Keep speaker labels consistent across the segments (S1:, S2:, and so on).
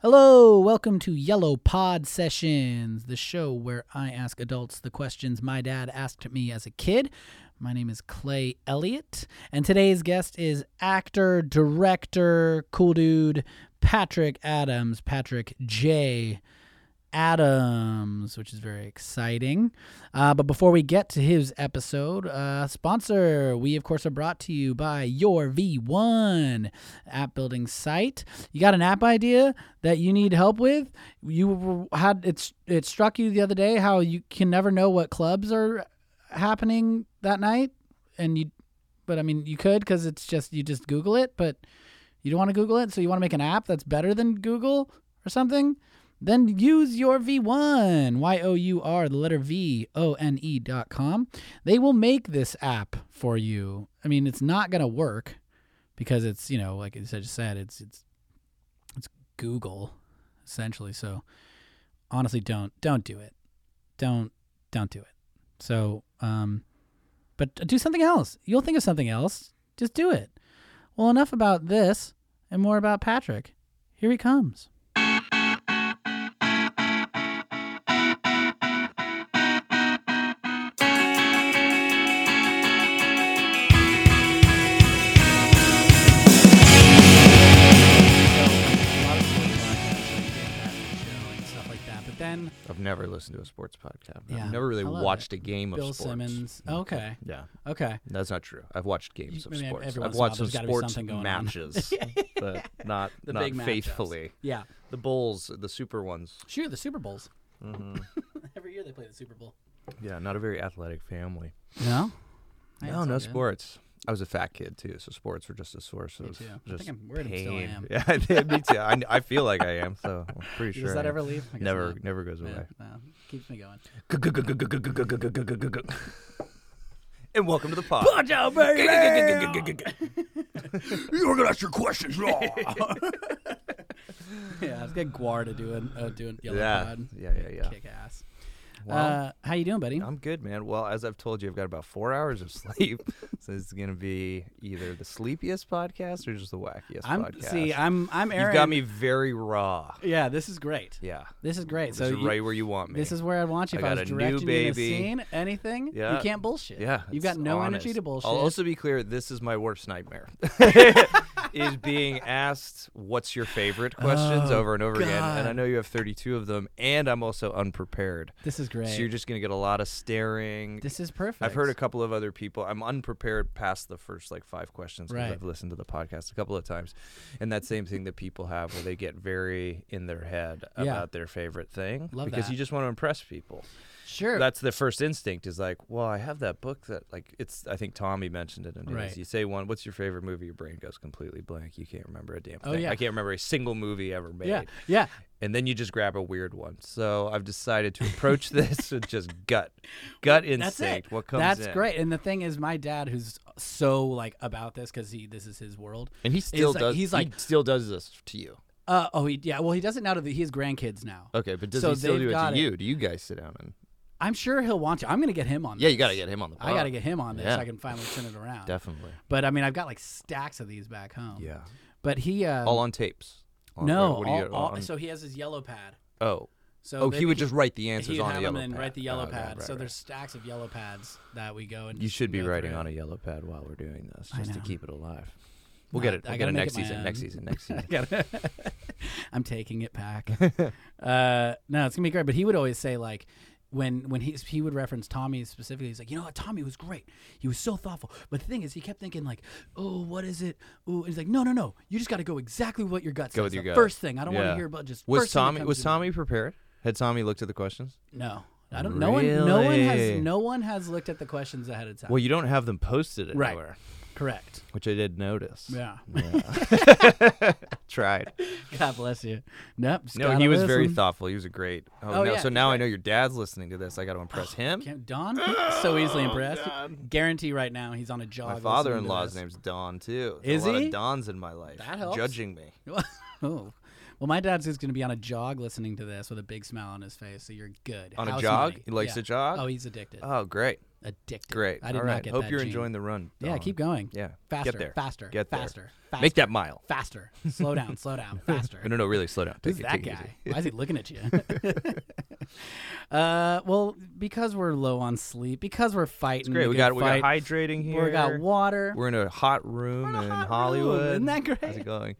S1: Hello, welcome to Yellow Pod Sessions, the show where I ask adults the questions my dad asked me as a kid. My name is Clay Elliott, and today's guest is actor, director, cool dude, Patrick Adams, Patrick J. Adams, which is very exciting. Uh, but before we get to his episode, uh, sponsor, we of course are brought to you by Your V1 app building site. You got an app idea that you need help with? You were- had it's it struck you the other day how you can never know what clubs are happening that night, and you, but I mean you could because it's just you just Google it, but you don't want to Google it, so you want to make an app that's better than Google or something then use your V1, Y O U R, the letter V O N E dot com. They will make this app for you. I mean, it's not going to work because it's, you know, like I just said, it's, it's, it's Google essentially. So honestly, don't, don't do it. Don't, don't do it. So, um, but do something else. You'll think of something else. Just do it. Well, enough about this and more about Patrick. Here he comes. a lot of sports podcasts, like Dave Patrick Show and stuff like that. But then
S2: I've never listened to a sports podcast.
S1: Yeah,
S2: I've never really
S1: I love
S2: watched a game of
S1: Bill
S2: sports. Mm-hmm.
S1: Simmons. Okay,
S2: Yeah,
S1: okay.
S2: that's not true. I've watched games
S1: You-
S2: of
S1: I mean,
S2: sports.
S1: every
S2: I've
S1: once in a
S2: watched
S1: while,
S2: some
S1: there's gotta be
S2: sports
S1: something going on.
S2: matches, but not
S1: The
S2: not
S1: big matchups.
S2: faithfully.
S1: Yeah,
S2: The Bulls, the super ones.
S1: sure. The Super Bowls.
S2: Mm-hmm.
S1: Every year they play the Super Bowl.
S2: Yeah, not a very athletic family.
S1: No. Hey, that's
S2: no, no
S1: all good.
S2: sports. I was a fat kid too, so sports were just a source of
S1: too. I think
S2: just
S1: I'm worried I'm still
S2: pain.
S1: am.
S2: Yeah, I think- me too. I, I feel like I am, so I'm pretty sure.
S1: Does that
S2: I am.
S1: ever leave? I guess
S2: Never,
S1: not.
S2: never goes
S1: Yeah,
S2: away.
S1: no, keeps me going.
S2: And welcome to the pod.
S3: You're gonna ask your questions now.
S1: yeah, let's get Guar to do a uh, doing yellow
S2: Yeah,
S1: pod.
S2: yeah, yeah, yeah.
S1: Kick ass.
S2: Well-
S1: uh, how you doing, buddy?
S2: I'm good, man. Well, as I've told you, I've got about four hours of sleep, so it's gonna be either the sleepiest podcast or just the wackiest
S1: I'm
S2: podcast.
S1: see. I'm I'm Aaron.
S2: You've got me very raw.
S1: Yeah, this is great.
S2: Yeah,
S1: This is great.
S2: this
S1: so
S2: is
S1: you-
S2: right where you want me.
S1: This is where I'd want you. If
S2: I
S1: I,
S2: got
S1: was
S2: a new
S1: directing you in a
S2: baby.
S1: scene, anything,
S2: Yeah.
S1: you can't bullshit.
S2: yeah.
S1: you've got
S2: it's
S1: no
S2: honest.
S1: energy to bullshit.
S2: I'll also be clear. This is my worst nightmare. is being asked what's your favorite questions
S1: Oh,
S2: over and over again, and I
S1: God.
S2: know you have 32 of them, and I'm also unprepared.
S1: this is great.
S2: So you're just gonna get a lot of staring.
S1: this is perfect.
S2: I've heard a couple of other people. I'm unprepared past the first like five questions because
S1: Right.
S2: I've listened to the podcast a couple of times, and that same thing that people have where they get very in their head
S1: Yeah.
S2: about their favorite thing
S1: Love
S2: because
S1: that.
S2: you just want to impress people.
S1: sure.
S2: That's the first instinct is like, well, I have that book that like it's. I think Tommy mentioned it in his.
S1: Right.
S2: You say one, what's your favorite movie? Your brain goes completely blank. You can't remember a damn
S1: Oh,
S2: thing.
S1: yeah.
S2: I can't remember a single movie ever made
S1: yeah, yeah.
S2: and then you just grab a weird one. So I've decided to approach this with just gut, gut
S1: That's
S2: instinct.
S1: it.
S2: What comes?
S1: That's
S2: in.
S1: great. And the thing is, my dad, who's so like about this because he this is his world.
S2: And he still
S1: like-
S2: does.
S1: he's like-
S2: he still does this to you.
S1: Uh oh, he, yeah. Well, he doesn't now. To the, he has grandkids now.
S2: Okay, but does
S1: So
S2: he still
S1: they've
S2: do it to
S1: got it.
S2: you? Do you guys sit down and?
S1: I'm sure he'll want to. I'm gonna get him on.
S2: Yeah,
S1: This.
S2: you got to get him on the. Pod.
S1: I gotta get him on this.
S2: Yeah.
S1: so I can finally send it around.
S2: Definitely.
S1: But I mean, I've got like stacks of these back home.
S2: Yeah.
S1: But he. Uh,
S2: All on tapes. On-
S1: no.
S2: What, what do you
S1: all-
S2: got
S1: all-
S2: on-
S1: so he has his yellow pad.
S2: oh.
S1: So
S2: oh,
S1: they
S2: he would
S1: became-
S2: just write the answers
S1: He'd
S2: on
S1: have
S2: a yellow
S1: them and
S2: pad.
S1: write the yellow
S2: Oh, okay,
S1: pad.
S2: right,
S1: so
S2: right.
S1: there's stacks of yellow pads that we go and
S2: You should be
S1: go
S2: writing
S1: through.
S2: on a yellow pad while we're doing this,
S1: I
S2: just to
S1: know.
S2: keep it alive. We'll
S1: No,
S2: get it.
S1: I
S2: We'll get
S1: gotta
S2: it
S1: make
S2: next
S1: it my
S2: season. Next
S1: own.
S2: season. Next season.
S1: Gotta- I'm taking it back. uh, no, it's gonna be great. But he would always say like. When, when he he would reference Tommy specifically, he's like, you know what, Tommy was great. He was so thoughtful. But the thing is, he kept thinking like, oh, what is it? Oh, and he's like, no, no, no. You just got to go exactly what your gut says.
S2: Go with
S1: the
S2: your gut.
S1: First thing, I don't want
S2: Yeah.
S1: to hear about just.
S2: Was
S1: first thing that
S2: Tommy
S1: comes
S2: was
S1: to
S2: Tommy prepared? Had Tommy looked at the questions?
S1: me." No, I don't. No one, no one
S2: Really?
S1: has, no one has looked at the questions ahead of time.
S2: Well, you don't have them posted
S1: Right.
S2: anywhere,
S1: Correct.
S2: which I did notice.
S1: Yeah.
S2: Yeah. Tried.
S1: God bless you. Nope. just
S2: No,
S1: gotta
S2: he was very
S1: listen.
S2: thoughtful. He was a great. Oh,
S1: Oh,
S2: no.
S1: yeah,
S2: so
S1: he's Oh,
S2: now I know your dad's listening to this. I got to impress him.
S1: Can't- Don, he's so easily impressed. Guarantee right now he's on a jog.
S2: My
S1: listening to
S2: father-in-law's
S1: this.
S2: name's Don too.
S1: Is
S2: There's a lot
S1: he?
S2: of Dons in my life.
S1: That helps.
S2: Judging me.
S1: oh. Well, my dad's just going to be on a jog listening to this with a big smile on his face, so you're good.
S2: On a
S1: House
S2: jog?
S1: money.
S2: He likes
S1: Yeah.
S2: to jog?
S1: Oh, he's addicted.
S2: Oh, great.
S1: addicted.
S2: Great.
S1: I did
S2: All
S1: not
S2: right.
S1: get
S2: Hope
S1: that
S2: you're
S1: gene.
S2: enjoying the run.
S1: Yeah,
S2: Dawn.
S1: keep going.
S2: Yeah.
S1: Faster,
S2: Get there.
S1: faster,
S2: Get there.
S1: faster, faster.
S2: Make that mile.
S1: faster. Slow down, slow down, faster.
S2: No, no, no. Really slow down.
S1: Who's
S2: Take it-
S1: that
S2: take it easy.
S1: guy? Why is he looking at you? uh, well, because we're low on sleep, because we're fighting.
S2: It's great. We got we got hydrating here.
S1: We got water.
S2: We're in a hot room
S1: in a
S2: in
S1: hot room.
S2: Hollywood.
S1: Isn't that
S2: How's it
S1: great?
S2: going?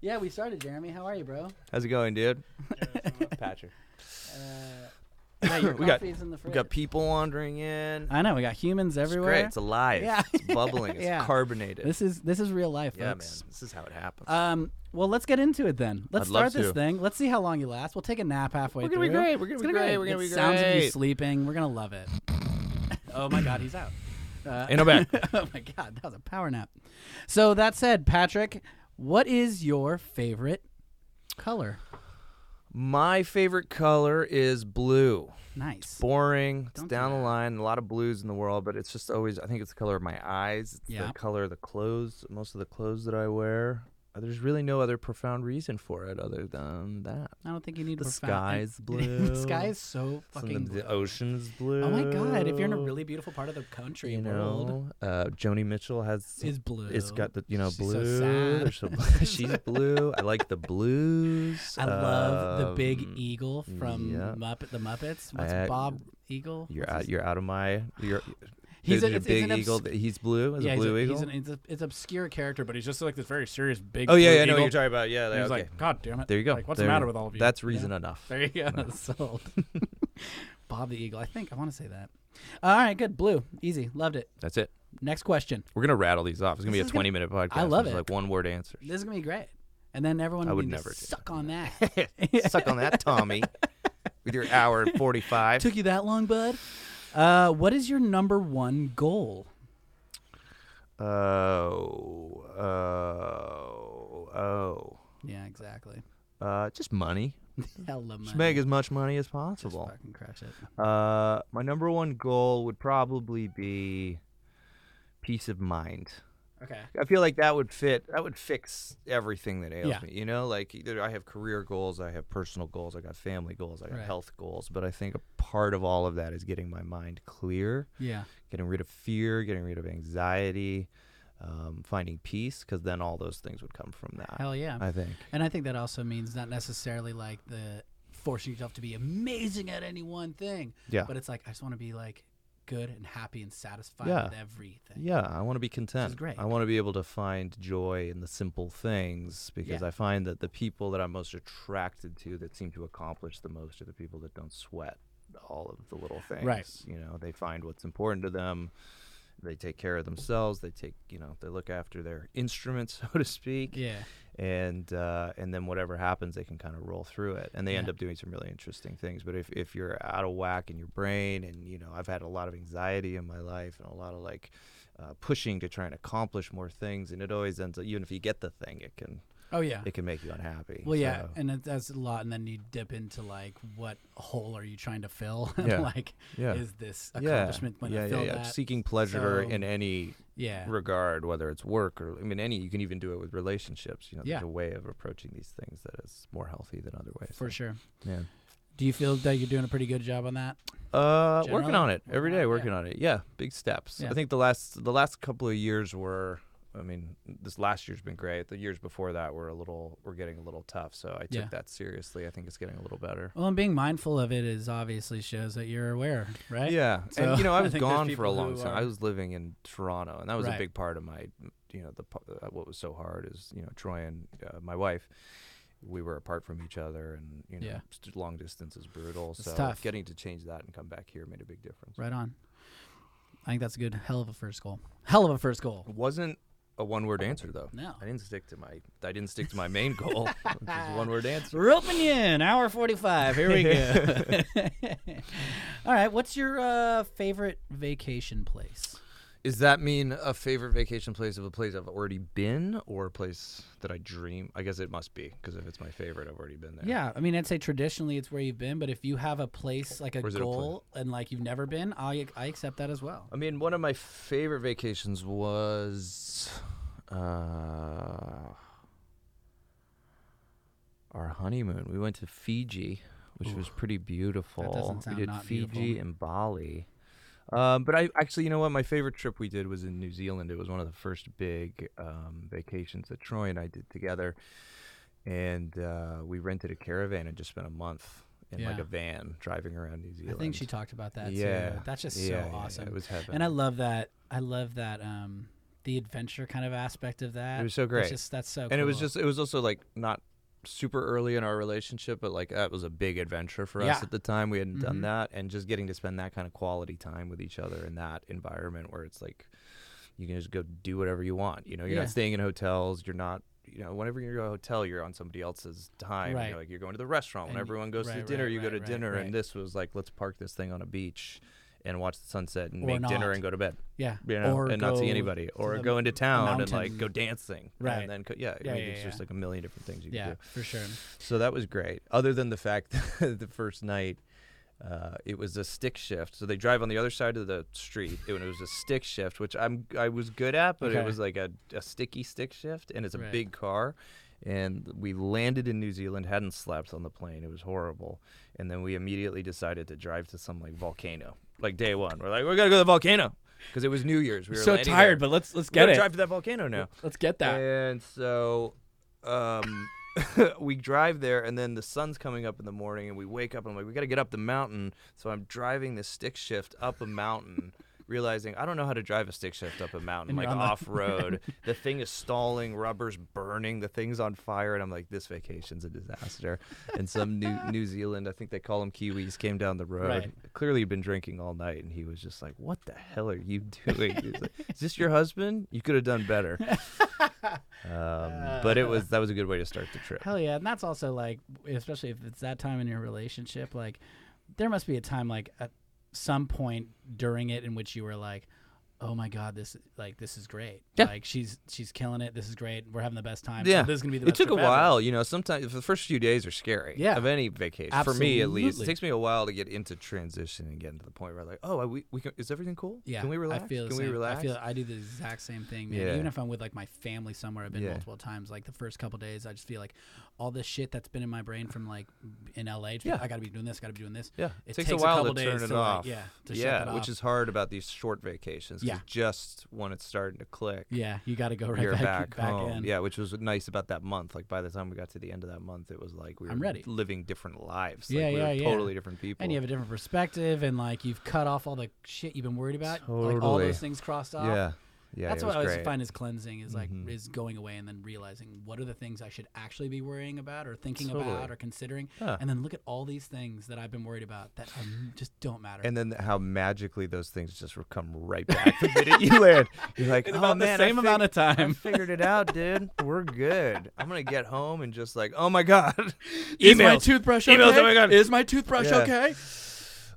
S1: yeah, we started, Jeremy. How are you, bro?
S2: How's it going, dude? Patrick.
S1: Uh, yeah, your
S2: We got-
S1: coffee's in the fridge.
S2: We got people wandering in.
S1: I know we got humans
S2: It's
S1: everywhere.
S2: great. It's alive.
S1: Yeah.
S2: It's bubbling. It's
S1: Yeah.
S2: carbonated.
S1: this is this is real life,
S2: yeah, man.
S1: folks.
S2: This is how it happens.
S1: Um, well, let's get into it then. Let's
S2: I'd
S1: start
S2: love
S1: this
S2: to.
S1: thing. Let's see how long you last. We'll take a nap halfway
S2: We're gonna be
S1: through.
S2: great. We're gonna
S1: It's
S2: be
S1: gonna
S2: great. We're gonna
S1: It
S2: be
S1: Sounds of you
S2: great.
S1: sleeping. We're gonna love it. oh my God, he's out. Uh,
S2: And I'm back.
S1: oh my God, that was a power nap. So that said, Patrick, what is your favorite color?
S2: My favorite color is blue.
S1: Nice.
S2: Boring. It's
S1: Don't do
S2: down the
S1: that.
S2: line. A lot of blues in the world, but it's just always. I think it's the color of my eyes. It's
S1: Yeah.
S2: the color of the clothes. Most of the clothes that I wear. Uh, There's really no other profound reason for it other than that.
S1: I don't think you need
S2: The
S1: to
S2: sky's blue.
S1: the sky is so fucking
S2: Sometimes
S1: blue.
S2: the ocean's blue.
S1: Oh my God! If you're in a really beautiful part of the country,
S2: you
S1: and world
S2: know, uh, Joni Mitchell has some-
S1: is blue.
S2: It's got the you know
S1: She's so
S2: blue.
S1: sad.
S2: There's some bl- she's blue. I like the blues.
S1: I love the big E
S2: Um,
S1: eagle from
S2: yeah.
S1: Muppet the Muppets. What's
S2: I-
S1: Bob Eagle?
S2: You're
S1: What's
S2: out.
S1: his-
S2: You're out of my. You're,
S1: He's
S2: there's
S1: a-
S2: your
S1: it's- it's
S2: big
S1: an
S2: eagle.
S1: obsc-
S2: that- he's blue. Is
S1: yeah,
S2: a
S1: he's
S2: blue
S1: he's
S2: eagle.
S1: an- it's, a, it's obscure character, but
S4: But
S1: he's
S4: he's just like this very serious big.
S2: oh yeah,
S4: blue
S2: yeah, I know what
S4: eagle.
S2: you're talking about. Yeah,
S4: And
S2: yeah,
S4: He's
S2: okay.
S4: like, God damn it!
S2: there you go.
S4: Like, what's
S2: There-
S4: the matter with all of you?
S2: That's reason enough.
S4: there you go.
S1: sold. Bob the Eagle. I think I want to say that. All right, good. Blue, easy, loved it.
S2: That's it.
S1: Next question.
S2: We're gonna rattle these off. It's gonna
S1: This
S2: be
S1: is
S2: a
S1: gonna-
S2: 20 minute podcast.
S1: I love
S2: There's
S1: it.
S2: Like one word answers.
S1: This is gonna be great, and then everyone
S2: I would
S1: can just
S2: never do
S1: suck on that.
S2: Suck on that, Tommy. With your hour and 45.
S1: Took you that long, bud. Uh, what is your number one goal?
S2: Oh, oh, oh.
S1: Yeah, exactly.
S2: Uh, just money.
S1: Hella money.
S2: Just make as much money as
S1: Just
S2: possible.
S1: fucking crush it.
S2: Uh, my number one goal would probably be peace of mind.
S1: Okay.
S2: I feel like that would fit. That would fix everything that ails
S1: Yeah.
S2: me. You know, like either I have career goals, I have personal goals, I got family goals, I got
S1: Right.
S2: health goals. But I think a part of all of that is getting my mind clear,
S1: Yeah.
S2: getting rid of fear, getting rid of anxiety, um, finding peace, because then all those things would come from that.
S1: Hell yeah.
S2: I think.
S1: And I think that also means not necessarily like the forcing yourself to be amazing at any one thing.
S2: Yeah.
S1: But it's like I just want to be like good and happy and satisfied
S2: Yeah.
S1: with everything.
S2: Yeah, I want to be content.
S1: great.
S2: I want to be able to find joy in the simple things because
S1: Yeah.
S2: I find that the people that I'm most attracted to that seem to accomplish the most are the people that don't sweat all of the little things.
S1: Right.
S2: You know, they find what's important to them. They take care of themselves. They take, you know, they look after their instruments, so to speak,
S1: Yeah.
S2: and uh, and then whatever happens, they can kind of roll through it, and they end
S1: Yeah.
S2: up doing some really interesting things. But if if you're out of whack in your brain, and you know, I've had a lot of anxiety in my life, and a lot of like uh, pushing to try and accomplish more things, and it always ends up even if you get the thing, it can
S1: Oh yeah.
S2: it can make you unhappy.
S1: well, yeah,
S2: So-
S1: and it, that's a lot, and then you dip into like, what hole are you trying to fill?
S2: Yeah.
S1: like,
S2: Yeah.
S1: is this
S2: Yeah.
S1: accomplishment when
S2: yeah,
S1: I
S2: yeah,
S1: fill
S2: yeah.
S1: that?
S2: Seeking pleasure
S1: So-
S2: in any
S1: yeah,
S2: regard, whether it's work or I mean any, you can even do it with relationships. You know,
S1: Yeah.
S2: there's a way of approaching these things that is more healthy than other ways.
S1: for sure.
S2: Yeah.
S1: Do you feel that you're doing a pretty good job on that?
S2: Uh,
S1: Generally?
S2: working on it every
S1: Working on it,
S2: day.
S1: yeah.
S2: Working on it. Yeah, big steps.
S1: Yeah.
S2: I think the last the last couple of years were. I mean, this last year's been great. The years before that were a little were getting a little tough. So I took
S1: Yeah.
S2: that seriously. I think it's getting a little better.
S1: Well, and being mindful of it is obviously shows that you're aware, right?
S2: Yeah,
S1: So,
S2: and you know, I
S1: I
S2: was
S1: think there's
S2: gone for a
S1: people
S2: long
S1: who
S2: time. I
S1: are-
S2: was living in Toronto, and that was
S1: Right.
S2: a big part of my, you know, the p- uh, what was so hard is you know Troy and uh, my wife, we were apart from each other, and you know,
S1: Yeah.
S2: st- long distance is brutal. so
S1: tough.
S2: getting to change that and come back here made a big difference.
S1: Right on. I think that's a good hell of a first goal. Hell of a first goal.
S2: It wasn't a one word answer though.
S1: No.
S2: I didn't stick to my I didn't stick to my main goal, which is one word answer.
S1: Roping you in, hour 45. Here we go. All right. What's your uh, favorite vacation place?
S2: Does that mean a favorite vacation place of a place I've already been or a place that I dream? I guess it must be because if it's my favorite, I've already been there.
S1: Yeah. I mean, I'd say traditionally it's where you've been, but if you have a place, like a
S2: Where's it a
S1: goal, and like you've never been, I, I accept that as well.
S2: I mean, one of my favorite vacations was uh, our honeymoon. We went to Fiji, which was pretty beautiful.
S1: doesn't sound
S2: we did
S1: not
S2: Fiji
S1: beautiful.
S2: and Bali. Um, but I actually, you know what? My favorite trip we did was in New Zealand. It was one of the first big um, vacations that Troy and I did together. And uh, we rented a caravan and just spent a month in like
S1: Yeah.
S2: a van driving around New
S1: I
S2: Zealand.
S1: think she talked about that.
S2: Yeah.
S1: Too. That's just
S2: Yeah, yeah,
S1: so
S2: yeah,
S1: awesome.
S2: It was heaven.
S1: and I love that. I love that. Um, the adventure kind of aspect of that.
S2: It was so
S1: That's
S2: great.
S1: just- that's so.
S2: and it was
S1: cool.
S2: just it was also like not super early in our relationship but like that was a big adventure for
S1: Yeah.
S2: us at the time we hadn't
S1: Mhm.
S2: done that and just getting to spend that kind of quality time with each other in that environment where it's like you can just go do whatever you want you know you're
S1: Yeah.
S2: not staying in hotels you're not you know, whenever you're at a hotel, you're on somebody else's time. You
S1: Right.
S2: know, like you're going to the restaurant. When
S1: And-
S2: everyone goes to
S1: right,
S2: dinner,
S1: right,
S2: you go
S1: right,
S2: to
S1: right,
S2: dinner.
S1: right.
S2: And this was like, let's park this thing on a beach and watch the sunset and
S1: Or
S2: make dinner
S1: not.
S2: and go to bed
S1: yeah.
S2: you know,
S1: Or
S2: and not
S1: go
S2: see anybody, or
S1: the
S2: go into town and like
S1: mountain.
S2: go dancing,
S1: Right.
S2: And then co- yeah,
S1: Yeah,
S2: I mean,
S1: yeah,
S2: it's just
S1: yeah.
S2: like a million different things you
S1: Yeah,
S2: can do.
S1: for sure.
S2: So that was great. Other than the fact that the first night, uh, it was a stick shift. So they drive on the other side of the street, and it was a stick shift, which I'm I was good at, but
S1: Okay.
S2: it was like a, a sticky stick shift, and it's a
S1: Right.
S2: big car. And we landed in New Zealand, hadn't slept on the plane. It was horrible. And then we immediately decided to drive to some like volcano. Like day one, we're like, we're gonna go to the volcano because it was New Year's. We were
S5: so
S2: landing there
S5: tired, but let's let's get
S2: gotta
S5: it.
S2: drive to that volcano now.
S5: Let's get that.
S2: And so um, we drive there, and then the sun's coming up in the morning, and we wake up, and I'm like, we gotta get up the mountain. So I'm driving this stick shift up a mountain. Realizing I don't know how to drive a stick shift up a mountain,
S1: And you're
S2: like
S1: on the-
S2: off road. the thing is stalling, rubber's burning, the thing's on fire, and I'm like, this vacation's a disaster. And some New New Zealand, I think they call him Kiwis, came down the road. Clearly had been drinking all night, and he was just like, "What the hell are you doing? He was like, Is this your husband? You could have done better." Um, but
S1: Uh.
S2: it was that was a good way to start the trip.
S1: Hell yeah, and that's also like, especially if it's that time in your relationship, like, there must be a time like at some point during it in which you were like, "Oh my god, this like this is great.
S2: Yeah.
S1: Like she's she's killing it. This is great. We're having the best time.
S2: Yeah.
S1: this is gonna be the
S2: It
S1: best
S2: took a
S1: trip ever."
S2: while, you know. Sometimes the first few days are scary.
S1: Yeah.
S2: Of any vacation, for me at least,
S1: Absolutely.
S2: it takes me a while to get into transition and getting to the point where like, oh, are we, we can, is everything cool?
S1: Yeah,
S2: Can we relax?
S1: I feel the
S2: can
S1: same.
S2: we relax?
S1: I feel I do the exact same thing, man.
S2: Yeah.
S1: Even if I'm with like my family somewhere, I've been
S2: Yeah.
S1: multiple times. Like the first couple days, I just feel like all this shit that's been in my brain from like in LA. just be
S2: Yeah.
S1: like, I got to be doing this. Got to be doing this.
S2: Yeah,
S1: It
S2: takes,
S1: takes a
S2: a while
S1: couple
S2: to
S1: days
S2: turn it
S1: to, like,
S2: off.
S1: yeah, to shut
S2: yeah,
S1: that
S2: which
S1: off.
S2: is hard about these short vacations. 'cause
S1: Yeah.
S2: just when it's starting to click,
S1: Yeah, you got to go right
S2: you're
S1: back,
S2: back,
S1: back
S2: home.
S1: in.
S2: Yeah, which was nice about that month. Like by the time we got to the end of that month, it was like we were
S1: I'm ready.
S2: living different lives.
S1: Yeah,
S2: like, we
S1: yeah,
S2: were
S1: yeah.
S2: Totally different people.
S1: And you have a different perspective, and like you've cut off all the shit you've been worried about. Like all
S2: Totally.
S1: those things crossed off.
S2: yeah, yeah.
S1: That's
S2: it
S1: what
S2: was
S1: I always
S2: great.
S1: find is cleansing is like
S2: Mhm.
S1: is going away and then realizing what are the things I should actually be worrying about or thinking
S2: Totally.
S1: about or considering,
S2: Yeah.
S1: and then look at all these things that I've been worried about that are, just don't matter.
S2: And then how magically those things just re- come right back the minute you land. You're like,
S1: In
S2: oh
S1: about the
S2: man,
S1: same
S2: I
S1: amount of
S2: fig- I
S1: time."
S2: figured it out, dude. We're good. I'm gonna get home and just like, oh my god,
S5: Is my
S2: Emails.
S5: toothbrush okay?
S2: Emails, oh my God.
S5: Is my toothbrush
S2: Yeah.
S5: okay?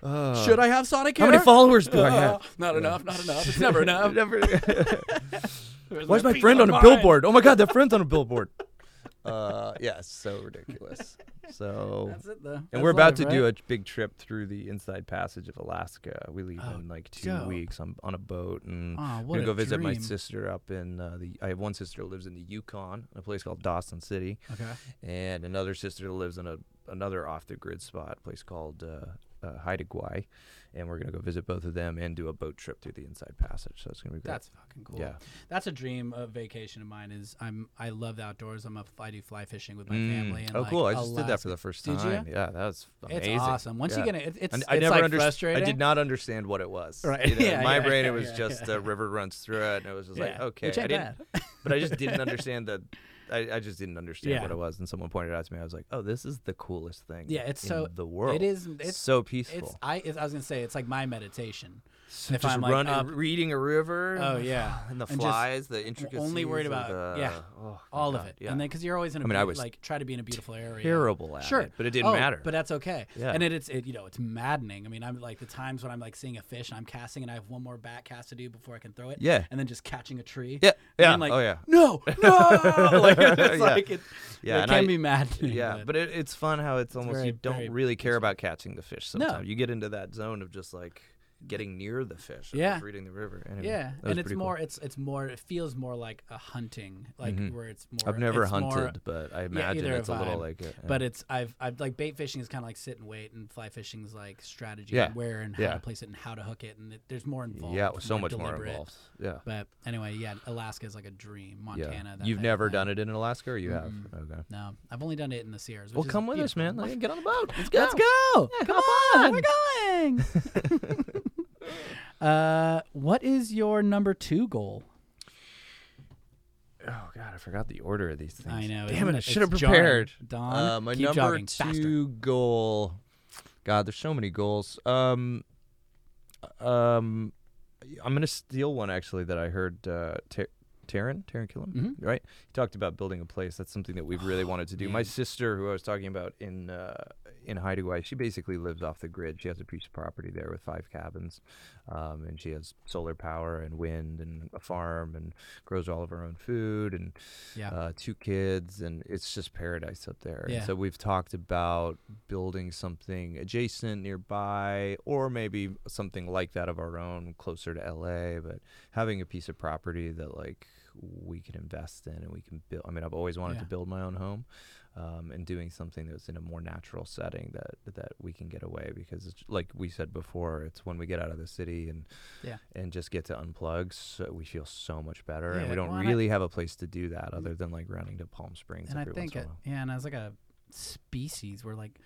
S2: Uh,
S5: Should I have Sonic
S2: how many
S5: hair?
S2: followers do I
S5: Uh,
S2: have?
S5: not enough. Not enough. It's never enough.
S2: Never.
S5: Where's
S2: Why's my
S5: peace
S2: friend
S5: of
S2: on a
S5: mind?
S2: billboard? Oh my god, that friend's on a billboard. uh, yeah, so ridiculous. So,
S1: That's it, though.
S2: and we're about to do a big trip through the Inside Passage of Alaska. We leave
S1: Oh,
S2: in like two
S1: dope.
S2: weeks on on a boat, and
S1: Oh,
S2: I'm
S1: what
S2: gonna
S1: a
S2: go visit my
S1: dream.
S2: sister up in uh, the. I have one sister who lives in the Yukon, in a place called Dawson City,
S1: Okay.
S2: and another sister that lives in a another off the grid spot, a place called. Uh, uh, Haida Gwaii, and we're gonna go visit both of them and do a boat trip through the Inside Passage. So it's gonna be great.
S1: That's fucking cool.
S2: yeah.
S1: That's a dream of vacation of mine. Is I'm I love the outdoors. I'm a I do fly fishing with my
S2: Mm.
S1: family. And
S2: oh,
S1: like,
S2: cool! I just did that
S1: Alaska-
S2: for the first
S1: Did ya?
S2: time. Yeah, that was amazing.
S1: It's awesome. Once you
S2: Yeah.
S1: get it, it's
S2: And
S1: it's like
S2: underst-
S1: frustrating.
S2: I did not understand what it was.
S1: Right.
S2: You know,
S1: Yeah,
S2: in my
S1: yeah,
S2: brain,
S1: yeah,
S2: it was
S1: yeah,
S2: just
S1: yeah.
S2: the river runs through it, and it was just like,
S1: Yeah,
S2: okay,
S1: which
S2: I
S1: ain't
S2: didn't.
S1: bad.
S2: But I just didn't understand that. I, I just didn't understand
S1: Yeah.
S2: what it was, and someone pointed it out to me. I was like, oh, this is the coolest thing.
S1: Yeah, it's
S2: in
S1: so-
S2: the world.
S1: It is. It's
S2: so
S1: It's
S2: peaceful.
S1: I. It, I was gonna say it's like my meditation.
S2: So
S1: if
S2: just
S1: I'm, like,
S2: running,
S1: up-
S2: reading a river.
S1: Oh, yeah.
S2: and the
S1: And just
S2: flies, the intricacies.
S1: worried
S2: of
S1: about-
S2: the,
S1: yeah,
S2: oh, my
S1: All of
S2: God,
S1: it,
S2: Yeah.
S1: and then because you're always in a
S2: I mean, I
S1: beau-
S2: was
S1: like try to be in a beautiful area.
S2: terrible at
S1: Sure,
S2: it, but it didn't
S1: Oh,
S2: matter.
S1: But that's okay.
S2: Yeah.
S1: And it, it's it, you know it's maddening. I mean, I'm like the times when I'm like seeing a fish and I'm casting and I have one more bat cast to do before I can throw it.
S2: Yeah.
S1: And then just catching a tree.
S2: yeah,
S1: And
S2: yeah.
S1: then, like,
S2: oh yeah.
S1: No, no. like it's
S2: Yeah.
S1: like it.
S2: Yeah,
S1: It
S2: and
S1: can
S2: I-
S1: be maddening.
S2: Yeah, but it, it's fun how it's almost
S1: very-
S2: you don't
S1: very
S2: really care about catching the fish.
S1: No.
S2: Sometimes you get into that zone of just like getting near the fish. I
S1: Yeah.
S2: was reading the river. Anyway,
S1: Yeah,
S2: that was
S1: and it's
S2: pretty cool.
S1: more. It's it's more. It feels more like a hunting, like where it's more.
S2: Mm-hmm. I've never
S1: it's more-
S2: hunted, but I imagine
S1: either
S2: it's a
S1: have
S2: little
S1: I.
S2: like it. yeah.
S1: But it's I've I've like bait fishing is kind of like sit and wait, and fly fishing is like strategy,
S2: Yeah.
S1: and where and how
S2: Yeah.
S1: to place it and how to hook it, and it, there's more involved.
S2: yeah, it was so
S1: more
S2: much more
S1: deliberate.
S2: involved. Yeah.
S1: But anyway, yeah, Alaska is like a dream.
S2: Yeah.
S1: Montana. that
S2: You've
S1: type of
S2: never
S1: thing.
S2: done it in Alaska, or you have? Okay.
S1: No, I've only done it in the Sierras.
S2: Well,
S1: which is
S2: come with us,
S1: beautiful.
S2: man. Like, get on the boat. Let's go.
S1: Let's go. come on. We're going. uh, what is your number two goal?
S2: Oh God, I forgot the order of these things.
S1: I know.
S2: Damn
S1: isn't
S2: it! I
S1: It's
S2: should have
S1: jarring.
S2: prepared.
S1: Don,
S2: Uh, my
S1: keep
S2: number
S1: jogging
S2: two
S1: faster.
S2: goal. God, there's so many goals. Um, um, I'm gonna steal one actually that I heard. Uh, Ter- Taryn, Taryn Killam,
S1: Mhm.
S2: right? He talked about building a place. That's something that we've really wanted to do.
S1: Oh,
S2: My
S1: man.
S2: sister, who I was talking about in uh, in Hideaway, she basically lives off the grid. She has a piece of property there with five cabins, um, and she has solar power and wind and a farm and grows all of her own food and
S1: Yeah.
S2: uh, two kids, and it's just paradise up there. And
S1: Yeah.
S2: so we've talked about building something adjacent nearby, or maybe something like that of our own closer to LA, but having a piece of property that like we can invest in and we can build. I mean, I've always wanted
S1: Yeah.
S2: to build my own home. Um, and doing something that's in a more natural setting that that we can get away because it's, like we said before it's when we get out of the city and
S1: Yeah.
S2: and just get to unplug so we feel so much better
S1: Yeah,
S2: and we don't
S1: well, and I- Mm.
S2: really have a place to do that other than like running to Palm Springs
S1: and I
S2: every
S1: think,
S2: once in a
S1: it-
S2: while.
S1: yeah, and as like a species, we're like,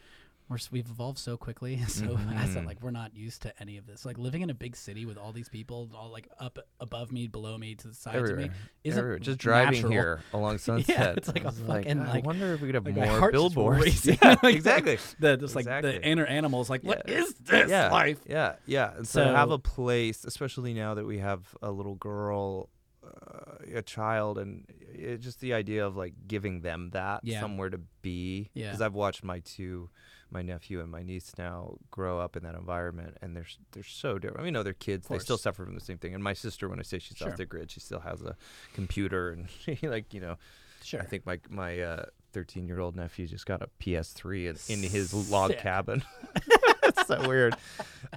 S1: we're, s- we've evolved so quickly, so fast that
S2: Mhm.
S1: like we're not used to any of this. Like living in a big city with all these people, all like up above me, below me, to the sides of
S2: Everywhere,
S1: me, isn't
S2: everywhere. just driving
S1: natural.
S2: here along Sunset.
S1: it's like
S2: I
S1: a
S2: was
S1: fucking,
S2: "God, I
S1: like-
S2: wonder if we could have
S1: Like, my
S2: more
S1: heart's just
S2: billboards.
S1: racing.
S2: Yeah,
S1: Like, the-
S2: exactly.
S1: The just like the
S2: Exactly.
S1: inner animals, like what
S2: Yeah.
S1: is this
S2: yeah,
S1: life?
S2: Yeah, yeah. And so, to have
S1: So-
S2: a place, especially now that we have a little girl, uh, a child, and it, just the idea of like giving them that
S1: Yeah.
S2: somewhere to be.
S1: Yeah.
S2: Because I've watched my two, my nephew and my niece now grow up in that environment, and they're s- they're so different. I mean, no, they're kids. They still
S1: course.
S2: suffer from the same thing. And my sister, when I say she's
S1: Sure.
S2: off the grid, she still has a computer, and she like you know
S1: Sure.
S2: I think my my uh, 13 year old nephew just got a PS3 in, in his log
S1: Sick.
S2: cabin. It's so weird.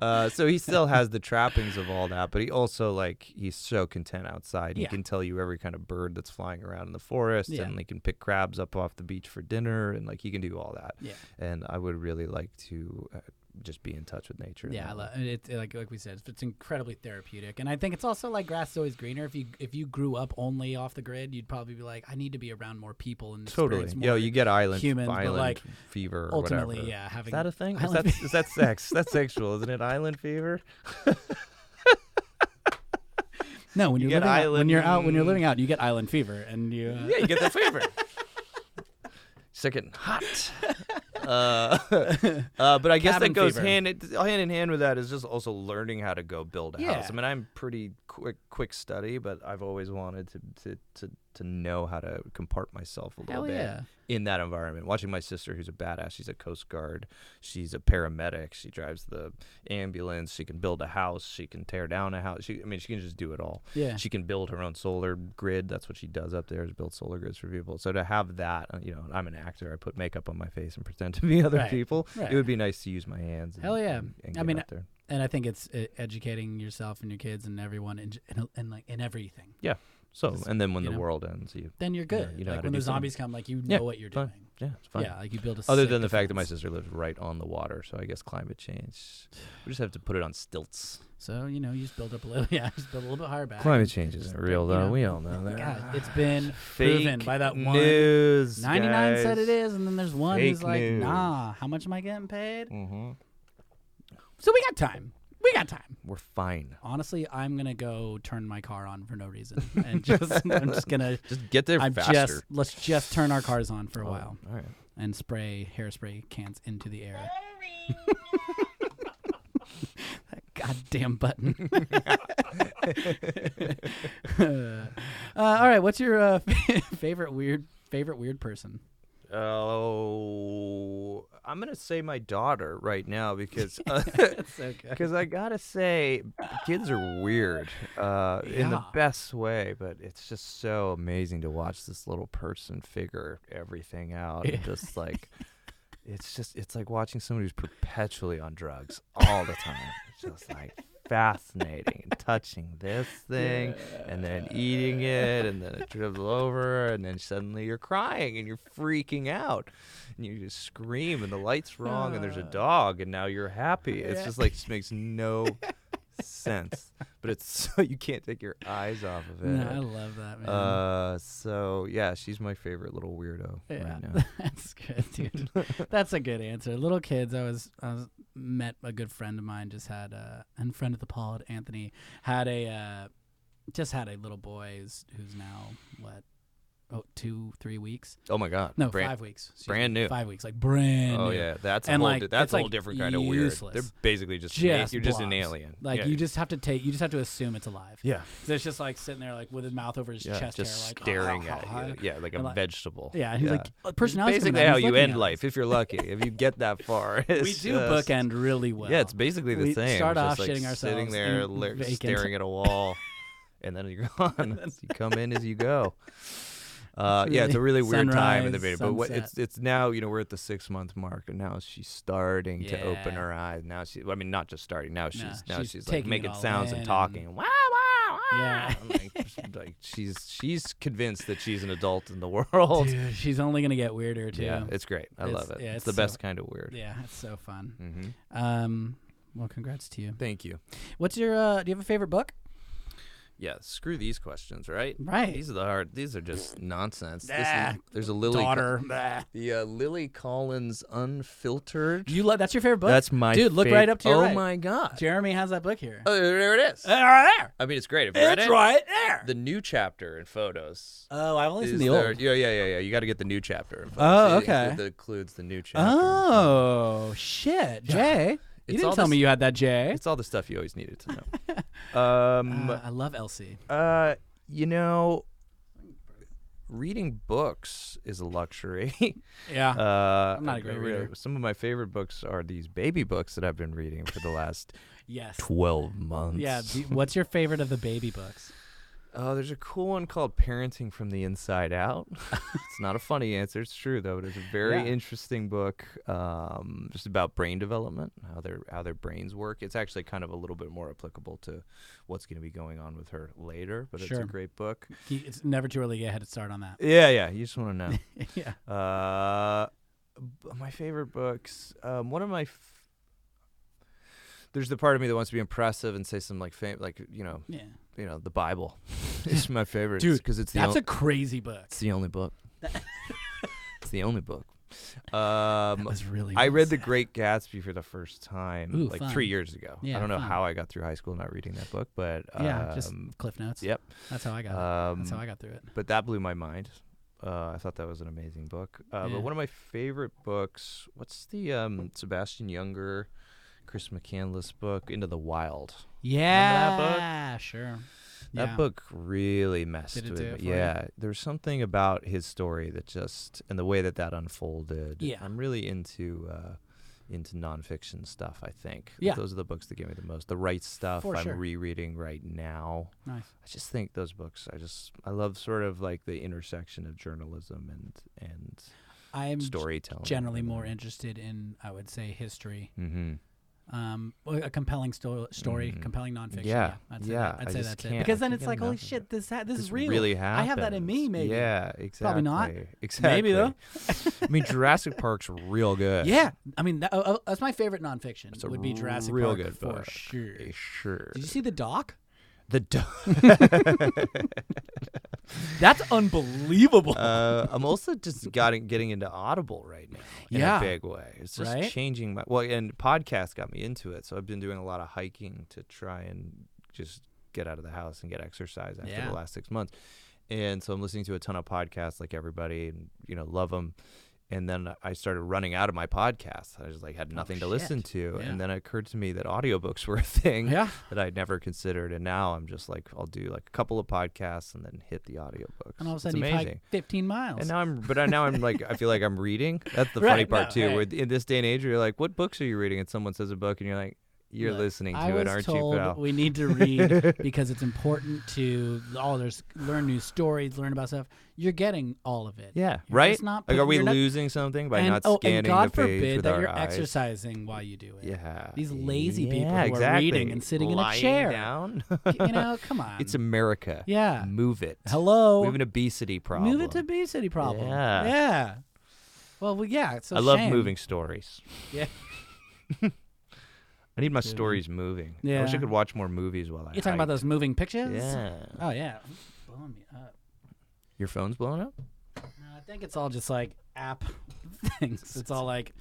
S2: Uh, so he still has the trappings of all that, but he also like he's so content outside.
S1: Yeah.
S2: He can tell you every kind of bird that's flying around in the forest,
S1: Yeah.
S2: and he can pick crabs up off the beach for dinner, and like he can do all that.
S1: Yeah.
S2: And I would really like to uh, just be in touch with nature. in
S1: Yeah, I
S2: that way.
S1: lo- and it, it- like like we said, it's, it's incredibly therapeutic, and I think it's also like grass is always greener. If you if you grew up only off the grid, you'd probably be like, I need to be around more people and
S2: totally.
S1: experience more.
S2: Yeah, you get island
S1: human, but,
S2: island
S1: like,
S2: fever. Or
S1: ultimately,
S2: whatever.
S1: yeah, having
S2: Is that a thing? Is
S1: island
S2: that, is that sex? That's sexual, isn't it? Island fever.
S1: no when
S2: you
S1: you are
S2: get
S1: living out, when you're out when you're
S2: island-
S1: living out, you get island fever, and you uh,
S2: Yeah, you get that fever. Second hot. Uh, uh, but I guess
S1: Cabin
S2: that goes
S1: fever.
S2: hand it, hand in hand with that is just also learning how to go build a house.
S1: Yeah.
S2: I mean, I'm pretty quick quick study, but I've always wanted to to to, to know how to compart myself a little
S1: Hell
S2: bit
S1: yeah.
S2: in that environment. Watching my sister, who's a badass, she's a Coast Guard, she's a paramedic, she drives the ambulance, she can build a house, she can tear down a house. She, I mean, she can just do it all.
S1: Yeah.
S2: She can build her own solar grid. That's what she does up there is build solar grids for people. So to have that, uh, you know, I'm an actor. I put makeup on my face and pretend to be other
S1: Right,
S2: people.
S1: right.
S2: It would be nice to use my hands. And,
S1: Hell yeah.
S2: And, and
S1: I
S2: get
S1: mean,
S2: out there.
S1: and I think it's uh, educating yourself and your kids and everyone and and, and like in everything.
S2: So
S1: just,
S2: and then when
S1: you
S2: the
S1: know.
S2: world ends, you
S1: Then you're good.
S2: you know how
S1: like
S2: to
S1: when
S2: do
S1: the
S2: something.
S1: zombies come, like you know
S2: Yeah,
S1: what you're
S2: fine.
S1: doing.
S2: yeah, it's fine.
S1: Yeah, like you build a.
S2: Other
S1: sick
S2: than the fact that my
S1: defense.
S2: sister lives right on the water, so I guess climate change. We just have to put it on stilts.
S1: so you know you just build up a little, yeah, just build a little bit higher back.
S2: Climate change isn't real,
S1: you
S2: though.
S1: know,
S2: we all know that.
S1: God, it's been
S2: Fake
S1: proven by that one.
S2: news.
S1: 99 said it is, and then there's one who's
S2: Fake
S1: like,
S2: news.
S1: nah, how much am I getting paid?
S2: Mm-hmm.
S1: So we got time. We got time.
S2: We're fine.
S1: Honestly, I'm gonna go turn my car on for no reason, and just I'm just gonna.
S2: Just get there
S1: I'm
S2: faster.
S1: just let's just turn our cars on for a
S2: Oh,
S1: while
S2: All right.
S1: and spray hairspray cans into the air. that goddamn button. uh, all right, what's your uh, favorite weird favorite weird person?
S2: Oh, I'm gonna say my daughter right now because
S1: Okay.
S2: because I gotta say kids are weird uh, in the
S1: Yeah.
S2: best way, but it's just so amazing to watch this little person figure everything out and just like it's just it's like watching somebody who's perpetually on drugs all the time. It's just like fascinating and touching this thing and then eating it and then it dribbles over and then suddenly you're crying and you're freaking out and you just scream and the light's wrong and there's a dog and now you're happy. It's
S1: Uh. Yeah.
S2: just like just makes no sense. But it's so you can't take your eyes off of it.
S1: No, I love that, man.
S2: Uh, so yeah, she's my favorite little weirdo
S1: Yeah,
S2: right now.
S1: that's good, dude. that's a good answer. Little kids, I was I was met a good friend of mine just had uh, and friend of the pod Anthony had a uh, just had a little boy who's, who's now what oh two three weeks
S2: Oh my god,
S1: no
S2: Brand-
S1: five weeks excuse
S2: brand
S1: me,
S2: new.
S1: five weeks like brand
S2: Oh
S1: new.
S2: yeah, that's a
S1: And,
S2: whole
S1: like,
S2: di- that's
S1: it's,
S2: a whole
S1: like,
S2: different kind of weird. They're
S1: useless.
S2: basically just, an-
S1: Just
S2: you're just an
S1: blobs.
S2: alien.
S1: Like
S2: yeah.
S1: you just have to take, you just have to assume it's alive.
S2: yeah
S1: 'Cause It's just like sitting there, like with his mouth over his
S2: yeah
S1: chest,
S2: just
S1: hair, like, "Oh,
S2: staring at you. Yeah, like a
S1: And, like-
S2: vegetable.
S1: Yeah, and he's
S2: Yeah.
S1: like "Oh, personality.
S2: basically how you end life if you're lucky. if you get that far,
S1: We
S2: It's
S1: do
S2: just-
S1: bookend really well.
S2: Yeah, it's basically the
S1: We
S2: same.
S1: start
S2: It's
S1: off
S2: just, like,
S1: shitting ourselves
S2: sitting there,
S1: in
S2: lar-
S1: vacant.
S2: staring at a wall, and then you're gone. you come in as you go. Uh, yeah, it's a
S1: really-
S2: really weird time in the video,
S1: sunrise,
S2: but what,
S1: sunset.
S2: it's it's now you know we're at the six month mark, and now she's starting to open
S1: Yeah.
S2: her eyes. Now she, I mean, not just starting. Now she's now
S1: she's
S2: she's, like
S1: taking it
S2: making
S1: all
S2: sounds
S1: in
S2: and talking. Wow, wow, wow.
S1: Yeah.
S2: I'm like, just, like, she's she's convinced that she's an adult in the world.
S1: Dude, she's only gonna get weirder too.
S2: Yeah, it's great. I
S1: It's-
S2: love it.
S1: yeah,
S2: it's,
S1: it's
S2: the
S1: so-
S2: best kind of weird.
S1: Yeah, it's so fun.
S2: hmm
S1: Um, well, congrats to you.
S2: Thank you.
S1: What's your? Uh, do you have a favorite book?
S2: Yeah, screw these questions, right?
S1: Right.
S2: These are the hard. These are just nonsense. This is-
S1: Ah,
S2: there's a Lily.
S1: Daughter. Blah.
S2: The uh, Lily Collins unfiltered.
S1: You love that's your favorite book.
S2: That's my
S1: dude. Look
S2: fav-
S1: right up to your
S2: Oh
S1: right.
S2: my god.
S1: Jeremy has that book here.
S2: Oh, there it is.
S1: Uh, right there.
S2: I mean, it's great. Have you read
S1: It's
S2: it?
S1: right there.
S2: The new chapter in photos.
S1: oh, I've only seen
S2: is
S1: the
S2: there-
S1: old.
S2: Yeah, yeah, yeah, yeah. You got to get the new chapter. In photos.
S1: Oh,
S2: It inclu-
S1: okay. Uh-huh.
S2: That includes the new chapter. in photos.
S1: Oh shit, Jay. You
S2: It's
S1: didn't
S2: all
S1: tell
S2: this-
S1: me you had that, Jay.
S2: It's all the stuff you always needed to know. um,
S1: Uh, I love Elsie.
S2: Uh, you know, reading books is a luxury.
S1: Yeah.
S2: uh,
S1: I'm not a great
S2: I
S1: reader.
S2: really- Some of my favorite books are these baby books that I've been reading for the last
S1: yes.
S2: 12 months.
S1: Yeah. the- what's your favorite of the baby books?
S2: Oh, there's a cool one called Parenting from the Inside Out. it's not a funny answer. It's true though. It is a very
S1: Yeah.
S2: interesting book, um, just about brain development, how their how their brains work. It's actually kind of a little bit more applicable to what's going to be going on with her later. But it's
S1: Sure.
S2: a great book.
S1: He- It's never too early to get a head start on that.
S2: Yeah, yeah. You just want to know.
S1: yeah.
S2: Uh, b- my favorite books. Um, one of my. F- There's the part of me that wants to be impressive and say some like fam- like you know
S1: Yeah.
S2: you know the Bible is my favorite
S1: Dude,
S2: because it's the
S1: That's
S2: on-
S1: a crazy book.
S2: it's the only book. it's the only book. Um,
S1: That's really.
S2: I
S1: well
S2: read The
S1: said.
S2: Great Gatsby for the first time
S1: Ooh,
S2: like three
S1: fun.
S2: years ago.
S1: Yeah,
S2: I don't know
S1: fun.
S2: how I got through high school not reading that book, but um,
S1: Yeah, just Cliff Notes.
S2: yep.
S1: That's how I got. it.
S2: Um,
S1: That's how I got through it.
S2: but that blew my mind. Uh, I thought that was an amazing book. Uh,
S1: Yeah.
S2: But one of my favorite books, what's the um, Sebastian Younger, Chris McCandless book, Into the Wild?
S1: Yeah.
S2: that book?
S1: Sure.
S2: That
S1: Yeah.
S2: book really messed
S1: Did it
S2: with
S1: do
S2: me.
S1: it for you?
S2: yeah, there's something about his story that just and the way that that unfolded.
S1: Yeah.
S2: I'm really into uh, into nonfiction stuff. I think.
S1: Yeah.
S2: those are the books that give me the most. The right stuff.
S1: For
S2: I'm
S1: sure.
S2: rereading right now.
S1: Nice.
S2: I just think those books. I just I love sort of like the intersection of journalism and and
S1: I'm g-
S2: storytelling.
S1: generally more interested in, I would say, history.
S2: Mm-hmm.
S1: Um, well, a compelling sto- story,
S2: Mhm.
S1: compelling nonfiction.
S2: Yeah,
S1: Yeah. I'd say
S2: yeah,
S1: That. I'd
S2: I
S1: say
S2: just
S1: that's it.
S2: can't-
S1: Because
S2: I
S1: then
S2: can't
S1: it's
S2: get
S1: like, holy
S2: enough of
S1: shit, this ha- this
S2: This
S1: is real.
S2: really
S1: I
S2: happens.
S1: have that in me, maybe.
S2: Yeah, exactly.
S1: Probably not.
S2: Exactly.
S1: Maybe, though.
S2: I mean, Jurassic Park's real good.
S1: Yeah, I mean that, uh, uh, that's my favorite nonfiction.
S2: It's a
S1: would be Jurassic
S2: real
S1: Park
S2: good
S1: for
S2: book.
S1: sure.
S2: Eh,
S1: Did
S2: Sure.
S1: you see the doc?
S2: The do-
S1: That's unbelievable.
S2: uh, I'm also just got getting into Audible right now in
S1: Yeah.
S2: a big way. It's just
S1: Right?
S2: changing my well, and podcast got me into it. So I've been doing a lot of hiking to try and just get out of the house and get exercise after
S1: Yeah.
S2: the last six months. And so I'm listening to a ton of podcasts, like everybody, and you know, love them. And then I started running out of my podcasts. I just like had nothing to
S1: shit.
S2: listen to.
S1: Yeah.
S2: And then it occurred to me that audiobooks were a thing
S1: yeah,
S2: that I'd never considered. And now I'm just like, I'll do like a couple of podcasts and then hit the audiobooks.
S1: and all of a
S2: It's
S1: sudden you
S2: amazing.
S1: hike 15 miles.
S2: And now I'm, but I, now I'm like, I feel like I'm reading. That's the funny
S1: Right,
S2: part
S1: no,
S2: too.
S1: hey.
S2: With, in this day and age, where you're like, what books are you reading? And someone says a book, and you're like, You're
S1: Look,
S2: listening to
S1: I
S2: it,
S1: was
S2: aren't
S1: told
S2: you, pal?
S1: We need to read because it's important to all. There's learn new stories, learn about stuff. You're getting all of it.
S2: yeah,
S1: You're
S2: right.
S1: just not
S2: like,
S1: put-
S2: are we
S1: you're not-
S2: losing something by
S1: and,
S2: not
S1: oh,
S2: scanning
S1: and God
S2: the page
S1: forbid
S2: with
S1: that
S2: our
S1: you're
S2: eyes?
S1: exercising while you do it.
S2: Yeah.
S1: These lazy people
S2: Yeah,
S1: who are reading
S2: exactly.
S1: and sitting in
S2: Lying
S1: a chair.
S2: down.
S1: You know, come on.
S2: it's America.
S1: yeah.
S2: Move it.
S1: Hello.
S2: We have an obesity problem.
S1: Move it to be city problem.
S2: Yeah.
S1: Yeah. Well, we yeah. It's a
S2: I love
S1: shame.
S2: moving stories.
S1: Yeah.
S2: I need my stories moving. I wish I
S1: Yeah.
S2: could watch more movies while I.
S1: You're talking about
S2: hike.
S1: those moving pictures.
S2: Yeah.
S1: Oh yeah. Blowing me up.
S2: Your phone's blown up.
S1: No, I think it's all just like app things. It's all like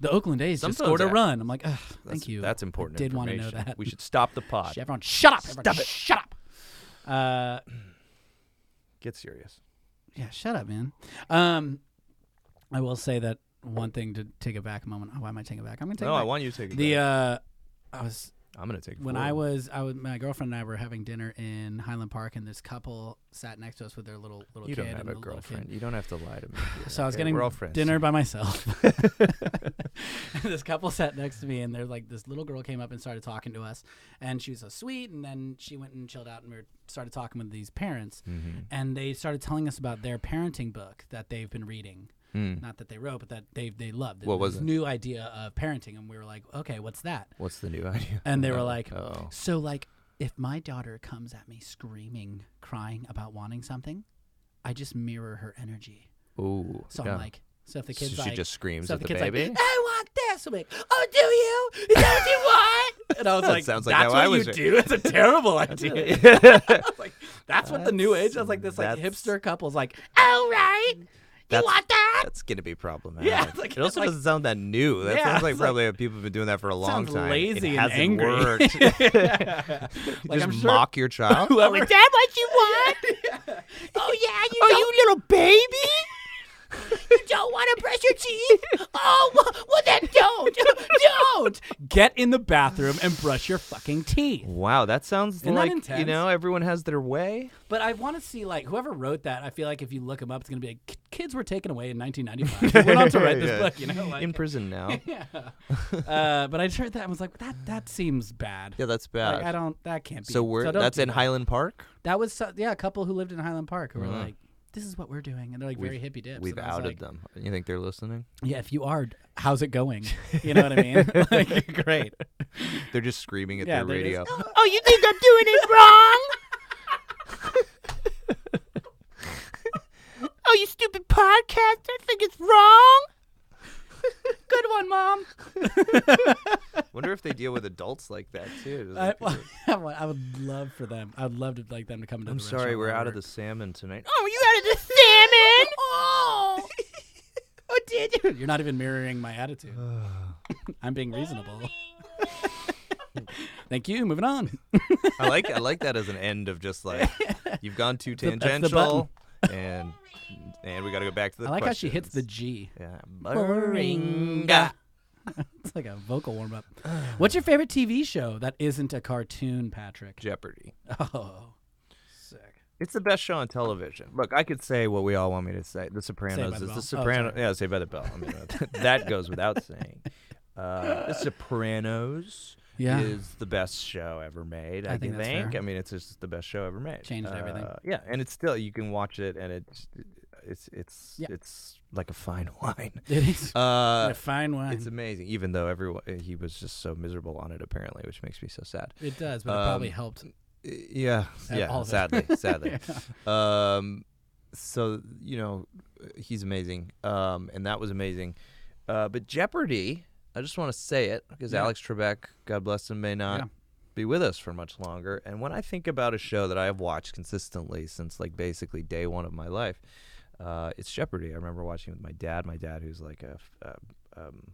S1: the Oakland A's just
S2: Sometimes
S1: scored a
S2: app.
S1: run. I'm like, Ugh,
S2: That's,
S1: thank you.
S2: That's important.
S1: I did want to know
S2: information.
S1: that.
S2: We should stop the pod.
S1: Sh- Everyone, shut up. Everyone,
S2: Stop it.
S1: Shut up. Uh,
S2: Get serious.
S1: yeah, shut up, man. Um, I will say that one thing to take it back a moment. Oh, why am I taking it back? I'm gonna take
S2: No,
S1: it
S2: I
S1: back.
S2: want you to take it.
S1: the uh,
S2: back.
S1: I was
S2: I'm gonna take. it
S1: when I
S2: forward.
S1: was I was my girlfriend and I were having dinner in Highland Park, and this couple sat next to us with their little little
S2: You
S1: kid
S2: don't have
S1: and
S2: a
S1: the little kid.
S2: girlfriend. You don't have to lie to me. dear,
S1: So I was
S2: okay?
S1: getting
S2: We're all friends.
S1: dinner by myself. this couple sat next to me, and they're like, this little girl came up and started talking to us, and she was so sweet. And then she went and chilled out, and we were- started talking with these parents,
S2: Mm-hmm.
S1: and they started telling us about their parenting book that they've been reading.
S2: Mm.
S1: Not that they wrote, but that they they loved.
S2: What was
S1: this
S2: it?
S1: New idea of parenting, and we were like, okay, what's that?
S2: What's the new idea?
S1: And they were like,
S2: oh.
S1: so like, if my daughter comes at me screaming, crying about wanting something, I just mirror her energy.
S2: Ooh.
S1: So
S2: yeah.
S1: I'm like, so if the
S2: So
S1: kid's
S2: she
S1: like,
S2: just screams
S1: so
S2: at
S1: if
S2: the,
S1: the kid's
S2: baby.
S1: like, I want this, I'm like, oh, do you? Is that what you want? And I was
S2: That
S1: like,
S2: sounds like
S1: that's
S2: how I
S1: what you
S2: was raised."
S1: do. It's a terrible idea.
S2: Yeah.
S1: I was like, that's what the new
S2: That's-
S1: age. I was like, this like
S2: that's-
S1: hipster couple's like, oh right, you
S2: That's-
S1: want that?
S2: That's gonna be problematic.
S1: Yeah, it's like-
S2: it also
S1: like-
S2: doesn't sound that new. That
S1: Yeah,
S2: sounds like
S1: it's like-
S2: probably people have been doing that for a long
S1: Sounds
S2: time.
S1: lazy
S2: it
S1: and
S2: hasn't
S1: angry.
S2: worked.
S1: Like,
S2: Just
S1: I'm sure-
S2: mock your child.
S1: Whoever,
S6: Is that what you want? Oh yeah, you don't. you little baby? you don't want to brush your teeth? Oh well, well then don't.
S1: don't get in the bathroom and brush your fucking teeth.
S2: Wow, that sounds
S1: Isn't that
S2: like you
S1: intense?
S2: know everyone has their way.
S1: But I want to see like whoever wrote that. I feel like if you look them up, it's gonna be like "K- kids were taken away in 1995. They went on to write this
S2: Yeah.
S1: book, you know. Like,
S2: In prison now.
S1: yeah. uh, but I just heard that and was like, that that seems bad.
S2: yeah, that's bad.
S1: Like, I don't. That can't be.
S2: so we're
S1: don't
S2: that's
S1: do
S2: in
S1: that.
S2: Highland Park.
S1: That was so, yeah, a couple who lived in Highland Park who were
S2: Mhm.
S1: like, "This is what we're doing," and they're like very
S2: We've-
S1: hippie dips.
S2: We've
S1: and I was
S2: outed
S1: like,
S2: them. You think they're listening?
S1: Yeah, if you are, how's it going? You know what I mean? like, great.
S2: They're just screaming at
S1: Yeah,
S2: their
S1: they're
S2: radio.
S1: just-
S6: Oh, you think I'm doing it wrong? oh, you stupid podcast! I think it's wrong.
S1: Good one, mom.
S2: Wonder if they deal with adults like that too. Just
S1: I,
S2: like people-
S1: well, I would love for them. I'd love to like them to come into.
S2: I'm
S1: the
S2: sorry,
S1: restaurant
S2: we're
S1: where I
S2: out of the
S1: work.
S2: salmon tonight.
S6: Oh, you out of the salmon? Oh. oh, did you?
S1: You're not even mirroring my attitude. I'm being reasonable. Thank you. Moving on.
S2: I like I like that as an end of just like you've gone too
S1: the- that's the
S2: tangential, and and we got to go back to the.
S1: I like how she hits the
S2: questions.
S1: G.
S2: Yeah,
S1: Moringa. It's like a vocal warm up. What's your favorite TV show that isn't a cartoon, Patrick?
S2: Jeopardy.
S1: Oh, sick.
S2: It's the best show on television. Look, I could say what we all want me to say. The
S1: Saved
S2: Sopranos
S1: by
S2: is
S1: the
S2: the,
S1: Bell. Oh,
S2: Sopranos. yeah, Saved by the Bell. I mean, uh, that goes without saying. Uh, the Sopranos
S1: Yeah.
S2: is the best show ever made.
S1: I
S2: I,
S1: think
S2: think.
S1: that's fair.
S2: I mean, it's just the best show ever made.
S1: Changed everything.
S2: Uh, Yeah, and it's still you can watch it, and it's it's it's
S1: Yeah.
S2: it's like a fine wine.
S1: It is
S2: Uh,
S1: a fine wine.
S2: it's amazing, even though everyone he was just so miserable on it apparently, which makes me so sad.
S1: it does, but it probably
S2: um,
S1: helped.
S2: Yeah,
S1: At all
S2: yeah.
S1: of it.
S2: Sadly, sadly. Um, so you know, he's amazing. Um, and that was amazing. Uh, but Jeopardy, I just want to say it because
S1: Yeah.
S2: Alex Trebek, God bless him, may not
S1: Yeah.
S2: be with us for much longer. And when I think about a show that I have watched consistently since like basically day one of my life, uh, it's Jeopardy. I remember watching it with my dad. My dad, who's like a, f- uh, um,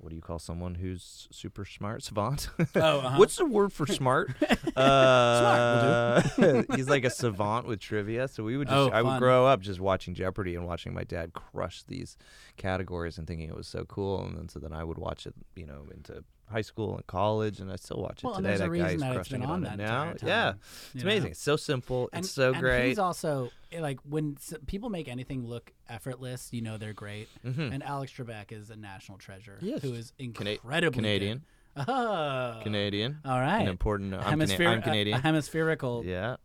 S2: what do you call someone who's super smart? Savant.
S1: Oh, uh-huh.
S2: What's the word for smart? uh, he's like a savant with trivia. So we would just,
S1: Oh,
S2: I
S1: fun.
S2: would grow up just watching Jeopardy and watching my dad crush these categories and thinking it was so cool. And then so then I would watch it, you know, into high school and college, and I still watch it
S1: Well, and
S2: today.
S1: there's a
S2: that guy
S1: reason
S2: is
S1: that it's
S2: crushing
S1: been
S2: it
S1: on
S2: on
S1: that
S2: it now.
S1: entire
S2: yeah,
S1: time, you
S2: it's
S1: know?
S2: amazing. It's so simple.
S1: And-
S2: it's so
S1: and
S2: great.
S1: He's also eh, like when s- people make anything look effortless, you know they're great. And Alex Trebek is a national treasure
S2: Yes.
S1: who is
S2: Mm-hmm. Cana-
S1: incredibly good.
S2: Canadian.
S1: Oh.
S2: Canadian.
S1: All right.
S2: An important. I'm, Cana-
S1: Hemisphere- uh,
S2: I'm
S1: a-
S2: Canadian.
S1: a hemispherical.
S2: yeah.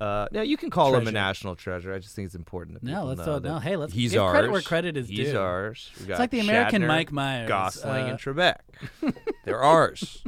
S2: Uh, yeah, you can call him a
S1: Treasure.
S2: national treasure. I just think it's important. That
S1: No,
S2: people
S1: let's
S2: know
S1: don't-
S2: that
S1: no, hey, let's
S2: he's
S1: give
S2: ours.
S1: credit where credit is
S2: he's
S1: due.
S2: ours. We
S1: It's
S2: got
S1: like the American
S2: Shatner,
S1: Mike Myers.
S2: Gosling
S1: uh,
S2: and Trebek. They're ours.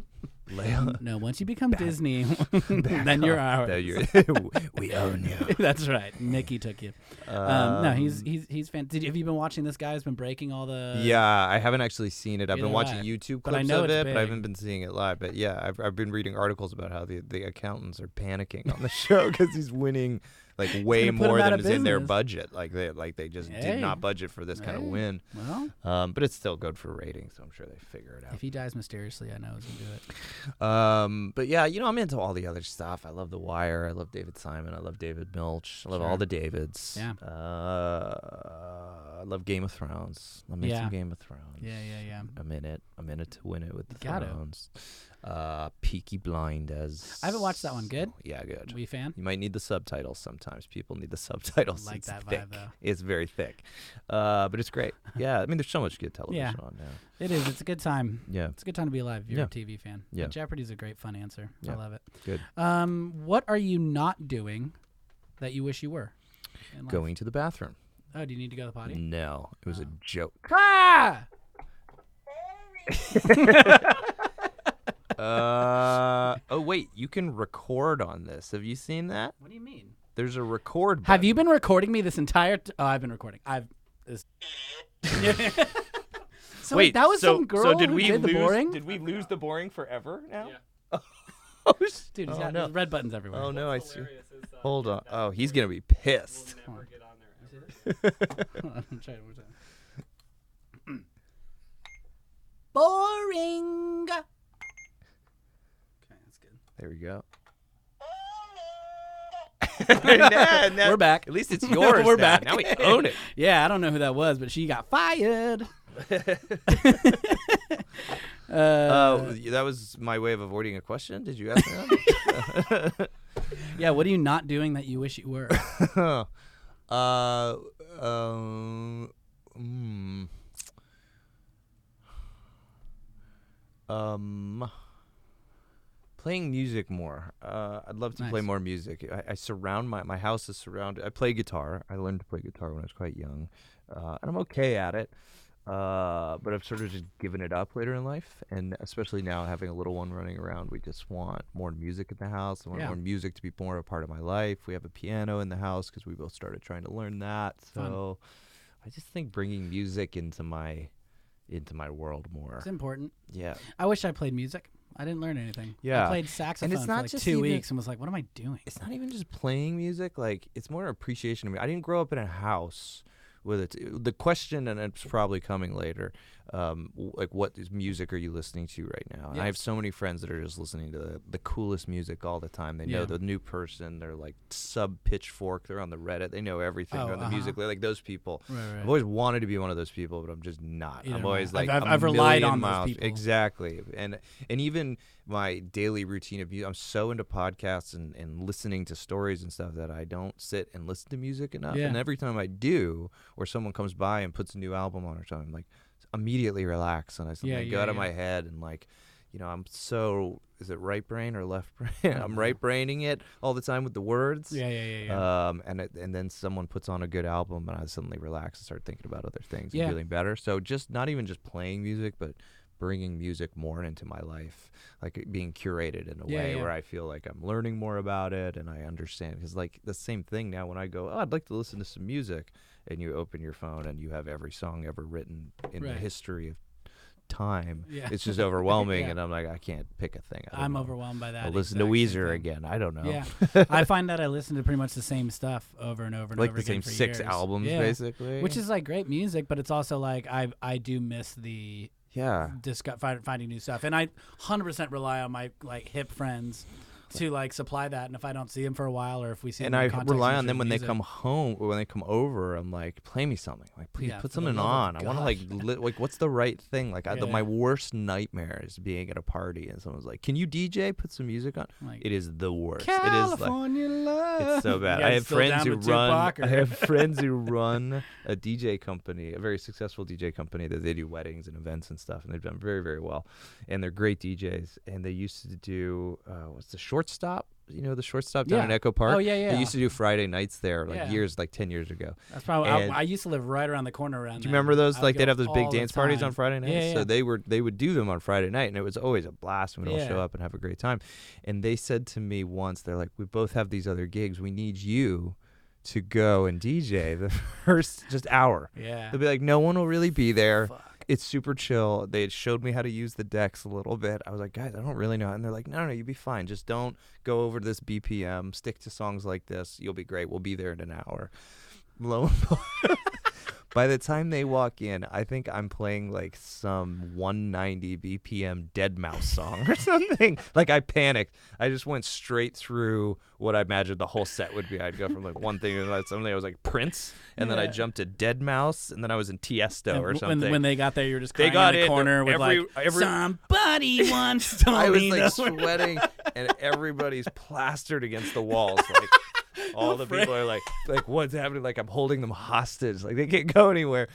S2: Leia.
S1: No, once you become Disney, then you're ours.
S2: That you we own you.
S1: That's right. Nikki took you. Um, no, he's he's he's fan. Did, have you been watching this guy who's been breaking all the?
S2: Yeah, I haven't actually seen it. I've
S1: neither
S2: been watching
S1: have I.
S2: YouTube clips
S1: But I know
S2: of
S1: it's
S2: it, but I
S1: big.
S2: haven't been seeing it live. But yeah, I've, I've been reading articles about how the, the accountants are panicking on the show because he's winning like way
S1: gonna put
S2: more
S1: him out of
S2: than is in their
S1: business.
S2: budget. Like they like they just
S1: Hey.
S2: did not budget for this kind of
S1: Hey.
S2: win.
S1: Well,
S2: Um, but it's still good for ratings, so I'm sure they figure it out.
S1: if he dies mysteriously, I know he's gonna do it.
S2: Um, but yeah, you know, I'm into all the other stuff. I love The Wire. I love David Simon. I love David Milch. I love all
S1: Sure.
S2: the Davids.
S1: Yeah.
S2: Uh, I love Game of Thrones. Love me
S1: Yeah.
S2: some Game of Thrones.
S1: Yeah, yeah, yeah.
S2: I'm in it. I'm in it to win it with the
S1: gotta.
S2: Thrones. Uh, Peaky Blinders.
S1: I haven't watched that one. Good?
S2: Yeah, good.
S1: We fan?
S2: you might need the subtitles sometimes. People need the subtitles.
S1: Like
S2: it's
S1: that vibe,
S2: thick.
S1: though.
S2: It's very thick, uh, but it's great. Yeah, I mean, there's so much good television on now.
S1: It is. It's a good time.
S2: Yeah,
S1: It's a good time to be alive. if You're a
S2: Yeah.
S1: TV fan.
S2: Yeah.
S1: But Jeopardy's a great fun answer. I
S2: Yeah.
S1: love it.
S2: Good.
S1: Um, what are you not doing that you wish you were? in life?
S2: going to the bathroom.
S1: Oh, do you need to go to the
S2: Mm.
S1: potty?
S2: No, it was a joke.
S1: Ah!
S2: Uh, oh wait, you can record on this. Have you seen that?
S1: What do you mean?
S2: There's a record.
S1: Have you been recording me this entire? T- oh, I've been recording. I've. This- so
S2: Wait,
S1: that was
S2: so,
S1: some girl
S2: So did
S1: who
S2: we
S1: did
S2: lose?
S1: the boring.
S2: Did we lose the boring forever now?
S7: Yeah.
S2: Oh, s-
S1: Dude, he's
S2: oh,
S1: got
S2: no.
S1: red buttons everywhere.
S2: Oh no, I see. Hold on. Oh, he's gonna be pissed.
S1: Hold on, I'm trying one more time. boring. Okay, that's good.
S2: There we go. Oh, Nah, nah.
S1: We're back.
S2: At least it's yours.
S1: We're
S2: now.
S1: back.
S2: Now we own it.
S1: Yeah, I don't know who that was, but she got fired. uh,
S2: Uh, that was my way of avoiding a question. Did you ask me that?
S1: yeah, what are you not doing that you wish you were?
S2: Huh. Uh, um, hmm. um, playing music more. Uh, I'd love to play
S1: Nice.
S2: more music. I, I surround my my house is surrounded. I play guitar. I learned to play guitar when I was quite young, uh, and I'm okay at it. Uh, but I've sort of just given it up later in life, and especially now having a little one running around, we just want more music in the house. I want
S1: Yeah.
S2: more music to be more a part of my life. We have a piano in the house because we both started trying to learn that.
S1: Fun.
S2: So I just think bringing music into my into my world more.
S1: It's important.
S2: Yeah.
S1: I wish I played music. I didn't learn anything. I
S2: Yeah.
S1: played saxophone
S2: not
S1: for like
S2: just
S1: two
S2: even-
S1: weeks and was like, what am I doing?
S2: it's not even just playing music. Like it's more appreciation of me. I didn't grow up in a house with it. The question, and it's probably coming later. Um, w- like what is music are you listening to right now? And I have so many friends that are just listening to the, the coolest music all the time. They
S1: Yeah.
S2: know the new person. They're like sub Pitchfork. They're on the Reddit. They know everything
S1: Oh,
S2: on the
S1: uh-huh.
S2: music. They're like those people.
S1: Right, right.
S2: I've always wanted to be one of those people, but I'm just not.
S1: Either am
S2: I'm
S1: I.
S2: always like
S1: I've-
S2: a
S1: I've relied
S2: million
S1: on those
S2: miles-
S1: people.
S2: Exactly, and and even my daily routine of music. I'm so into podcasts and, and listening to stories and stuff that I don't sit and listen to music enough.
S1: Yeah.
S2: And every time I do, or someone comes by and puts a new album on or something, I'm like immediately relax and I suddenly
S1: yeah,
S2: go out of
S1: yeah.
S2: my head and like, you know, I'm so is it right brain or left brain? I'm right braining it all the time with the words.
S1: Yeah, yeah, yeah, yeah.
S2: Um, and it, and then someone puts on a good album, and I suddenly relax and start thinking about other things
S1: Yeah.
S2: and feeling better. So just not even just playing music, but bringing music more into my life, like it being curated in a
S1: Yeah,
S2: way
S1: yeah.
S2: where I feel like I'm learning more about it and I understand. Because like the same thing now, when I go, oh, I'd like to listen to some music, and you open your phone and you have every song ever written in
S1: Right.
S2: the history of time.
S1: Yeah.
S2: It's just overwhelming,
S1: Yeah.
S2: and I'm like, I can't pick a thing. I don't
S1: I'm
S2: know.
S1: overwhelmed by that.
S2: I'll listen
S1: exact same
S2: to Weezer
S1: thing.
S2: again. I don't know.
S1: Yeah, I find that I listen to pretty much the same stuff over and over and
S2: like
S1: over
S2: the
S1: again
S2: same
S1: for
S2: six
S1: years.
S2: albums
S1: Yeah.
S2: basically
S1: which is like great music, but it's also like I I do miss the
S2: yeah
S1: disco- find, finding new stuff, and I hundred percent rely on my like hip friends to like supply that. And if I don't see them for a while, or if we see
S2: and
S1: them,
S2: I
S1: in context
S2: rely
S1: and
S2: on them
S1: through
S2: when they
S1: music-
S2: come home or when they come over. I'm like, play me something. Like, please
S1: Yeah,
S2: put
S1: for the
S2: something
S1: love
S2: on.
S1: of
S2: I want to like, li- like, what's the right thing? Like, I, the,
S1: Yeah.
S2: my worst nightmare is being at a party and someone's like, "Can you DJ? Put some music on."
S1: Like,
S2: it is the worst.
S8: California
S2: It is like
S8: love.
S2: it's so bad.
S1: guys
S2: I have
S1: still
S2: friends
S1: down
S2: who
S1: with
S2: run.
S1: Tupac,
S2: I
S1: or-
S2: have friends who run a DJ company, a very successful DJ company that they do weddings and events and stuff, and they've done very very well, and they're great DJs. And they used to do uh, what's the shortstop? You know the shortstop down
S1: Yeah.
S2: in Echo Park.
S1: Oh, yeah, yeah.
S2: They used to do Friday nights there, like
S1: Yeah.
S2: years, like ten years ago.
S1: That's probably. I,
S2: and-
S1: I used to live right around the corner around.
S2: Do you
S1: then.
S2: remember those?
S1: I would
S2: Like
S1: go
S2: they'd have those big
S1: all the
S2: dance parties on
S1: time.
S2: Friday nights.
S1: Yeah, yeah.
S2: So they were they would do them on Friday night, and it was always a blast. We'd all
S1: Yeah.
S2: show up and have a great time. And they said to me once, they're like, "We both have these other gigs. We need you to go and DJ the first just hour."
S1: Yeah.
S2: They'll be like, "No one will really be there."
S1: Fuck.
S2: It's super chill. They had showed me how to use the decks a little bit. I was like, guys, I don't really know. And they're like, no, no, you'll be fine. Just don't go over this BPM. Stick to songs like this. You'll be great. We'll be there in an hour. Lo and behold, by the time they walk in, I think I'm playing like some 190 BPM Dead Mouse song or something. like I panicked. I just went straight through what I imagined the whole set would be. I'd go from like one thing to another. Suddenly I was like Prince, and then I jumped to Dead Mouse, and then I was in Tiesto
S1: And
S2: or
S1: w-
S2: something.
S1: When, when they got there, you're just
S2: They
S1: crying
S2: got
S1: in the
S2: in,
S1: corner with
S2: every-
S1: like
S2: every-
S1: somebody once told
S2: I was
S1: me
S2: like
S1: no."
S2: sweating, and everybody's plastered against the walls. Like all the people are like, like what's happening? Like I'm holding them hostage. Like they can't go anywhere.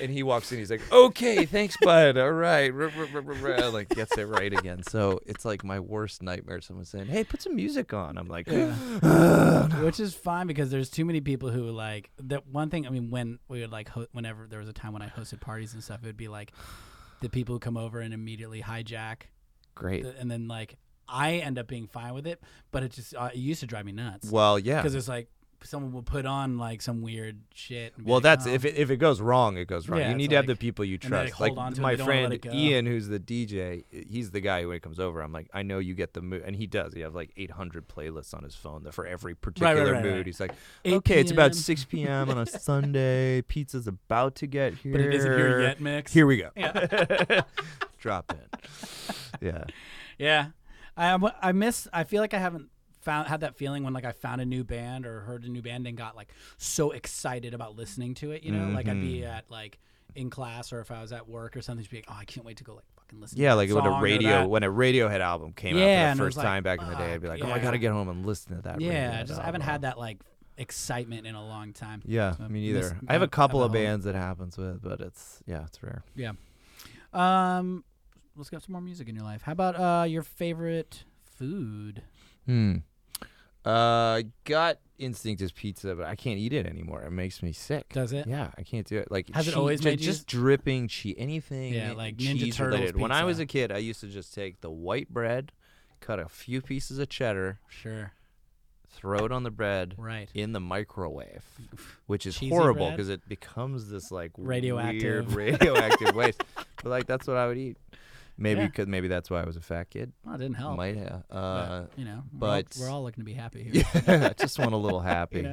S2: And he walks in. He's like, "Okay, thanks, bud. All right." Ruh, ruh, ruh, ruh, ruh, Like gets it right again. So it's like my worst nightmare. Someone saying, "Hey, put some music on." I'm like, uh,
S1: which is fine because there's too many people who like that one thing i mean when we would like ho- whenever there was a time when i hosted parties and stuff it would be like the people who come over and immediately hijack
S2: "Great."
S1: the, and then like i end up being fine with it but it just uh, it used to drive me nuts
S2: Well, yeah.
S1: because it's like someone will put on like some weird shit and be
S2: Well,
S1: like,
S2: that's
S1: "Oh."
S2: if it, if it goes wrong, it goes wrong.
S1: Yeah,
S2: you
S1: it's
S2: need to have the
S1: like-
S2: people you
S1: and they
S2: trust.
S1: hold
S2: Like
S1: on to it,
S2: my
S1: they don't wanna let
S2: friend
S1: it go.
S2: Ian, who's the DJ, he's the guy when it comes over. I'm like, I know you get the mood, and he does. He has like 800 playlists on his phone that for every particular
S1: right,
S2: mood.
S1: right.
S2: He's like,
S1: 8
S2: okay, it's about
S1: PM.
S2: 6 p.m. on a Sunday. Pizza's about to get here.
S1: but it isn't here yet mix
S2: Here we go. Drop in. Yeah.
S1: Yeah, I I'm- I miss. I feel like I haven't found had that feeling when like I found a new band or heard a new band and got like so excited about listening to it. You know, like I'd
S2: Mm-hmm.
S1: be at like in class or if I was at work or something, just be like, oh, I can't wait to go like fucking listen.
S2: Yeah,
S1: to
S2: like
S1: that
S2: when
S1: song
S2: a
S1: or
S2: radio
S1: that."
S2: when a Radiohead album came
S1: Yeah,
S2: out
S1: and
S2: for
S1: it
S2: the
S1: was
S2: first
S1: like,
S2: time back in the day, I'd be
S1: fuck,
S2: like, oh, I
S1: yeah.
S2: gotta get home and listen to that.
S1: Yeah,
S2: Radiohead
S1: just I haven't
S2: album."
S1: had that like excitement in a long time.
S2: Yeah,
S1: So
S2: me
S1: miss-
S2: neither. I have a
S1: have-
S2: couple
S1: have
S2: of
S1: a whole-
S2: bands that it happens with, but it's yeah, it's rare.
S1: Um, let's get some more music in your life. How about uh your favorite food?
S2: Hmm. Uh, gut instinct is pizza, but I can't eat it anymore. It makes me sick.
S1: Does it?
S2: Yeah, I can't do it. Like
S1: Has it
S2: cheese-
S1: always
S2: ju-
S1: made you-
S2: just dripping cheese? Anything?
S1: Yeah, like Ninja
S2: cheese
S1: Turtles
S2: related. When I was
S1: pizza.
S2: a kid, I used to just take the white bread, cut a few pieces of cheddar,
S1: Sure.
S2: throw it on the bread.
S1: Right.
S2: In the microwave, which is
S1: Cheesy
S2: horrible
S1: bread?
S2: because it becomes this like
S1: Radioactive.
S2: weird radioactive waste. But like that's what I would eat. Maybe
S1: Yeah.
S2: because maybe that's why I was a fat kid.
S1: Well, it didn't help.
S2: Might have. Uh,
S1: but, you know,
S2: but-
S1: we're all, we're all looking to be happy here.
S2: yeah, just want a little happy.
S1: know?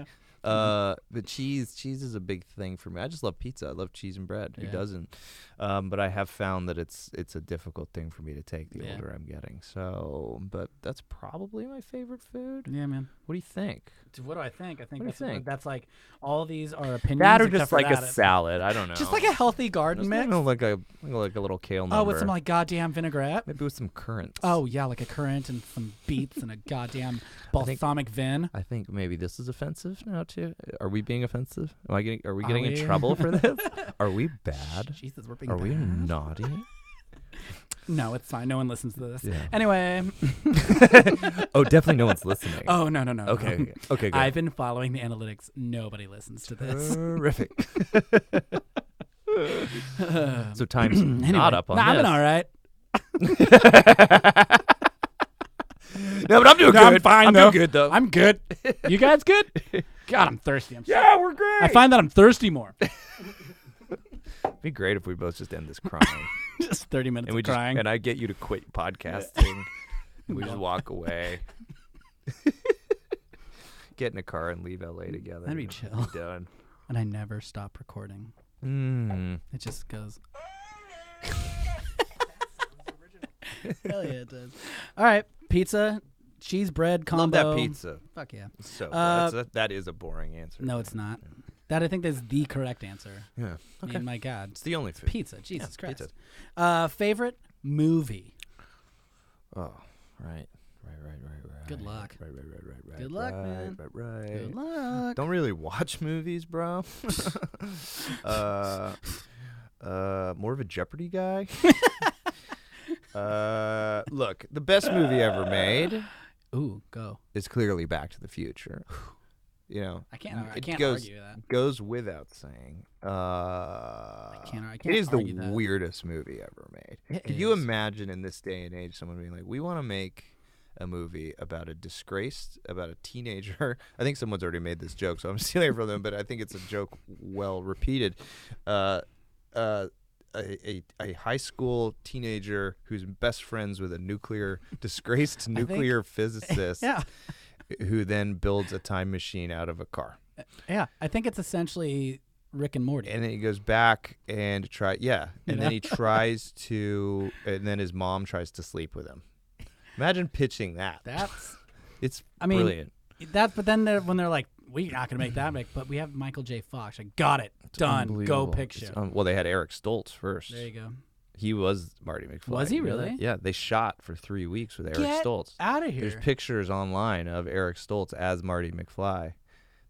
S1: Mm-hmm.
S2: Uh, but cheese, cheese is a big thing for me. I just love pizza. I love cheese and bread.
S1: Yeah.
S2: Who doesn't? Um, but I have found that it's it's a difficult thing for me to take the
S1: Yeah.
S2: older I'm getting. So, but that's probably my favorite food.
S1: Yeah, man.
S2: What do you think?
S1: Dude, What do I think? I think,
S2: What do you
S1: that's, what-
S2: think?
S1: that's like all these are opinions.
S2: That or
S1: except
S2: just
S1: for
S2: like
S1: that.
S2: a salad? I don't know.
S1: just like a healthy garden
S2: Just
S1: mix.
S2: kinda like a like a little kale number.
S1: Oh, with some like goddamn vinaigrette.
S2: maybe with some currants.
S1: Oh yeah, like a currant and some beets and a goddamn
S2: think-
S1: balsamic vin.
S2: I think maybe this is offensive now too. Are we being offensive? Am I getting? Are we
S1: Are
S2: getting
S1: we?
S2: in trouble for this? Are we bad?
S1: Jesus, we're being.
S2: Are we
S1: bad.
S2: naughty?
S1: No, it's fine. No one listens to this.
S2: Yeah.
S1: Anyway.
S2: Oh, definitely no one's listening.
S1: Oh no no no. no.
S2: okay. Okay, good.
S1: I've been following the analytics. Nobody listens to this.
S2: Terrific. so time's not up on
S1: Nah, I've
S2: this.
S1: been all right.
S2: No, but I'm doing
S1: No,
S2: good.
S1: I'm fine
S2: I'm
S1: though.
S2: doing good though.
S1: I'm good. You guys good? God, I'm thirsty. I'm
S2: yeah, we're great.
S1: I find that I'm thirsty more.
S2: It'd be great if we both just end this crying,
S1: just 30 minutes
S2: and we
S1: of crying.
S2: just and I get you to quit podcasting. we just walk away. get in a car and leave LA together.
S1: That'd be
S2: you know,
S1: chill.
S2: be done.
S1: and I never stop recording.
S2: Mm.
S1: It just goes. Hell yeah, it does. All right, pizza, cheese bread
S2: Love
S1: combo.
S2: that pizza.
S1: Fuck yeah.
S2: So
S1: Uh,
S2: that's a, that is a boring answer.
S1: No, it's not. That I think that's the correct answer.
S2: Yeah.
S1: I mean, my God,
S2: It's the only food.
S1: pizza. Jesus Christ.
S2: pizza.
S1: Uh, favorite movie.
S2: Oh, right. Right, right, right, right.
S1: Good luck.
S2: Right, right, right, right, right.
S1: Good luck,
S2: right,
S1: man.
S2: Right, right.
S1: Good luck.
S2: Don't really watch movies, bro. uh, uh, more of a Jeopardy guy. uh, look, the best movie ever made
S1: Ooh, go.
S2: is clearly Back to the Future. You know,
S1: I can't. I
S2: Mm, it
S1: can't
S2: goes
S1: argue that.
S2: goes without saying. Uh, I
S1: can't- I
S2: it is
S1: can't
S2: the
S1: argue that.
S2: weirdest movie ever made.
S1: It
S2: Can you
S1: is.
S2: imagine in this day and age someone being like, "We want to make a movie about a disgraced, about a teenager"? I think someone's already made this joke, so I'm stealing it from them. But I think it's a joke well repeated. Uh, uh, a, a, a high school teenager who's best friends with a nuclear disgraced nuclear physicist
S1: Yeah,
S2: who then builds a time machine out of a car
S1: yeah. I think it's essentially Rick and Morty.
S2: and then he goes back and try yeah and then he tries to and then his mom tries to sleep with him imagine pitching that
S1: That's.
S2: it's
S1: I mean,
S2: brilliant
S1: That, but then they're, when they're like, "We're not gonna make that," I'm like, but we have Michael J. Fox. I got it. Done. Go
S2: Unbelievable.
S1: picture.
S2: It's un- well they had eric stoltz first
S1: there you go.
S2: he was marty mcfly
S1: Was he
S2: You know that?
S1: really?
S2: yeah they shot for three weeks with eric
S1: Get
S2: stoltz
S1: Out of here.
S2: there's pictures online of eric stoltz as marty mcfly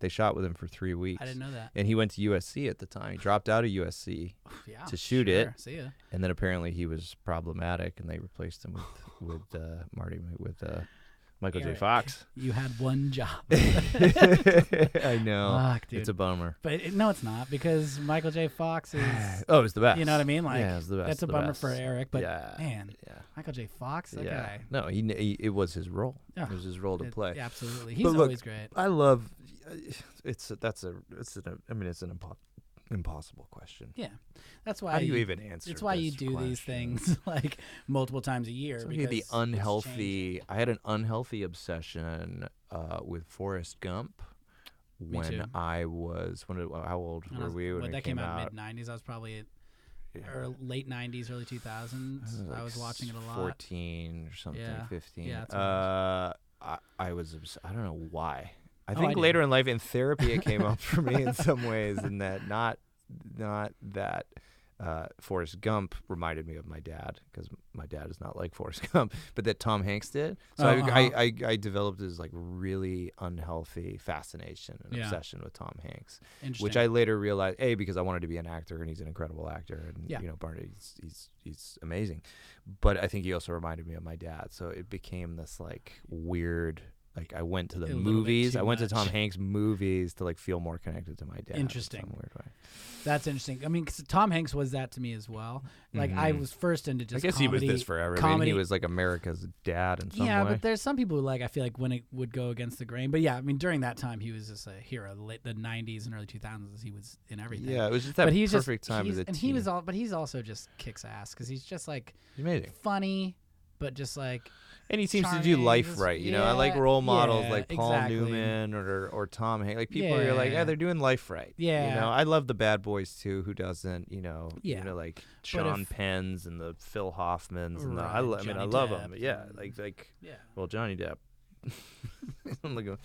S2: they shot with him for three weeks
S1: I didn't know that.
S2: and he went to usc at the time he dropped out of usc
S1: Yeah.
S2: to shoot it
S1: sure. See ya.
S2: and then apparently he was problematic, and they replaced him with with uh, Marty with uh, Michael J.
S1: Eric.
S2: Fox.
S1: You had one job.
S2: I know
S1: Fuck, Ah, dude.
S2: it's a bummer.
S1: But it, no, it's not because Michael J. Fox is.
S2: Oh, it's the best.
S1: You know what I mean? Like
S2: yeah, it's the best.
S1: that's a
S2: the
S1: bummer
S2: best.
S1: for Eric, but
S2: Yeah,
S1: man,
S2: yeah,
S1: Michael J. Fox, that
S2: yeah.
S1: guy.
S2: No, he, kn- he it was his role.
S1: Yeah.
S2: It was his role to
S1: It-
S2: play.
S1: yeah, absolutely. He's
S2: look,
S1: always great.
S2: I love. It's that's a it's an I mean it's an impo- impossible question.
S1: Yeah. That's why
S2: How do you even answer?
S1: It's why you
S2: this
S1: do these
S2: question?
S1: things like multiple times a year.
S2: So you had the
S1: because it's changing.
S2: unhealthy. I had an unhealthy obsession uh, with Forrest Gump when
S1: too.
S2: I was when it, how old
S1: And I
S2: were
S1: was-
S2: we when
S1: when
S2: it
S1: that
S2: came
S1: out
S2: out?
S1: mid '90s, I was probably at, or late '90s, early 2000s. I
S2: like
S1: was watching it a lot.
S2: Fourteen or something,
S1: Yeah.
S2: fifteen.
S1: Yeah, that's when
S2: uh, I, I was. Obs- I don't know why. I
S1: Oh, I
S2: think
S1: do.
S2: later in life in therapy it came up for me in some ways, in that not not that. Uh, Forrest Gump reminded me of my dad because my dad is not like Forrest Gump, but that Tom Hanks did. So
S1: Oh,
S2: I,
S1: uh-huh.
S2: I, I, I developed this like really unhealthy fascination and
S1: Yeah.
S2: obsession with Tom Hanks
S1: Interesting.
S2: which I later realized, a because I wanted to be an actor, and he's an incredible actor, and
S1: Yeah.
S2: you know Barney, he's, he's he's amazing. But I think he also reminded me of my dad, so it became this like weird. Like I went to the
S1: A little bit
S2: movies,
S1: too
S2: I went
S1: much.
S2: to Tom Hanks movies to like feel more connected to my dad. in
S1: Interesting.
S2: some weird way.
S1: That's interesting. I mean, 'cause Tom Hanks was that to me as well. Like I
S2: Mhm.
S1: was first into just.
S2: I guess
S1: comedy,
S2: he was this for everyone.
S1: Comedy.
S2: He was like America's dad in some
S1: yeah,
S2: way.
S1: but there's some people who like I feel like when it would go against the grain. But yeah, I mean during that time he was just a hero. The Late the '90s and early 2000s, he was in everything.
S2: yeah, it was just that
S1: but he's just-
S2: perfect time
S1: he's-
S2: as a
S1: and he was all, but he's also just kicks ass because he's just like
S2: teen. amazing.
S1: funny, but just like
S2: And he seems to do
S1: charming,
S2: life
S1: just-
S2: right. You know, I like
S1: yeah,
S2: role models
S1: yeah,
S2: like Paul
S1: exactly.
S2: Newman or or Tom Hanks. Like people who are like,
S1: Yeah.
S2: yeah, they're doing life right. You
S1: Yeah.
S2: know, I love the bad boys too, who doesn't, you know,
S1: Yeah.
S2: you know, like Sean Penn's and the Phil Hoffman's and the, I,
S1: Right,
S2: lo- I mean I
S1: Johnny
S2: love
S1: Depp
S2: them. Yeah.
S1: and-
S2: Like like
S1: yeah.
S2: well Johnny Depp. I'm like, "Oh,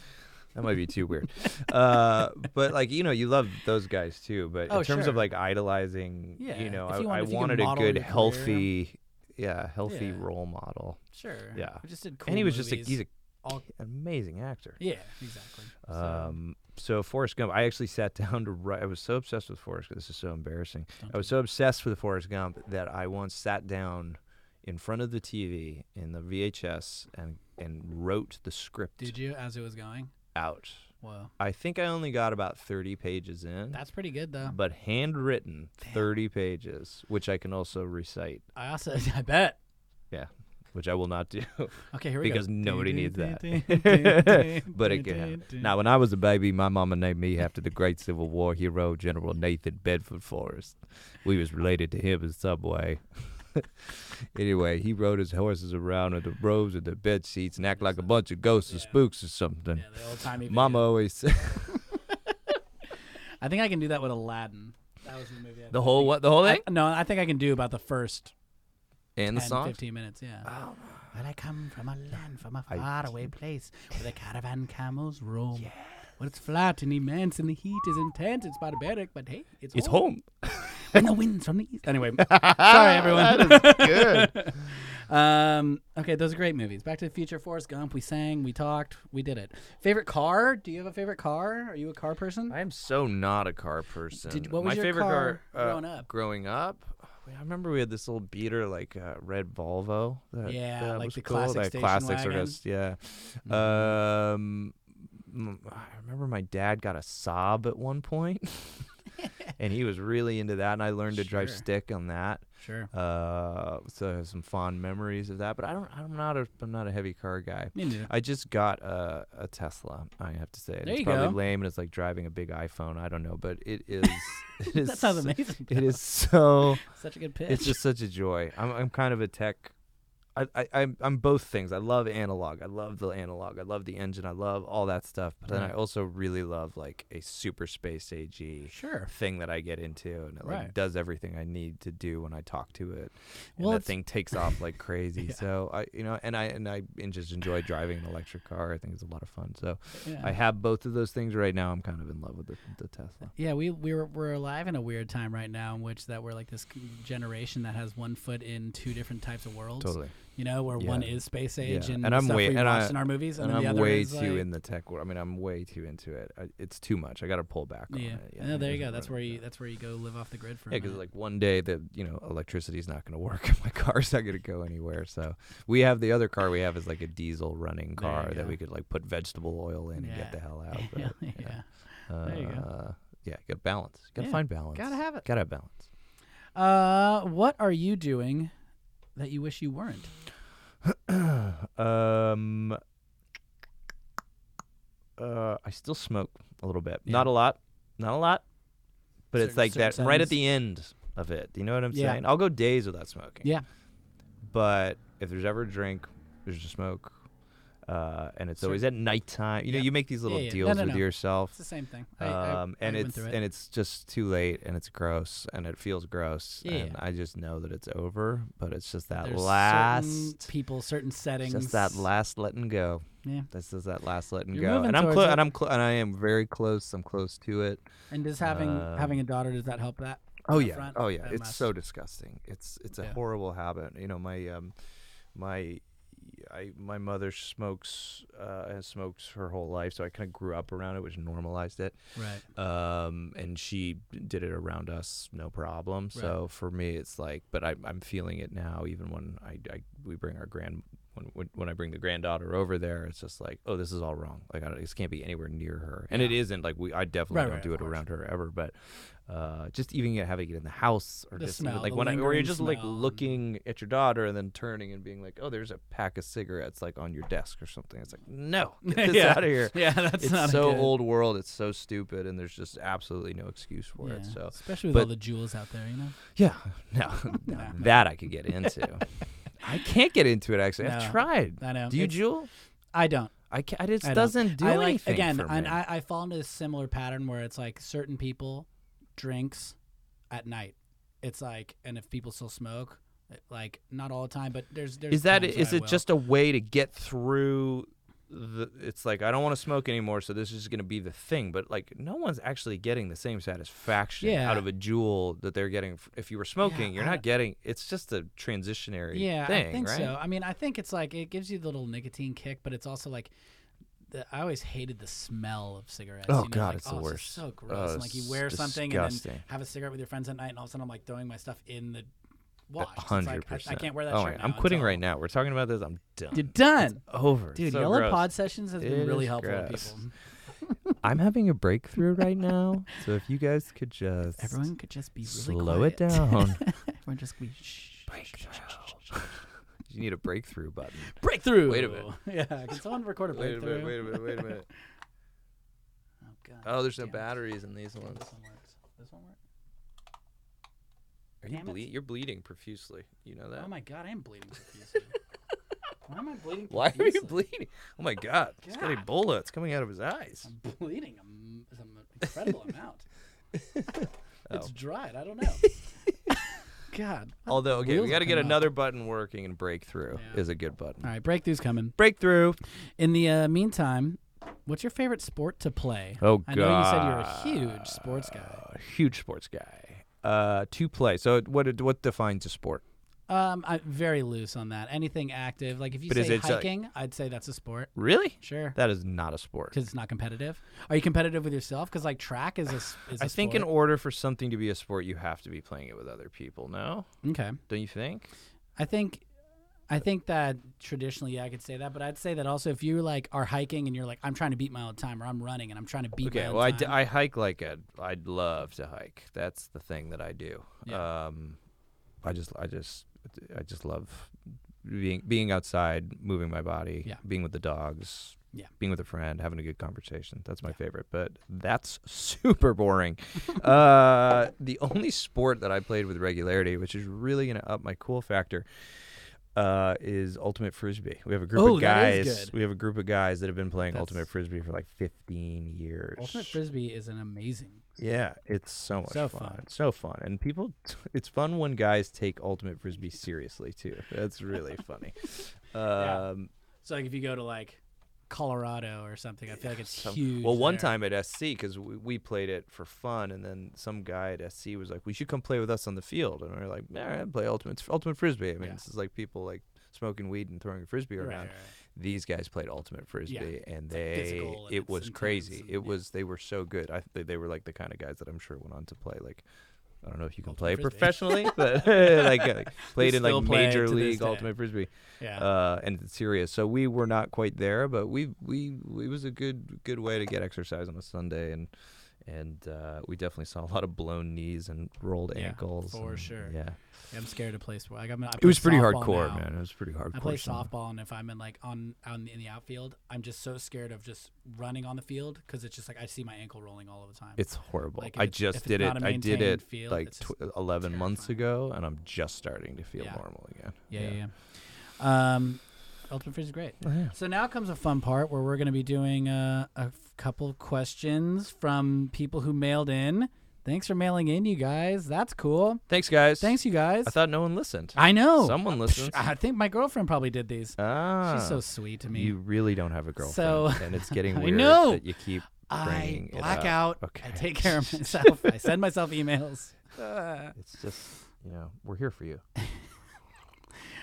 S2: that might be too weird. Uh, but like, you know, you love those guys too. But
S1: Oh,
S2: in terms
S1: sure.
S2: of like idolizing,
S1: Yeah,
S2: you know,
S1: if
S2: I,
S1: you want-
S2: I
S1: if you can
S2: wanted a
S1: model
S2: good,
S1: your career.
S2: healthy, yeah, healthy
S1: Yeah.
S2: role model
S1: Sure.
S2: Yeah.
S1: We just did cool
S2: and he was just
S1: movies.
S2: a, he's a,
S1: all-
S2: an amazing actor.
S1: yeah, exactly. So,
S2: Um, so Forrest Gump, I actually sat down to write. I was so obsessed with Forrest. Gump. This is so embarrassing. I was so obsessed with Forrest Gump that I once sat down in front of the TV in the VHS and and wrote the script
S1: did you as it was going?
S2: out.
S1: Whoa,
S2: I think I only got about thirty pages in,
S1: that's uh, pretty good
S8: Um,
S1: though.
S2: but handwritten thirty pages, which I can also recite.
S1: I also I bet.
S2: Yeah, which I will not do.
S1: Okay, here we
S2: because
S1: go.
S2: nobody needs that. but it can happen. Now, when I was a baby, my mama named me after the great Civil War hero General Nathan Bedford Forrest. We was related to him in some way. anyway, he rode his horses around with the robes and the bed sheets and act like a bunch of ghosts or spooks or something.
S1: Yeah, the old timey.
S2: Mama always said
S1: I think I can do that with Aladdin. That was the movie. I
S2: the whole what the whole
S1: I-
S2: thing
S1: no, I think I can do about the first
S2: and the Oh,
S1: 10,
S2: song.
S1: 15 minutes. Yeah.
S8: Well, I come from a land, from a faraway place where the caravan camels roam. Where it's flat and immense and the heat is intense. It's barbaric, but hey, it's,
S1: It's
S8: home.
S1: home.
S8: And the winds from the east. Anyway,
S2: Sorry, everyone. that is good.
S1: Um, okay, those are great movies. Back to the Future, Forrest Gump. We sang, we talked, we did it. Favorite car? Do you have a favorite car? Are you a car person?
S2: I am so not a car person.
S1: Did- what was
S2: My
S1: your
S2: favorite
S1: car
S2: car, uh,
S1: growing up?
S2: Growing up, I remember we had this old beater, like uh, red Volvo. That,
S1: Yeah,
S2: that
S1: like
S2: was
S1: the
S2: cool.
S1: classic
S2: that
S1: station
S2: classic sort
S1: wagon. Mm-hmm.
S2: of, s- yeah. Um, mm, I remember my dad got a Saab at one point, and he was really into that, and I learned to drive
S1: Sure.
S2: stick on that.
S1: Sure.
S2: Uh, so I have some fond memories of that. But I don't. I'm not a. I'm not a heavy car guy.
S1: Me neither.
S2: I just got a, a Tesla. I have to say, and
S1: There
S2: it's
S1: you
S2: probably
S1: go.
S2: lame and it's like driving a big iPhone. I don't know, but it is. It is
S1: That sounds
S2: s-
S1: amazing.
S2: It is so.
S1: Such a good pitch.
S2: It's just such a joy. I'm I'm kind of a tech. I, I I'm I'm both things. I love analog. I love the analog. I love the engine. I love all that stuff. But then I also really love like a super space AG
S1: Sure.
S2: thing that I get into, and it like
S1: Right.
S2: does everything I need to do when I talk to it. And
S1: Well,
S2: that
S1: it's-
S2: thing takes off like crazy. So I, you know, and I and I en- just enjoy driving an electric car. I think it's a lot of fun. So I have both of those things right now. I'm kind of in love with the, the Tesla.
S1: Yeah, we we're we're alive in a weird time right now in which that we're like this c- generation that has one foot in two different types of worlds. You know, where one
S2: Yeah.
S1: is space age
S2: Yeah.
S1: and,
S2: And I'm
S1: stuff
S2: way-
S1: we
S2: and
S1: watched
S2: I-
S1: in our movies, and,
S2: And,
S1: then
S2: I'm
S1: the other
S2: way
S1: is
S2: too
S1: like,
S2: in the tech world. I mean, I'm way too into it. I, it's too much. I got to pull back on
S1: yeah.
S2: it.
S1: yeah. there you go. That's where you that's where you go live off the grid for. a
S2: Yeah, because
S1: minute.
S2: like one day the you know electricity's not going to work and my car's not going to go anywhere. So we have the other car we have is like a diesel running
S1: There you
S2: car
S1: go.
S2: that we could like put vegetable oil in and
S1: Yeah.
S2: get the hell out. oh, But,
S1: yeah.
S2: Uh,
S1: There you go.
S2: Yeah, got balance. Got to
S1: Yeah,
S2: find balance.
S1: gotta have it.
S2: Got to have balance.
S1: Uh, what are you doing that you wish you weren't?
S2: um, uh, I still smoke a little bit. Not a lot. Not a lot. But it's
S1: Certain-
S2: like that
S1: certain
S2: right at
S1: settings.
S2: the end of it. You know what I'm
S1: Yeah.
S2: saying? I'll go days without smoking.
S1: Yeah.
S2: But if there's ever a drink, there's a smoke. Uh, and it's always at nighttime. You know, you make these little
S1: Yeah, yeah. No,
S2: deals
S1: no,
S2: with
S1: no.
S2: yourself
S1: It's the same thing. I, I,
S2: um,
S1: I
S2: and
S1: went
S2: it's
S1: through it.
S2: and it's just too late, and it's gross, and it feels gross,
S1: Yeah.
S2: and I just know that it's over. But it's just that
S1: There's certain
S2: last,
S1: people, certain settings.
S2: just that last letting go.
S1: Yeah.
S2: this is that last letting
S1: You're
S2: go,
S1: moving
S2: and I'm
S1: towards
S2: close,
S1: it.
S2: and I'm clo- and I am very close. I'm close to it.
S1: And does having
S2: Um,
S1: having a daughter does that help that?
S2: Oh
S1: up
S2: yeah,
S1: front,
S2: oh yeah.
S1: that
S2: It's
S1: must-
S2: so disgusting. It's it's a
S1: Yeah.
S2: horrible habit. You know, my um, my. I my mother smokes uh, has smoked her whole life, so I kind of grew up around it, which normalized it.
S1: Right.
S2: um, and she did it around us no problem. So for me, it's like, but I, I'm feeling it now. Even when I, I we bring our grand when, when when I bring the granddaughter over there, it's just like, oh, this is all wrong. Like I don't, this can't be anywhere near her, and it isn't. Like we, I definitely
S1: Right,
S2: don't
S1: right,
S2: do
S1: of
S2: it
S1: course.
S2: around her ever, but. Uh, just even having it in the house, or
S1: The
S2: just
S1: smell,
S2: like
S1: the
S2: when I, or you're
S1: lingering
S2: just like
S1: smell and-
S2: looking at your daughter and then turning and being like, "Oh, there's a pack of cigarettes like on your desk or something." It's like, no, get this
S1: Yeah.
S2: out of here
S1: Yeah, that's
S2: it's
S1: not a
S2: so
S1: good-
S2: old world. It's so stupid, and there's just absolutely no excuse for
S1: Yeah.
S2: it. So
S1: especially with
S2: but-
S1: all the jewels out there, you know.
S2: yeah, no, no, that I could get into. I can't get into it actually.
S1: No,
S2: I've tried.
S1: I know.
S2: Do you
S1: It's-
S2: jewel?
S1: I don't.
S2: I can't. It just
S1: I don't.
S2: doesn't do
S1: I like
S2: anything
S1: again,
S2: for
S1: and
S2: me.
S1: I, I fall into a similar pattern where it's like certain people drinks at night. It's like, and if people still smoke, like not all the time, but there's there's
S2: is that
S1: times
S2: is
S1: where I
S2: it
S1: will.
S2: just a way to get through? The, it's like I don't want to smoke anymore, so this is going to be the thing. But like, no one's actually getting the same satisfaction
S1: Yeah.
S2: out of a jewel that they're getting. f- If you were smoking, you're
S1: I
S2: not getting. It's just a transitionary
S1: yeah
S2: thing,
S1: i think
S2: right?
S1: so i mean i think it's like it gives you the little nicotine kick but it's also like the, i always hated the smell of cigarettes
S2: Oh,
S1: you know?
S2: God,
S1: like,
S2: it's the
S1: oh, just
S2: worst.
S1: so
S2: Oh,
S1: gross and, like you
S2: it's
S1: wear something and then
S2: disgusting.
S1: have a cigarette with your friends at night and all of a sudden i'm like throwing my stuff in the wash
S2: A
S1: It's like,
S2: hundred
S1: I- I,
S2: percent.
S1: can't wear that
S2: Oh
S1: shirt
S2: my-
S1: now
S2: I'm quitting
S1: until-
S2: right now. We're talking about this. I'm done.
S1: Dude, done
S2: Over.
S1: dude
S2: So
S1: yellow
S2: gross.
S1: pod sessions has been
S2: It
S1: really
S2: is
S1: helpful to
S2: gross.
S1: people
S2: I'm having a breakthrough right now, so if you guys could just
S1: everyone could just be really
S2: slow it
S1: quiet.
S2: down.
S1: everyone just be shh
S2: you need a breakthrough button.
S1: breakthrough
S2: Wait a minute.
S1: yeah can someone record a breakthrough
S2: a minute. Wait a minute.
S1: oh god
S2: Oh, there's no
S1: Damn it.
S2: batteries in these ones.
S1: this one works this one works
S2: Are you
S1: Damn it.
S2: ble- you're bleeding profusely. You know that.
S1: Oh my god, I am bleeding profusely. Why am I bleeding?
S2: Why are you
S1: profusely?
S2: bleeding? Oh my God! He's got
S1: God.
S2: Ebola. It's coming out of his eyes.
S1: I'm bleeding a m- some incredible amount. It's
S2: Oh.
S1: dried. I don't know. God.
S2: Although, okay, we
S1: wheels
S2: got to get
S1: come up.
S2: another button working, and breakthrough is a good button.
S1: All right, breakthrough's coming.
S2: Breakthrough.
S1: In the uh, meantime, what's your favorite sport to play?
S2: Oh,
S1: I know you said you're a huge sports guy.
S2: A huge sports guy. Uh, to play. So, what what defines a sport?
S1: Um, I'm very loose on that. Anything active, like if you
S2: But is
S1: say
S2: it, uh,
S1: hiking, I'd say that's a sport.
S2: Really?
S1: Sure,
S2: That is not a sport.
S1: because it's not competitive. Are you competitive with yourself? Because like track is a s- is a
S2: I think in
S1: sport.
S2: order for something to be a sport, you have to be playing it with other people. No,
S1: okay.
S2: don't you think?
S1: I think I think that traditionally yeah, I could say that, but I'd say that also if you like are hiking and you're like I'm trying to beat my old time or I'm running and I'm trying to beat
S2: Okay,
S1: my old
S2: well, I,
S1: time.
S2: d- I hike like a. I'd love to hike. That's the thing that I do. Um, I just, I just, I just love being being outside, moving my body,
S1: Yeah.
S2: being with the dogs,
S1: Yeah.
S2: being with a friend, having a good conversation. That's my favorite. But that's super boring. uh, the only sport that I played with regularity, which is really going to up my cool factor, uh, is ultimate frisbee. We have a group
S1: Oh,
S2: of
S1: that
S2: guys.
S1: is good.
S2: We have a group of guys that have been playing ultimate
S1: That's-
S2: frisbee for like 15 years.
S1: Ultimate frisbee is an amazing.
S2: Yeah, it's so much
S1: So
S2: fun.
S1: fun.
S2: It's so fun. And people it's fun when guys take ultimate frisbee seriously too. That's really funny. Um
S1: So like if you go to like Colorado or something, I feel like it's
S2: some-
S1: huge.
S2: well, one
S1: there.
S2: time at SC, because we, we played it for fun, and then some guy at SC was like, "We should come play with us on the field," and we are like, "All right, play ultimate ultimate frisbee." I mean,
S1: Yeah.
S2: this is like people like smoking weed and throwing a frisbee
S1: Right,
S2: around.
S1: right, right.
S2: These guys played ultimate frisbee, and
S1: like
S2: they
S1: physical and
S2: it
S1: it's
S2: was
S1: intense
S2: crazy.
S1: and-
S2: It
S1: yeah.
S2: was they were so good. I they, they were like the kind of guys that I'm sure went on to play like. I don't know if you can play
S1: Ultimate Frisbee.
S2: professionally, but like uh, played in
S1: still
S2: like
S1: play
S2: major
S1: to this
S2: league
S1: day.
S2: ultimate frisbee
S1: Yeah.
S2: uh, and it's serious. So we were not quite there, but we we it was a good good way to get exercise on a Sunday, and and uh, we definitely saw a lot of blown knees and rolled
S1: Yeah,
S2: ankles.
S1: for
S2: and-
S1: sure.
S2: Yeah,
S1: Yeah, I'm scared to play sport. Like I'm not, I
S2: it
S1: play
S2: was pretty
S1: softball
S2: hardcore,
S1: now.
S2: man. It was pretty hardcore.
S1: I play
S2: summer.
S1: softball, and if I'm in like on out in the, in the outfield, I'm just so scared of just running on the field because it's just like I see my ankle rolling all the time.
S2: It's horrible.
S1: Like, if
S2: I
S1: it's- if
S2: just
S1: it's
S2: did it.
S1: not a
S2: I did
S1: maintained
S2: it
S1: field,
S2: like
S1: it's just
S2: tw- uh, eleven months ago, and I'm just starting to feel
S1: Yeah.
S2: normal again.
S1: yeah, yeah. yeah. Um, Ultimate Freeze is great.
S2: Oh, yeah.
S1: So now comes a fun part where we're going to be doing uh, a f- couple questions from people who mailed in. Thanks for mailing in, you guys. That's cool.
S2: Thanks, guys.
S1: Thanks, you guys.
S2: I thought no one listened.
S1: I know.
S2: Someone listens.
S1: I think my girlfriend probably did these.
S2: ah,
S1: She's so sweet to me.
S2: You really don't have a girlfriend,
S1: So-
S2: and it's getting
S1: I
S2: weird
S1: know.
S2: that you keep
S1: I
S2: bringing it
S1: black
S2: up.
S1: out.
S2: Okay.
S1: I take care of myself. I send myself emails.
S2: It's just, you know, we're here for you.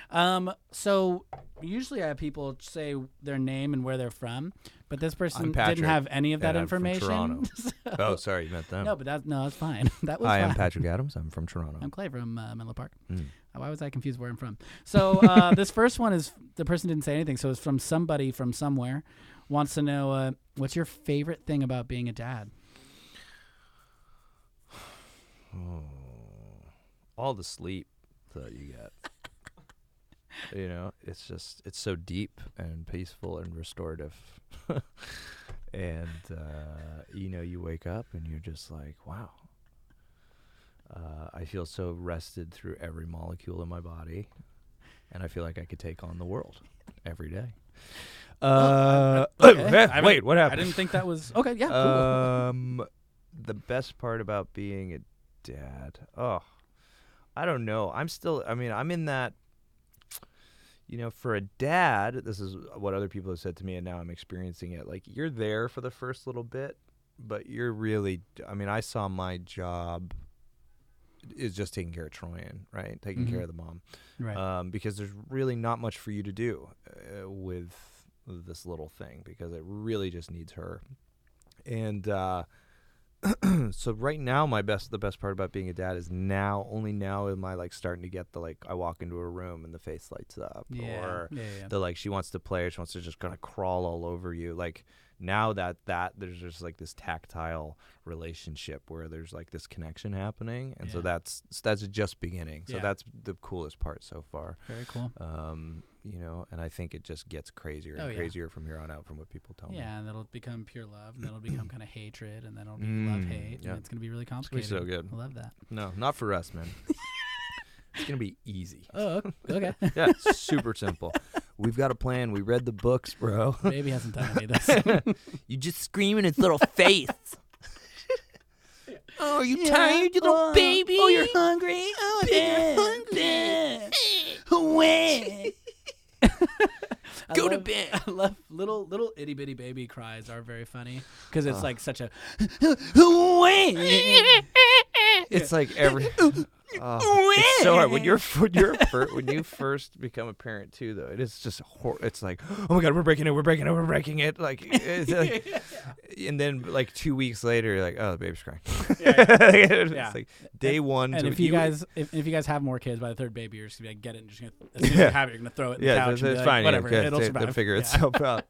S1: Um, so usually I have people say their name and where they're from, but this person didn't
S2: Patrick,
S1: have any of that
S2: and I'm from
S1: information.
S2: Toronto.
S1: So-
S2: Oh, sorry, you meant them.
S1: no, but that's no, that's fine. that was
S2: Hi,
S1: fine.
S2: I'm Patrick Adams. I'm from Toronto.
S1: I'm Clay from uh, Menlo Park.
S2: Mm.
S1: Uh, Why was I confused where I'm from? So uh, this first one is the person didn't say anything, so it's from somebody from somewhere. Wants to know uh, what's your favorite thing about being a dad?
S2: Oh. All the sleep that you get. you know, it's just, it's so deep and peaceful and restorative. and, uh, you know, you wake up and you're just like, wow. Uh, I feel so rested through every molecule in my body, and I feel like I could take on the world every day. Uh,
S1: I
S2: wait, what
S1: I
S2: happened?
S1: didn't think that was okay. Yeah, cool.
S2: Um, the best part about being a dad. Oh, I don't know. I'm still. I mean, I'm in that. You know, for a dad, this is what other people have said to me, and now I'm experiencing it. Like you're there for the first little bit, but you're really. I mean, I saw my job is just taking care of Troyan, right? Taking care
S1: Mm-hmm.
S2: of the mom
S1: right.
S2: um, because there's really not much for you to do uh, with this little thing because it really just needs her. And uh, so right now, my best the best part about being a dad is now only now am I like starting to get the like I walk into a room and the face lights up
S1: yeah.
S2: or
S1: yeah, yeah.
S2: the like she wants to play or she wants to just kind of crawl all over you like now that that there's just like this tactile relationship where there's like this connection happening and so
S1: Yeah.
S2: that's that's just beginning so
S1: Yeah.
S2: that's the coolest part so far
S1: Very cool.
S2: um, you know, and I think it just gets crazier and
S1: Oh, yeah.
S2: crazier from here on out, from what people tell me.
S1: Yeah, and it'll become pure love, and then it'll become kind of hatred, and then it'll be
S2: Mm,
S1: love hate,
S2: yeah.
S1: and it's gonna be really
S2: gonna be
S1: complicated.
S2: so good.
S1: I love that.
S2: No, not for us, man. it's gonna be easy.
S1: Oh, okay.
S2: Yeah, super simple. We've got a plan. We read the books, bro.
S1: Baby hasn't done any of this.
S2: you just scream in its little face.
S9: Oh, are you tired, you little baby? Oh, you're hungry? Oh, bed, bed. Away. Go to bed.
S1: I love little little itty bitty baby cries are very funny because it's like such a
S9: Away.
S2: It's like every. Uh, it's so hard when you're when you're fir- when you first become a parent too though it is just hor- it's like oh my god we're breaking it we're breaking it we're breaking it like, it's like and then like two weeks later you're like oh the baby's crying It's
S1: Yeah.
S2: like day one
S1: and
S2: to-
S1: if you, guys if, if you guys have more kids by the third baby you're just gonna be like get it and just gonna as soon as
S2: Yeah.
S1: you have it you're gonna throw it in the
S2: yeah
S1: couch
S2: it's,
S1: and be
S2: it's
S1: like,
S2: fine
S1: whatever
S2: yeah, okay,
S1: it'll
S2: they-
S1: survive
S2: they'll figure
S1: Yeah.
S2: itself out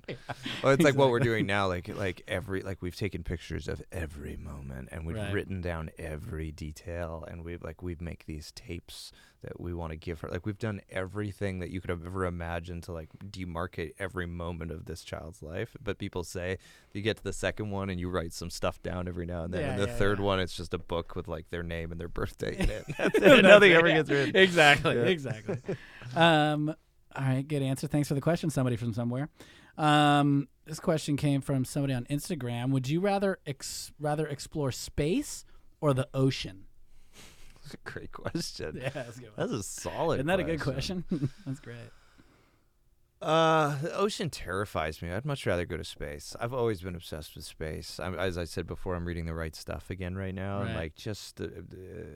S2: well it's like what we're doing now like like every like we've taken pictures of every moment and we've
S1: Right.
S2: written down every detail and we've like we make these tapes that we want to give her like we've done everything that you could have ever imagined to like demarcate every moment of this child's life but people say you get to the second one and you write some stuff down every now and then
S1: Yeah,
S2: and the
S1: yeah,
S2: third
S1: yeah.
S2: one it's just a book with like their name and their birthday in it That's it. nothing ever gets written
S1: exactly
S2: Yeah.
S1: exactly um all right good answer thanks for the question somebody from somewhere um this question came from somebody on instagram would you rather ex- rather explore space or the ocean
S2: great question
S1: yeah that's a good one.
S2: that's a solid
S1: isn't that a good question that's great
S2: Uh, the ocean terrifies me. I'd much rather go to space. I've always been obsessed with space. I'm, as I said before, I'm reading the right stuff again right now, and
S1: Right.
S2: like just the, the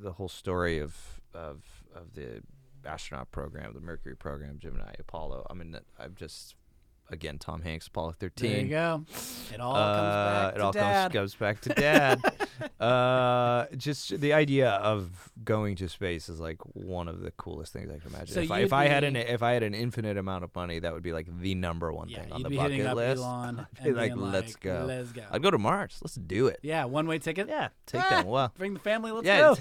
S2: the whole story of of of the astronaut program, the Mercury program, Gemini, Apollo. I mean, I'm just again Tom Hanks, Apollo 13.
S1: there you go it all
S2: Uh,
S1: comes back
S2: it
S1: to
S2: all
S1: dad.
S2: Comes, comes back to dad. uh, just the idea of going to space is like one of the coolest things I can imagine.
S1: So
S2: if I,
S1: you'd
S2: if I had an
S1: be-
S2: if I had an infinite amount of money, that would be like the number one
S1: yeah
S2: thing
S1: you'd
S2: on the
S1: be
S2: bucket
S1: hitting up
S2: list.
S1: elon and
S2: I'd be like,
S1: being
S2: let's go.
S1: let's go
S2: I'd go to Mars. Let's do it.
S1: yeah one way ticket
S2: Yeah, take
S1: Ah,
S2: that. Well,
S1: bring the family let's
S2: yeah.
S1: go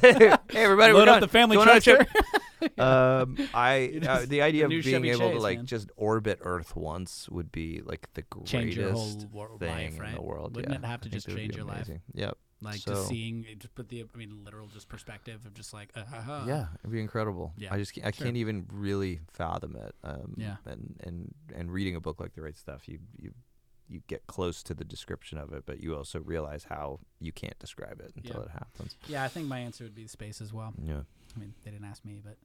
S2: hey everybody, we're
S1: Load up
S2: going-
S1: the family
S2: going on a
S1: tractor.
S2: trip. um, I uh, the idea of
S1: new
S2: being
S1: Chevy
S2: able to
S1: Chase,
S2: like
S1: man.
S2: just orbit Earth once would be like the greatest
S1: change your whole wor-
S2: thing
S1: life, right?
S2: in the world.
S1: Wouldn't
S2: yeah.
S1: it have to
S2: I think
S1: just
S2: that would
S1: change
S2: be
S1: your life?
S2: amazing. Yep.
S1: Like
S2: So-
S1: just seeing, it just put the, I mean, literal just perspective of just like, uh, ha, ha.
S2: yeah, it'd be incredible.
S1: yeah,
S2: I just can't, I
S1: sure.
S2: can't even really fathom it. Um,
S1: Yeah.
S2: And and and reading a book like The Right Stuff, you you you get close to the description of it, but you also realize how you can't describe it until
S1: Yeah.
S2: it happens.
S1: yeah. I think my answer would be space as well.
S2: Yeah.
S1: I mean, they didn't ask me, but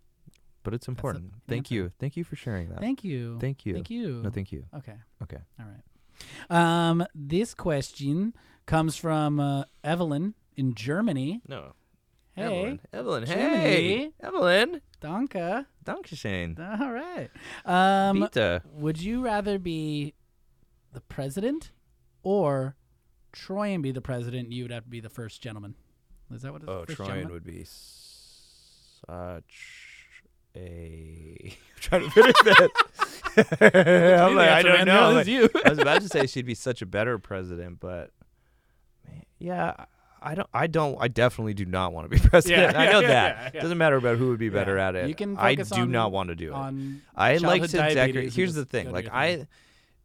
S2: But it's important. Thank
S1: answer.
S2: you. Thank you for sharing that.
S1: thank you,
S2: Thank you.
S1: thank you.
S2: No, thank you.
S1: okay,
S2: Okay.
S1: all right. Um, this question comes from uh, Evelyn in Germany.
S2: No.
S1: Hey,
S2: Evelyn. Evelyn. Hey.
S1: Jimmy.
S2: Evelyn.
S1: Danke.
S2: Dankeschön.
S1: All right. Um,
S2: Peter.
S1: would you rather be the president or Troy and be the president? You would have to be the first gentleman. Is that what it's
S2: Oh,
S1: first
S2: Troyan
S1: gentleman?
S2: would be such a. I'm trying to finish this. I'm like, I don't know. like-
S1: you.
S2: I was about to say she'd be such a better president, but man, yeah, I- I don't. I don't. I definitely do not want to be president.
S1: yeah,
S2: I know
S1: yeah,
S2: that.
S1: yeah, yeah.
S2: Doesn't matter about who would be better
S1: Yeah.
S2: at it.
S1: You can
S2: I
S1: focus
S2: do
S1: on-
S2: not want to do it.
S1: on
S2: I like to
S1: childhood diabetes
S2: decorate.
S1: and
S2: Here's the
S1: just go
S2: thing.
S1: do
S2: Like
S1: your thing.
S2: I,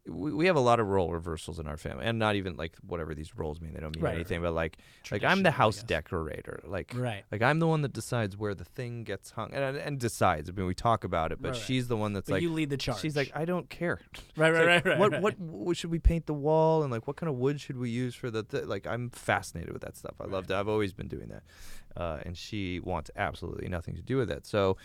S2: we, we have a lot of role reversals in our family, and not even like whatever these roles mean. They don't mean
S1: Right, right,
S2: anything. But like, like I'm the
S1: Traditional, I
S2: house
S1: guess.
S2: decorator. Like,
S1: Right.
S2: like I'm the one that decides where the thing gets hung, and and decides. I mean, we talk about it, but
S1: Right, right.
S2: she's the one that's
S1: But
S2: like.
S1: you lead the charge.
S2: She's like, I don't care.
S1: right,
S2: It's
S1: right, right,
S2: like,
S1: right.
S2: What
S1: right.
S2: what what should we paint the wall and like what kind of wood should we use for the th-? like I'm fascinated with that stuff. I love that. I've always been doing that, uh, and she wants absolutely nothing to do with it. So,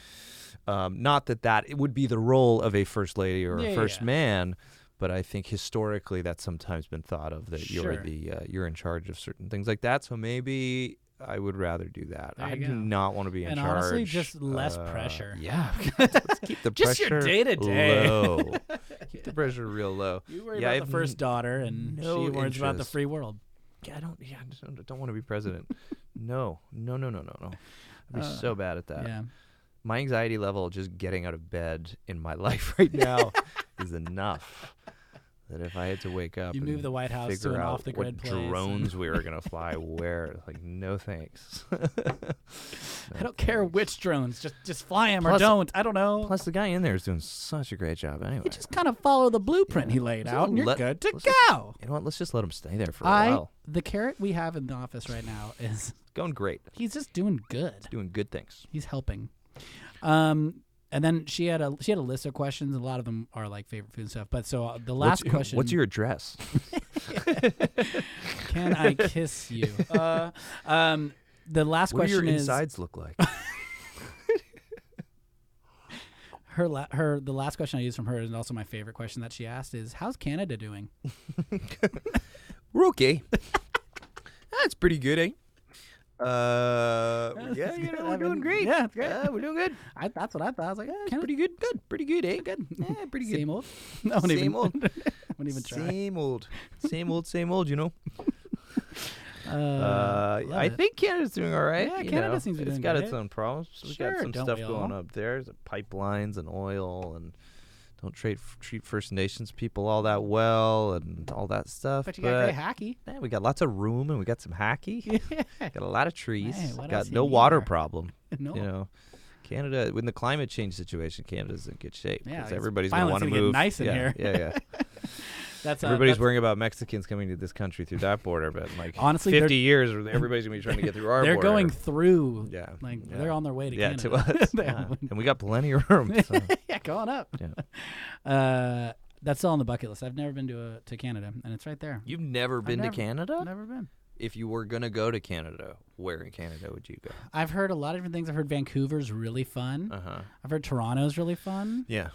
S2: um, not that that it would be the role of a first lady or
S1: Yeah,
S2: a first
S1: yeah.
S2: man. But I think historically that's sometimes been thought of that
S1: Sure.
S2: you're the uh, you're in charge of certain things like that. So maybe I would rather do that.
S1: There
S2: I
S1: you
S2: do
S1: go.
S2: not want to be in
S1: And
S2: charge.
S1: honestly, just less
S2: Uh,
S1: pressure.
S2: Yeah, let's keep the
S1: Just your
S2: pressure
S1: day-to-day.
S2: low. keep the pressure real low.
S1: You worry
S2: Yeah, I
S1: about
S2: have
S1: the first
S2: n-
S1: daughter, and
S2: no
S1: she worries about the
S2: interest.
S1: free world.
S2: Yeah, I don't. Yeah, I just don't, want to be president. no, no, no, no, no, no. I'd be
S1: Uh,
S2: so bad at that.
S1: yeah.
S2: My anxiety level just getting out of bed in my life right now is enough. That if I had to wake up,
S1: You move
S2: and
S1: the White House to
S2: figure
S1: an
S2: out
S1: off-the-grid
S2: what
S1: place and-
S2: drones we were gonna fly where, like no thanks.
S1: I don't care which drones. Just just fly them or
S2: Plus-
S1: don't. I don't know.
S2: Plus, the guy in there is doing such a great job anyway.
S1: you just kind of follow the blueprint
S2: Yeah.
S1: he laid
S2: Just
S1: out, and you're
S2: let-
S1: good to
S2: let's just-
S1: go.
S2: you know what? Let's just let him stay there for a
S1: I
S2: while.
S1: the carrot we have in the office right now is
S2: Going great,
S1: he's just doing good.
S2: doing good things.
S1: He's helping. Um, and then she had a she had a list of questions. A lot of them are like favorite food and stuff. But so uh, the last
S2: what's,
S1: question.
S2: What's your address?
S1: Can I kiss you? Uh, um, the last
S2: What do your
S1: question is
S2: insides look like?
S1: her. La- her the last question I used from her and also my favorite question that she asked is, "How's Canada doing?"
S2: We're okay. That's pretty good, eh? Uh, yeah, you know, we're doing great.
S1: Yeah, it's great.
S2: Yeah, we're doing good.
S1: I, that's what I thought. I was like, "Eh,
S2: That's
S1: Canada,
S2: pretty good. Good. Pretty good, eh? Good. Yeah, pretty good.
S1: same old. I won't
S2: Same
S1: even,
S2: old.
S1: I won't even try.
S2: Same old. Same old, same old, you know?
S1: Uh,
S2: Uh,
S1: love
S2: I
S1: it.
S2: think Canada's doing all right.
S1: Yeah,
S2: you
S1: Canada
S2: know.
S1: seems to be
S2: It's
S1: doing
S2: got
S1: great.
S2: its own problems. We've
S1: Sure,
S2: got some
S1: don't
S2: stuff
S1: we
S2: going
S1: all?
S2: up there. There's pipelines and oil and don't treat treat First Nations people all that well and all that stuff.
S1: But you got great hockey.
S2: yeah, Eh, we got lots of room and we got some hockey. got a lot of trees.
S1: Hey, what else
S2: got
S1: you
S2: no
S1: need
S2: water
S1: there?
S2: problem.
S1: No.
S2: You know, Canada when the climate change situation, Canada's in good shape.
S1: Yeah,
S2: 'cause
S1: it's
S2: everybody's
S1: finally
S2: want to
S1: gonna get
S2: move.
S1: nice in
S2: yeah,
S1: here.
S2: Yeah, yeah.
S1: That's uh,
S2: Everybody's
S1: that's-
S2: worrying about Mexicans coming to this country through that border, but in, like
S1: Honestly, they're-
S2: fifty years, everybody's gonna be trying to get through our.
S1: They're
S2: border.
S1: going through.
S2: Yeah,
S1: Like
S2: yeah.
S1: they're on their way to
S2: yeah,
S1: Canada.
S2: to us,
S1: They
S2: yeah.
S1: all-
S2: and we got plenty of room. So.
S1: yeah, go on up.
S2: Yeah.
S1: Uh, that's still on the bucket list. I've never been to a, to Canada, and it's right there.
S2: You've never been
S1: never-
S2: to Canada?
S1: Never been.
S2: If you were gonna go to Canada, where in Canada would you go?
S1: I've heard a lot of different things. I've heard Vancouver's really fun.
S2: Uh huh.
S1: I've heard Toronto's really fun.
S2: Yeah.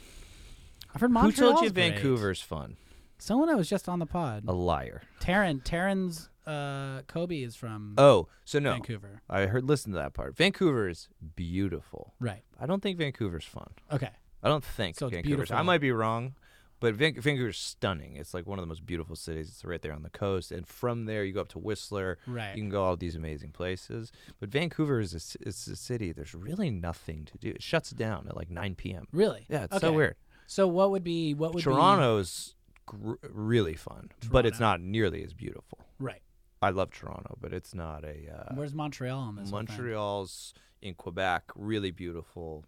S1: I've heard
S2: Who
S1: Montreal's
S2: told you
S1: great.
S2: Vancouver's fun?
S1: Someone that was just on the pod.
S2: A liar.
S1: Taryn. Taryn's uh, Kobe is from
S2: Oh, so no.
S1: Vancouver.
S2: I heard. Listen to that part. Vancouver is beautiful.
S1: Right.
S2: I don't think Vancouver's fun.
S1: Okay.
S2: I don't think
S1: So it's
S2: Vancouver's. I
S1: beautiful.
S2: might be wrong, but Van- Vancouver's stunning. It's like one of the most beautiful cities. It's right there on the coast, and from there you go up to Whistler.
S1: Right.
S2: You can go all these amazing places. But Vancouver is a, c- it's a city. There's really nothing to do. It shuts down at like 9 p.m.
S1: Really?
S2: Yeah, it's so
S1: Okay.
S2: weird.
S1: So what would be what would
S2: Toronto's gr- really fun, but it's not nearly as beautiful.
S1: be right?
S2: I love Toronto, but it's not a. Uh,
S1: Where's Montreal on this? whole thing?
S2: Montreal's in Quebec, really beautiful.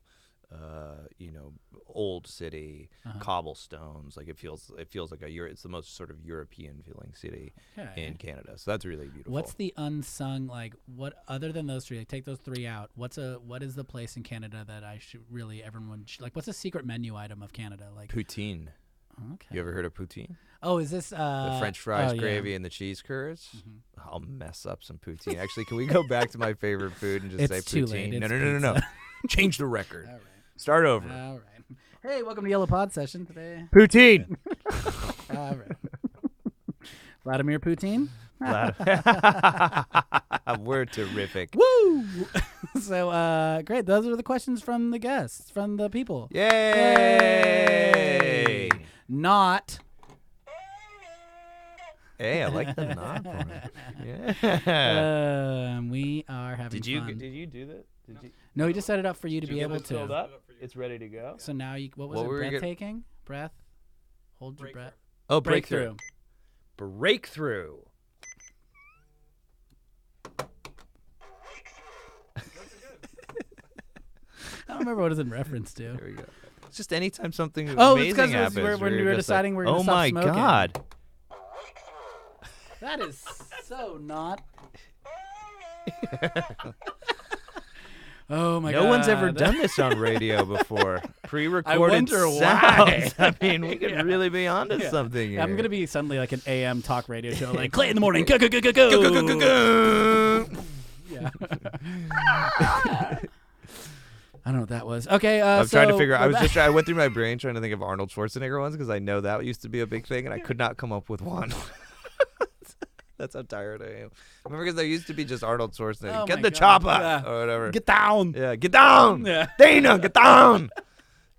S2: Uh, you know, old city,
S1: Uh-huh.
S2: cobblestones. Like it feels, it feels like a Euro, It's the most sort of European feeling city
S1: Okay.
S2: in Canada. So that's really beautiful.
S1: What's the unsung like? What other than those three? Like, take those three out. What's a what is the place in Canada that I should really everyone should, like? What's a secret menu item of Canada? Like,
S2: poutine?
S1: okay.
S2: You ever heard of poutine?
S1: oh, is this uh,
S2: The French fries,
S1: oh, yeah. Mm-hmm.
S2: gravy, and the cheese curds. I'll mess up some poutine. Actually, can we go back to my favorite food and just
S1: It's
S2: say
S1: too
S2: poutine?
S1: late.
S2: No,
S1: It's
S2: no, no, no, no. Change the record. Start over.
S1: All right. Hey, welcome to Yellow Pod Session today.
S2: poutine.
S1: All right. Vladimir Putin.
S2: We're terrific.
S1: Woo! so uh, great. Those are the questions from the guests, from the people.
S2: Yay!
S1: Not
S2: Hey, I like the nod for it. Yeah.
S1: um, we are having
S2: did you
S1: fun.
S2: did you do that? Did you,
S1: no, we just set it up for you to be
S2: get
S1: able
S2: it filled
S1: to.
S2: up? It's ready to go.
S1: So now you what was
S2: What
S1: it?
S2: were we
S1: breath
S2: gonna-
S1: taking? Breath. Hold your breath.
S2: Oh,
S1: Breakthrough.
S2: Breakthrough.
S1: I don't remember what it's in reference to.
S2: There we go. It's just anytime something
S1: Oh, it's 'cause
S2: amazing
S1: it's-
S2: happens.
S1: we're- when
S2: you're
S1: we were
S2: just like,
S1: deciding we're gonna
S2: Oh
S1: stop
S2: my
S1: smoking."
S2: god.
S1: That is so not. oh my
S2: No
S1: god.
S2: one's ever done this on radio before. Pre-recorded
S1: wonder why.
S2: sounds. I mean, we could really be onto something here.
S1: I'm gonna be suddenly like an AM talk radio show, like Clay in the morning, go go go go go Yeah. I don't know what that was. Okay, uh,
S2: I'm trying to
S1: so
S2: figure. out. I
S1: we're
S2: was
S1: back-
S2: just. try- I went through my brain trying to think of Arnold Schwarzenegger ones because I know that used to be a big thing, and I could not come up with one. That's how tired I am. Remember, because there used to be just Arnold Schwarzenegger.
S1: Oh
S2: get
S1: my
S2: the
S1: God,
S2: chopper
S1: yeah.
S2: or whatever.
S1: get down.
S2: yeah, get down.
S1: Yeah.
S2: Dana, get down.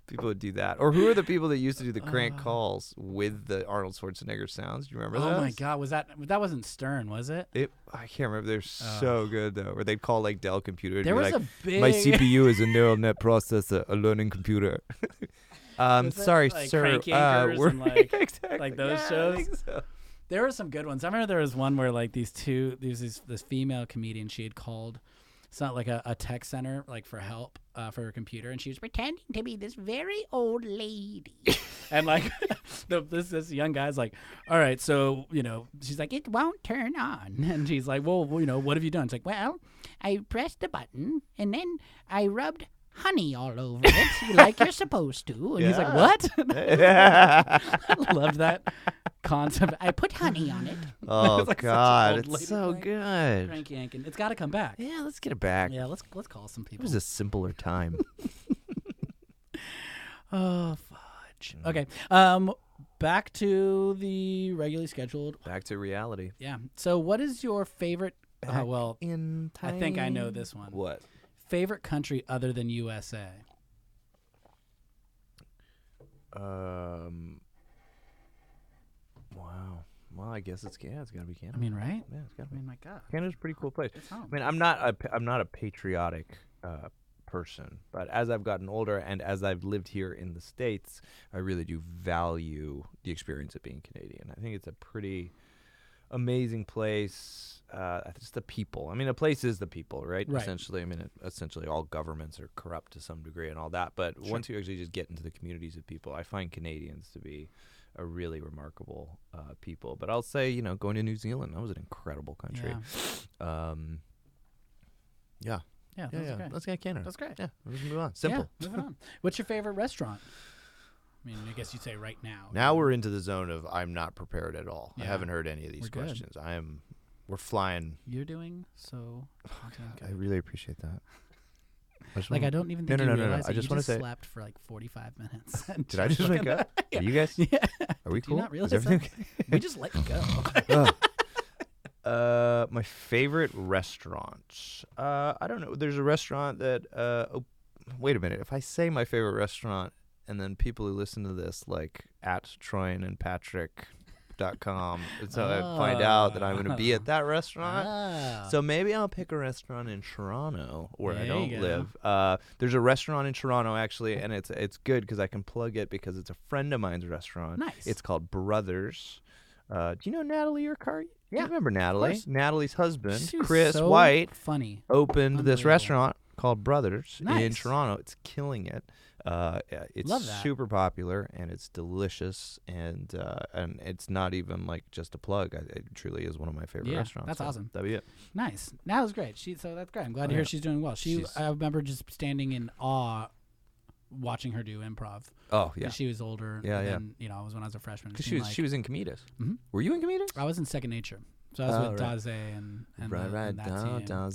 S2: people would do that. Or who are the people that used to do the crank calls with the Arnold Schwarzenegger sounds? Do you remember
S1: Uh. Oh
S2: those?
S1: my god, was that that wasn't Stern, was it?
S2: It, I can't remember. They're so good though. Where they'd call like Dell computer. And
S1: There
S2: be
S1: was
S2: like,
S1: a
S2: My
S1: big-
S2: CPU is a neural net processor, a learning computer. um, sorry,
S1: like
S2: sir.
S1: Cranky
S2: Uh,
S1: Anchors
S2: we're
S1: and, like-
S2: exactly.
S1: like those
S2: Yeah, I
S1: shows?
S2: think so.
S1: There were some good ones. I remember there was one where like these two, these this, this female comedian. She had called, it's not like a, a tech center like for help uh, for her computer, and she was
S9: pretending to be this very old lady.
S1: and like the, this this young guy's like, all right, so you know, she's like,
S9: It won't turn on.
S1: and she's like, well, you know, what have you done? It's like, well,
S9: Well, I pressed the button and then I rubbed honey all over it, like you're supposed to. And he's like,
S2: Yeah.
S9: "What?
S1: I loved that concept. I
S9: I put honey on it."
S2: oh
S1: like such an
S2: God,
S1: old
S2: it's
S1: lady
S2: so
S1: thing.
S2: good.
S1: Frank Yankin. It's got to come back.
S2: Yeah, let's get it back.
S1: Yeah, let's let's call some
S2: It
S1: people.
S2: was a simpler time.
S1: Oh fudge. Okay. Um, back to the regularly scheduled.
S2: back to reality.
S1: Yeah. So, what is your favorite? Oh, well,
S2: In
S1: I
S2: time.
S1: think I know this one.
S2: What?
S1: Favorite country other than USA?
S2: Um. Wow. Well, I guess it's yeah. It's gotta be Canada.
S1: I mean, right?
S2: yeah, it's gotta
S1: I
S2: be.
S1: mean, my God.
S2: Canada's a pretty cool place.
S1: It's home.
S2: I mean, I'm not a pa- I'm not a patriotic uh, person, but as I've gotten older and as I've lived here in the states, I really do value the experience of being Canadian. I think it's a pretty amazing place. Uh, it's the people. I mean, a place is the people, right?
S1: Right.
S2: Essentially, I mean, it, essentially all governments are corrupt to some degree and all that. But once you actually just get into the communities of people, I find Canadians to be a really remarkable uh, people. But I'll say, you know, going to New Zealand, that was an incredible country. Um, yeah.
S1: Yeah,
S2: Yeah,
S1: that's
S2: yeah.
S1: great.
S2: Let's get Canada.
S1: That's great.
S2: Yeah, let's move
S1: Yeah,
S2: on. Simple.
S1: moving on. What's your favorite restaurant? I mean, I guess you'd say right now.
S2: Now we're into the zone of I'm not prepared at all. I
S1: Yeah.
S2: haven't heard any of these
S1: We're good.
S2: questions. I am. We're flying.
S1: You're doing so.
S2: Oh, I really appreciate that. I just
S1: Like
S2: wanna-
S1: I don't even
S2: No,
S1: think
S2: no,
S1: you
S2: no, no, no.
S1: realize
S2: I
S1: that you
S2: just wanna
S1: just
S2: say-
S1: slept for like 45 minutes.
S2: Did I just wake up? Are you guys?
S1: Yeah.
S2: Are we
S1: Do you
S2: cool?
S1: not realize
S2: Is everything okay?
S1: we just let you go.
S2: Uh, my favorite restaurant. Uh, I don't know. There's a restaurant that. Uh, op- wait a minute. If I say my favorite restaurant, and then people who listen to this, like at Troyan and Patrick. Dot com. And so I find out that I'm going to be at that restaurant.
S1: Ah.
S2: So maybe I'll pick a restaurant in Toronto where
S1: There
S2: I
S1: you
S2: don't
S1: go.
S2: live. Uh, there's a restaurant in Toronto actually, and it's it's good because I can plug it because it's a friend of mine's restaurant.
S1: Nice.
S2: It's called Brothers. Uh, do you know Natalie Urquhart? Yeah,
S1: Yeah,
S2: you remember Natalie?
S1: course.
S2: Natalie's husband,
S1: She was
S2: Chris
S1: so
S2: White,
S1: Funny.
S2: opened this
S1: Unbelievable.
S2: restaurant called Brothers in
S1: Nice.
S2: Toronto. It's killing it. Uh, yeah, it's
S1: Love that.
S2: super popular and it's delicious and uh, and it's not even like just a plug. I, it truly is one of my favorite
S1: Yeah,
S2: restaurants.
S1: that's
S2: so
S1: awesome.
S2: That'd be it.
S1: Nice. That was great. She so that's great. I'm glad to
S2: Oh, yeah.
S1: hear she's doing well. She
S2: She's-
S1: I remember just standing in awe watching her do improv. 'cause
S2: Oh yeah,
S1: She was older
S2: Yeah, yeah.
S1: than you know, I was when I was a freshman. It
S2: Because she
S1: seemed
S2: was
S1: like-
S2: she was in Comeditas.
S1: Mhm.
S2: Were you in Comeditas?
S1: I was in second nature. So I was
S2: Oh,
S1: with
S2: right.
S1: Daze and, and,
S2: right,
S1: the,
S2: right,
S1: and that
S2: da,
S1: team.
S2: da,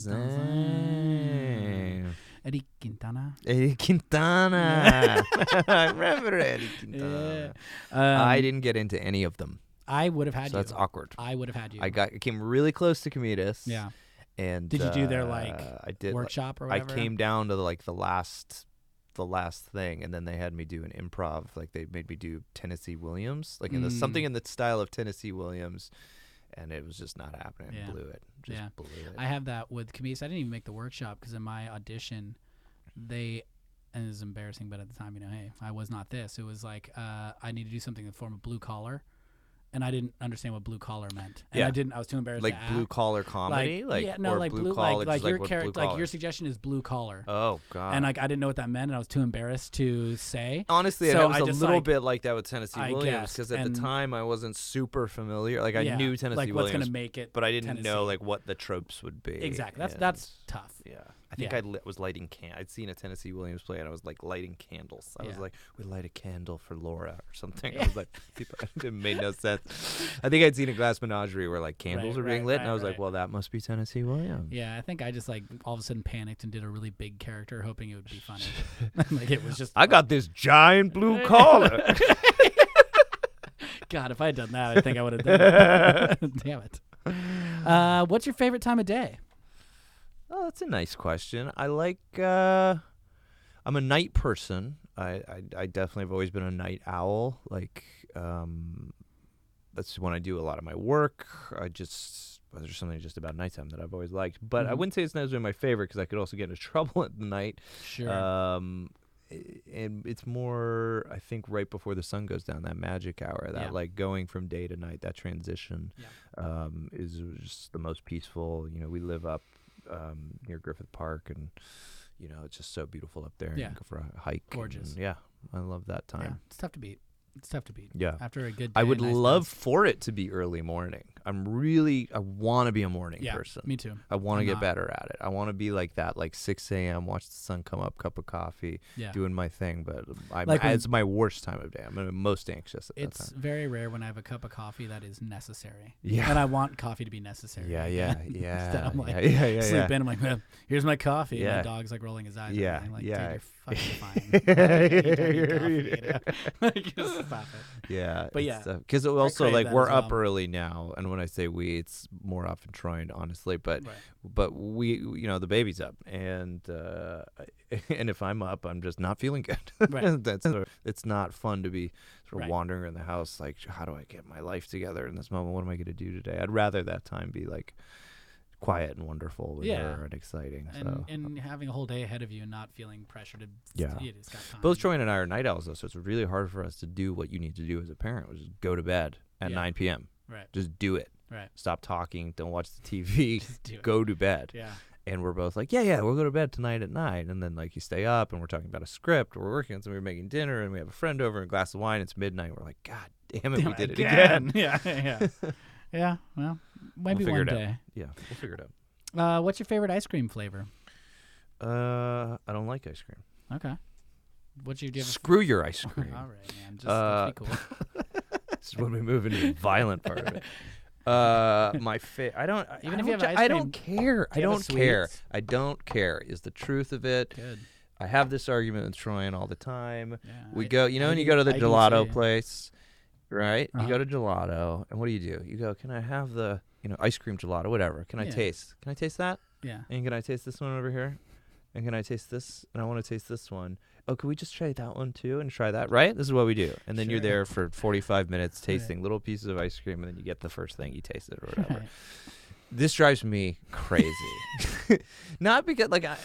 S1: Daze.
S2: zang.
S1: Eddie Quintana.
S2: Eddie Quintana. I remember Eddie Quintana. I
S1: Um,
S2: didn't get into any of them,
S1: I would have had
S2: so
S1: you.
S2: that's awkward.
S1: I would have had you.
S2: I got I came really close to Comeditas.
S1: yeah.
S2: And
S1: Did you do their, like,
S2: uh, I did like-
S1: Workshop or
S2: I
S1: whatever.
S2: came down to the, like the last the last thing and then they had me do an improv like they made me do Tennessee Williams like in the,
S1: Mm.
S2: something in the style of Tennessee Williams and it was just not happening
S1: Yeah.
S2: blew it just
S1: Yeah.
S2: blew it
S1: I have that with comedians. I didn't even make the workshop because in my audition, they and it was embarrassing, but at the time, you know, hey, I was not this. It was like uh, I need to do something in the form of blue collar, and I didn't understand what blue collar meant, and
S2: Yeah.
S1: I didn't. I was too embarrassed.
S2: like
S1: to
S2: blue
S1: act.
S2: collar comedy, like,
S1: yeah, no,
S2: or
S1: like
S2: blue,
S1: blue,
S2: collar,
S1: like,
S2: just
S1: like your
S2: what blue
S1: character, like
S2: collar.
S1: your suggestion is blue collar,
S2: Oh god.
S1: and like I didn't know what that meant, and I was too embarrassed to say.
S2: honestly,
S1: so
S2: it was
S1: I
S2: a
S1: just,
S2: little
S1: like-
S2: bit like that with Tennessee
S1: I
S2: Williams
S1: guessed,
S2: because at
S1: and-
S2: the time I wasn't super familiar. Like I
S1: Yeah,
S2: knew Tennessee
S1: like what's
S2: Williams,
S1: gonna make it,
S2: but I didn't know
S1: Tennessee.
S2: like what the tropes would be.
S1: exactly. That's
S2: and-
S1: that's tough.
S2: Yeah, I think
S1: Yeah.
S2: I li- was lighting can. I'd seen a Tennessee Williams play, and I was like lighting candles. I was
S1: Yeah.
S2: like, "We light a candle for Laura" or something. I was like, people, "It made no sense." I think I'd seen a glass menagerie where like candles
S1: Right,
S2: were being
S1: right,
S2: lit, and
S1: right,
S2: I was like,
S1: right.
S2: "Well, that must be Tennessee Williams."
S1: Yeah, I think I just like all of a sudden panicked and did a really big character, hoping it would be funny. like it was just
S2: I got this giant blue collar.
S1: God, if I had done that, I think I would have done it. Damn it. Uh, what's your favorite time of day?
S2: Oh, that's a nice question. I like. Uh, I'm a night person. I, I I definitely have always been a night owl. Like, um, that's when I do a lot of my work. I just well, there's something just about nighttime that I've always liked. But I
S1: Mhm.
S2: wouldn't say it's necessarily my favorite because I could also get into trouble at the night.
S1: Sure.
S2: Um, i- and it's more, I think, right before the sun goes down, that magic hour, that
S1: Yeah.
S2: like going from day to night, that transition
S1: Yeah.
S2: um, is just the most peaceful. You know, we live up um, near Griffith Park and, you know, it's just so beautiful up there. You
S1: Yeah.
S2: can go for a hike. and-
S1: Gorgeous.
S2: yeah. I love that
S1: yeah,
S2: time.
S1: it's tough to beat. It's tough to beat.
S2: Yeah.
S1: After a good day,
S2: I would
S1: nice
S2: love
S1: dance.
S2: for it to be early morning. I'm really I want to be a morning
S1: Yeah,
S2: person.
S1: me too.
S2: I want to
S1: I'm
S2: get
S1: not.
S2: better at it. I want to be like that, like 6 a.m. Watch the sun come up, cup of coffee,
S1: Yeah.
S2: doing my thing. But I'm,
S1: Like when-
S2: it's my worst time of day. I'm the most anxious at that
S1: It's
S2: time.
S1: very rare when I have a cup of coffee that is necessary.
S2: Yeah.
S1: And I want coffee to be necessary.
S2: Yeah,
S1: I
S2: yeah,
S1: can't
S2: yeah,
S1: stand- I'm like,
S2: yeah, yeah, yeah,
S1: sleep
S2: yeah.
S1: in. I'm like, "Well, here's my coffee. And
S2: Yeah.
S1: my dog's like rolling his eyes. at me.
S2: Yeah,
S1: I'm like,
S2: yeah.
S1: dude, you're fucking fine. I hate drinking coffee, you know? Like, just stop it.
S2: Yeah.
S1: But yeah,
S2: because also
S1: crave
S2: like
S1: that
S2: we're
S1: as
S2: up
S1: well.
S2: early now, and when I say we, it's more often Troy, honestly. But
S1: Right.
S2: but we, you know, the baby's up, and uh, and if I'm up, I'm just not feeling good.
S1: Right.
S2: That's sort of- it's not fun to be sort of
S1: Right.
S2: wandering around the house like, how do I get my life together in this moment? What am I going to do today? I'd rather that time be like quiet and wonderful with
S1: Yeah.
S2: her and exciting.
S1: And,
S2: so. uh,
S1: and having a whole day ahead of you and not feeling pressure to
S2: Yeah.
S1: you just got time.
S2: both Troy and I are night owls, though, so it's really hard for us to do what you need to do as a parent, which is go to bed at
S1: Yeah.
S2: 9 p.m.
S1: Right.
S2: Just do it.
S1: Right.
S2: Stop talking. Don't watch the TV.
S1: do it.
S2: go to bed.
S1: Yeah.
S2: And we're both like, yeah, yeah, we'll go to bed tonight at nine. And then like you stay up, and we're talking about a script. Or we're working on something. We're making dinner, and we have a friend over, and a glass of wine. It's midnight. We're like, God damn it, we did it again.
S1: yeah. Yeah. yeah. Well, maybe
S2: figure
S1: one
S2: it out.
S1: day.
S2: Yeah, we'll figure it out.
S1: Uh, what's your favorite ice cream flavor?
S2: Uh, I don't like ice cream.
S1: Okay. What's your do you have
S2: Screw your ice
S1: a-
S2: cream.
S1: All right, man. Just
S2: Uh,
S1: let's be cool.
S2: this is when we move into the violent part of it. Uh, my fa- I don't.
S1: Even
S2: I
S1: if you
S2: don't
S1: have
S2: ju-
S1: ice
S2: I
S1: cream,
S2: don't care. I
S1: you have a
S2: don't care.
S1: sweets?
S2: I don't care. Is the truth of it.
S1: Good.
S2: I have this argument with Troyan all the time.
S1: Yeah,
S2: we
S1: I-
S2: go, you know,
S1: I
S2: when you
S1: do-
S2: go to the
S1: I do
S2: gelato
S1: too.
S2: place, right?
S1: Uh-huh.
S2: You go to gelato, and what do you do? You go, can I have the, you know, ice cream gelato, whatever? Can I
S1: Yeah.
S2: taste? Can I taste that?
S1: Yeah.
S2: And can I taste this one over here? And can I taste this? And I want to taste this one. Oh, can we just try that one too and try that? Right? This is what we do. And then you're
S1: Sure.
S2: there for 45 minutes tasting little pieces of ice cream, and then you get the first thing you tasted or whatever
S1: Right.
S2: this drives me crazy. Not because like I,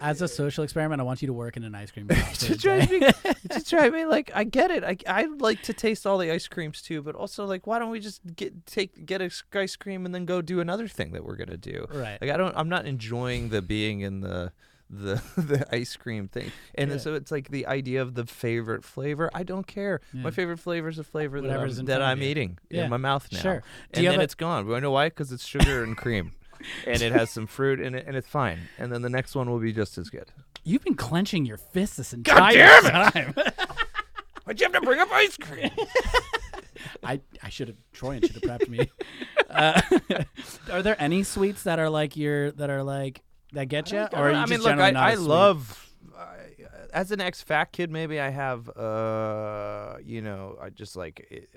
S1: As a social experiment, I want you to work in an ice cream shop. for a
S2: it drives
S1: day.
S2: me, it just drives me like I get it. I I like to taste all the ice creams too, but also like why don't we just get take get a s- ice cream and then go do another thing that we're gonna do?
S1: Right.
S2: Like I don't. I'm not enjoying the being in the the the ice cream thing and so it's like the idea of the favorite flavor i don't care my favorite flavor is a flavor that
S1: Mm. Whatever's
S2: i'm,
S1: in
S2: that
S1: front of
S2: I'm
S1: you.
S2: eating
S1: Yeah.
S2: in my mouth now
S1: Sure. Do
S2: and
S1: you have
S2: then
S1: a-
S2: it's gone we know why because it's sugar and cream and it has some fruit in it and it's fine and then the next one will be just as good
S1: You've been clenching your fists this entire time.
S2: Why'd you have to bring up ice cream?
S1: I, I should have Troyan should have prepped me. Uh, are there any sweets that are like your that are like that get you, or are you
S2: I
S1: just
S2: mean, look,
S1: generally
S2: I,
S1: not
S2: I
S1: a sweet?
S2: love. I- As an ex-fat kid, maybe I have, uh, you know, I just like, it,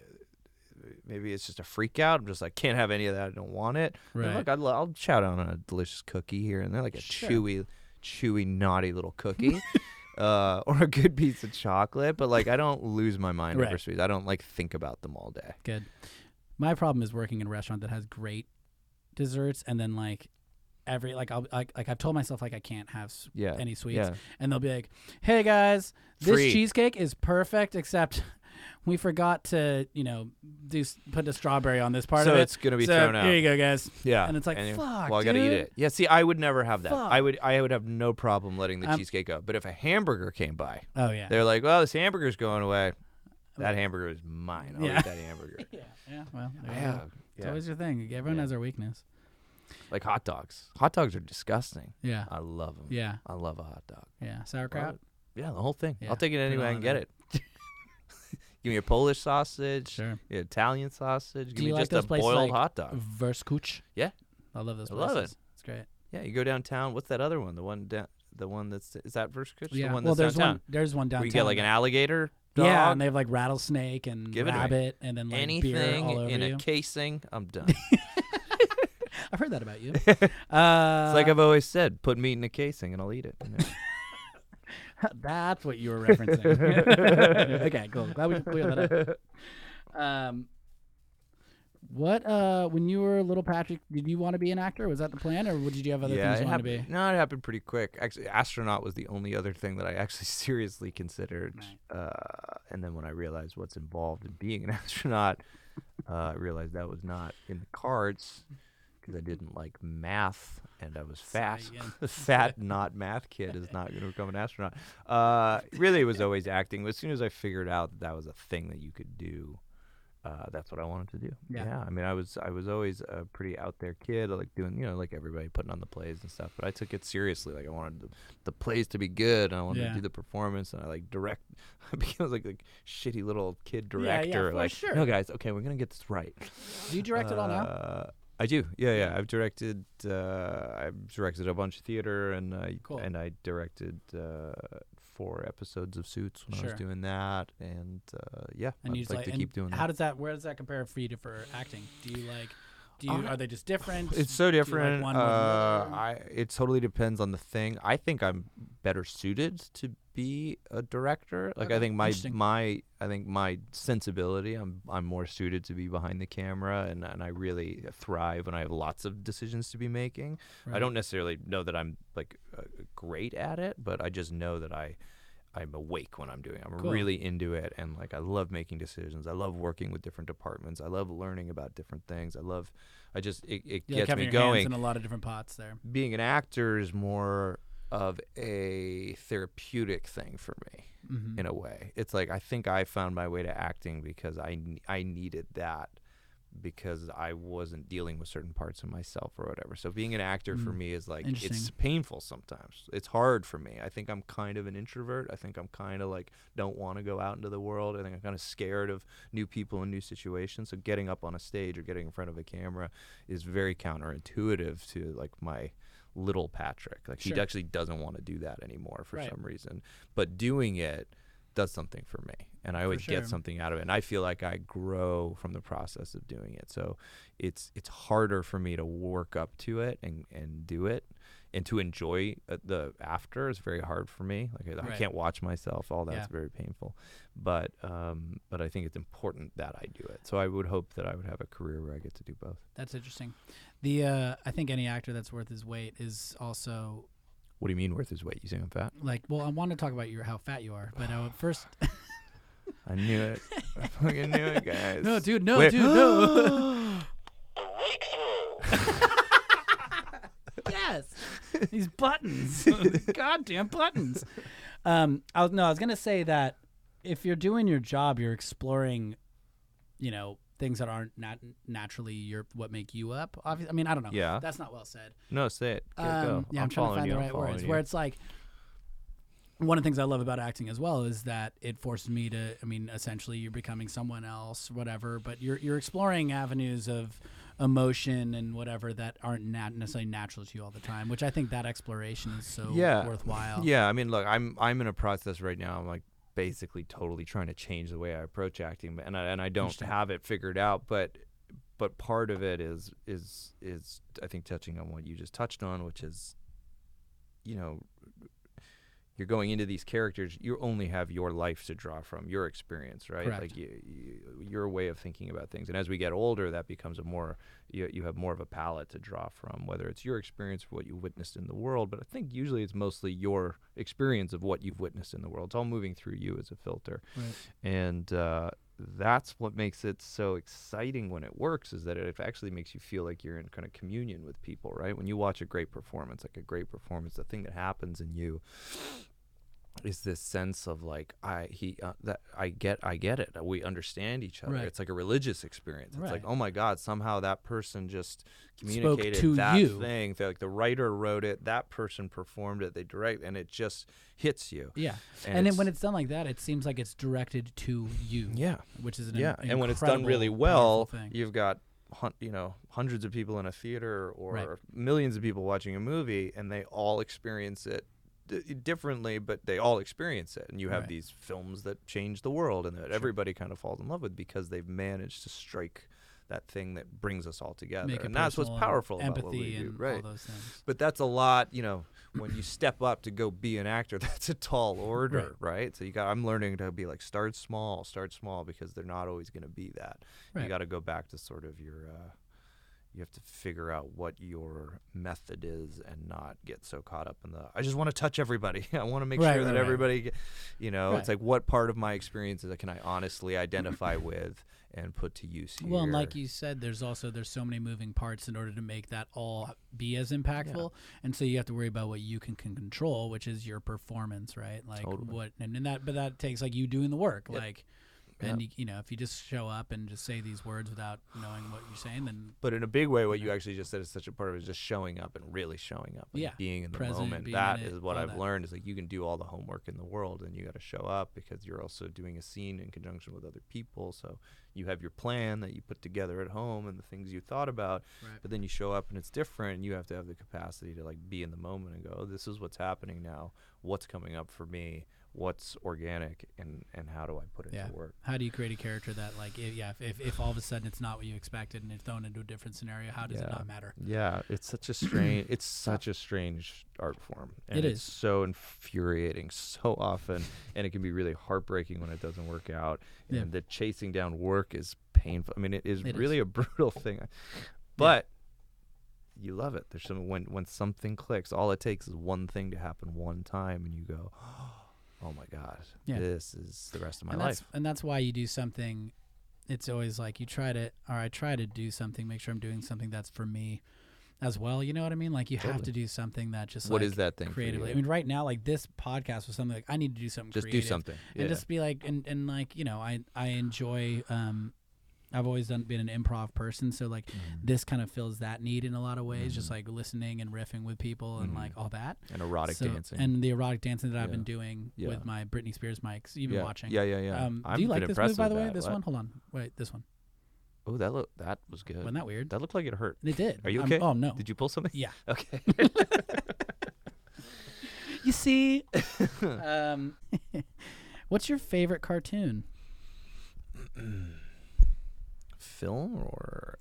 S2: maybe it's just a freak out. I'm just like, can't have any of that. I don't want it. But
S1: Right.
S2: look, I'd, lo- I'll shout out on a delicious cookie here and there, like a chewy, chewy, naughty little cookie, uh, or a good piece of chocolate. But like, I don't lose my mind over
S1: Right.
S2: sweets. I don't like think about them all day.
S1: Good. My problem is working in a restaurant that has great desserts, and then like every like I'll like, like I've told myself like I can't have s-
S2: Yeah,
S1: any sweets,
S2: yeah.
S1: and they'll be like, "Hey guys, this
S2: Free.
S1: cheesecake is perfect, except we forgot to you know do s- put a strawberry on this part
S2: So
S1: of it,
S2: it's gonna be
S1: so
S2: thrown out."
S1: Here you go, guys.
S2: Yeah,
S1: and it's like
S2: you-
S1: fuck.
S2: Well, I gotta eat
S1: dude."
S2: it. Yeah, see, I would never have that. I
S1: Fuck.
S2: would, I would have no problem letting the
S1: Um,
S2: cheesecake go. But if a hamburger came by,
S1: Oh yeah,
S2: they're like, "Well, this hamburger's going away. That hamburger is mine. I'll
S1: Yeah.
S2: eat that hamburger."
S1: yeah. Well, there you
S2: yeah,
S1: go. it's
S2: yeah.
S1: always your thing. Everyone
S2: Yeah.
S1: has their weakness.
S2: like hot dogs. Hot dogs are disgusting.
S1: Yeah,
S2: I love them.
S1: yeah,
S2: I love a hot dog.
S1: yeah. Sauerkraut.
S2: Yeah, the whole thing.
S1: Yeah,
S2: I'll take it
S1: put it
S2: anyway I
S1: all
S2: can
S1: in
S2: get
S1: there.
S2: it. Give me a Polish sausage,
S1: Sure.
S2: Italian sausage. Give
S1: Do
S2: me
S1: you like
S2: just
S1: those
S2: a
S1: places
S2: boiled
S1: like
S2: hot dog.
S1: Verskuch.
S2: Yeah.
S1: I love those
S2: I
S1: places.
S2: love it.
S1: It's great.
S2: yeah, you go downtown. What's that other one? The one down. The one that's is that versus The one
S1: well,
S2: that's
S1: there's
S2: downtown.
S1: one. There's one downtown.
S2: We get like an alligator dog,
S1: yeah, and they have like rattlesnake and
S2: Give it to me.
S1: rabbit, and then like beer
S2: anything
S1: all over
S2: in
S1: you.
S2: a casing. I'm done. it's
S1: I've heard that about you. uh,
S2: like I've always said, put meat in a casing and I'll eat it. you know?
S1: that's what you were referencing. okay, cool. Glad we cleared that up. Um, what uh, when you were little Patrick, did you want to be an actor? Was that the plan, or did you have other
S2: yeah,
S1: things
S2: it
S1: you wanted to
S2: happened-
S1: be?
S2: No, it happened pretty quick. Actually, astronaut was the only other thing that I actually seriously considered. Uh, and then when I realized what's involved in being an astronaut, uh, I realized that was not in the cards because I didn't like math and I was fat. The fat, not math kid is not going to become an astronaut. Uh, really, it was always acting. As soon as I figured out that that was a thing that you could do, uh, that's what I wanted to do.
S8: Yeah.
S2: I mean, I was I was always a pretty out there kid, I like doing you know like everybody putting on the plays and stuff. But I took it seriously. Like I wanted the, the plays to be good, and I wanted
S8: Yeah.
S2: to do the performance, and I like direct. I became like a shitty little kid
S8: yeah,
S2: director.
S8: for
S2: like,
S8: sure.
S2: no guys, okay, we're gonna get this right.
S8: Do you direct it all now?
S2: Uh, I do. Yeah, yeah. I've directed. Uh, I've directed a bunch of theater, and I
S8: Cool.
S2: and I directed uh, four episodes of Suits when I
S8: Sure.
S2: was doing that, and uh, yeah,
S8: And
S2: I'd
S8: you
S2: like,
S8: just like,
S2: to
S8: and
S2: keep doing
S8: How
S2: that.
S8: does that? Where does that compare for you to for acting? Do you like? Do you
S2: I-
S8: are they just different?
S2: Uh, It's so different.
S8: one
S2: uh,
S8: more than the other?
S2: I it totally depends on the thing. I think I'm better suited to be a director. Like I think my
S8: interesting.
S2: my I think my sensibility. I'm I'm more suited to be behind the camera, and and I really thrive when I have lots of decisions to be making. I don't necessarily know that I'm like uh, great at it, but I just know that I I'm awake when I'm doing. it. I'm really into it, and like I love making decisions. I love working with different departments. I love learning about different things. I love. I just it, it
S8: You like
S2: gets
S8: having
S2: me
S8: your hands
S2: going
S8: in a lot of different pots there.
S2: being an actor is more of a therapeutic thing for me
S8: Mm-hmm.
S1: Mm-hmm.
S2: in a way. It's like I think I found my way to acting because I n- I needed that because I wasn't dealing with certain parts of myself or whatever. So being an actor for me is like it's
S8: Interesting.
S2: painful sometimes. It's hard for me. I think I'm kind of an introvert. I think I'm kind of like don't want to go out into the world. I think I'm kind of scared of new people and new situations. So getting up on a stage or getting in front of a camera is very counterintuitive to like my little Patrick. Like he actually doesn't want to do that anymore for some reason. But doing it does something for me and I always
S8: sure.
S2: get something out of it and I feel like I grow from the process of doing it. So it's it's harder for me to work up to it and and do it and to enjoy uh, the after is very hard for me. Like I, I
S8: Right.
S2: can't watch myself. All that's
S8: Yeah.
S2: very painful. But um but I think it's important that I do it. So I would hope that I would have a career where I get to do both.
S8: That's interesting. The uh, I think any actor that's worth his weight is also
S2: What do you mean worth his weight? You think I'm fat?
S8: like. Well, I want to talk about your how fat you are, but uh, first,
S2: I knew it. I fucking knew it, guys.
S8: no, dude, no,
S2: Wait.
S8: dude, no. yes, these buttons, goddamn buttons.
S1: Um, I was no, I was gonna say that if you're doing your job, you're exploring, you know, things that aren't nat- naturally your what make you up. Obviously, I mean, I don't know.
S2: Yeah.
S1: that's not well said.
S2: No, say it. Go, go.
S1: Um, yeah, I'm, trying to
S2: following
S1: find
S2: you.
S1: the
S2: I'm
S1: right
S2: following
S1: words.
S2: you.
S1: Where it's like one of the things I love about acting as well is that it forced me to. I mean, essentially, you're becoming someone else, whatever. But you're you're exploring avenues of emotion and whatever that aren't nat- necessarily natural to you all the time. Which I think that exploration is so
S2: Yeah.
S1: worthwhile.
S2: Yeah, I mean, look, I'm I'm in a process right now. I'm like basically totally trying to change the way I approach acting, but- and I, and I don't have it figured out. But but part of it is is is I think touching on what you just touched on, which is, you know, you're going into these characters. You only have your life to draw from, your experience, right?
S8: Correct.
S2: Like you, you, your way of thinking about things. And as we get older, that becomes a more you, you have more of a palette to draw from, whether it's your experience, what you witnessed in the world, but I think usually it's mostly your experience of what you've witnessed in the world. It's all moving through you as a filter. And uh, that's what makes it so exciting when it works is that it actually makes you feel like you're in kind of communion with people, right? When you watch a great performance, like a great performance, the thing that happens in you is this sense of like I he uh, that I get I get it we understand each other
S8: Right.
S2: it's like a religious experience it's
S8: Right.
S2: like oh my god somehow that person just communicated
S8: to
S2: that
S8: you.
S2: thing They're like the writer wrote it that person performed it they direct and it just hits you
S8: Yeah, and,
S2: And
S8: then
S2: it's-
S8: when it's done like that, it seems like it's directed to you.
S2: yeah
S8: which is an
S2: yeah
S8: in-
S2: and when it's done
S8: incredible,
S2: really
S8: powerful
S2: well
S8: thing.
S2: you've got hun- you know hundreds of people in a theater or
S8: Right.
S2: millions of people watching a movie and they all experience it d- differently but they all experience it and you have
S8: Right.
S2: these films that change the world and that everybody kind of falls in love with because they've managed to strike that thing that brings us all together
S8: Make it
S2: and that's what's
S8: personal and
S2: powerful
S8: empathy
S2: about what we do
S8: and
S2: right
S8: all those things.
S2: but that's a lot you know when you step up to go be an actor that's a tall order right, so you got i'm learning to be like start small start small because they're not always going to be that
S8: Right.
S2: you got to go back to sort of your uh, you have to figure out what your method is and not get so caught up in the i just want to touch everybody i want to make
S8: Right,
S2: sure
S8: right,
S2: that
S8: right.
S2: everybody get-" you know it's like what part of my experience that can i honestly identify with and put to use here
S8: Well, and like you said, there's also there's so many moving parts in order to make that all be as impactful, and so you have to worry about what you can, can control, which is your performance, right? Like what, and, and that, but that takes like you doing the work, like
S1: And you, you know, if you just show up and just say these words without knowing what you're saying, then
S2: But in a big way, what you actually just said is such a part of it is just showing up and really showing up, and
S1: Yeah.
S2: being in the
S1: Present,
S2: moment.
S1: being
S2: That
S1: in it,
S2: is what
S1: all
S2: I've
S1: that.
S2: learned is like you can do all the homework in the world, and you got to show up because you're also doing a scene in conjunction with other people. So you have your plan that you put together at home and the things you thought about, but then you show up and it's different, and you have to have the capacity to like be in the moment and go, "Oh, "This is what's happening now. What's coming up for me? What's organic, and and how do I put it
S1: Yeah.
S2: to work?"
S1: how do you create a character that, like, if, yeah, if, if, if all of a sudden it's not what you expected and it's thrown into a different scenario, how does
S2: Yeah.
S1: it not matter?
S2: Yeah, it's such a strange it's such a strange art form. And
S1: It
S2: it's
S1: is.
S2: so infuriating so often and it can be really heartbreaking when it doesn't work out. And
S1: Yeah.
S2: the chasing down work is painful. I mean it is
S1: It is.
S2: really a brutal thing. But you love it. There's some when when something clicks, all it takes is one thing to happen one time and you go, "Oh my god.
S1: Yeah.
S2: This is the rest of my
S1: and
S2: life."
S1: That's, and that's why you do something. It's always like you try to, or I try to do something, make sure I'm doing something that's for me as well. You know what I mean? Like you have to do something that just
S2: What
S1: like
S2: is that thing for
S1: creatively?
S2: you?
S1: I mean, right now, like this podcast was something like I need to do something.
S2: Just
S1: creative
S2: do something. Yeah.
S1: and just be like and, and like you know i i enjoy um i've always done been an improv person so like
S2: Mm-hmm.
S1: this kind of fills that need in a lot of ways just like listening and riffing with people and like all that
S2: and Mm-hmm. erotic
S1: So-
S2: dancing.
S1: and the erotic dancing that i've
S2: Yeah.
S1: been doing
S2: Yeah.
S1: with my britney spears mics you've been
S2: yeah.
S1: watching
S2: yeah, yeah, yeah.
S1: um,
S2: I'm
S1: do you
S2: been
S1: like this
S2: impressed
S1: move, by
S2: with
S1: the way?
S2: that.
S1: This
S2: What?
S1: one? Hold on. Wait, this one.
S2: Oh, that look that was good.
S1: Wasn't that weird?
S2: That looked like it hurt.
S1: it did.
S2: Are you
S1: I'm-
S2: okay?
S1: oh, no.
S2: Did you pull something?
S1: Yeah.
S2: Okay.
S1: You see? um, what's your favorite cartoon?
S2: Film or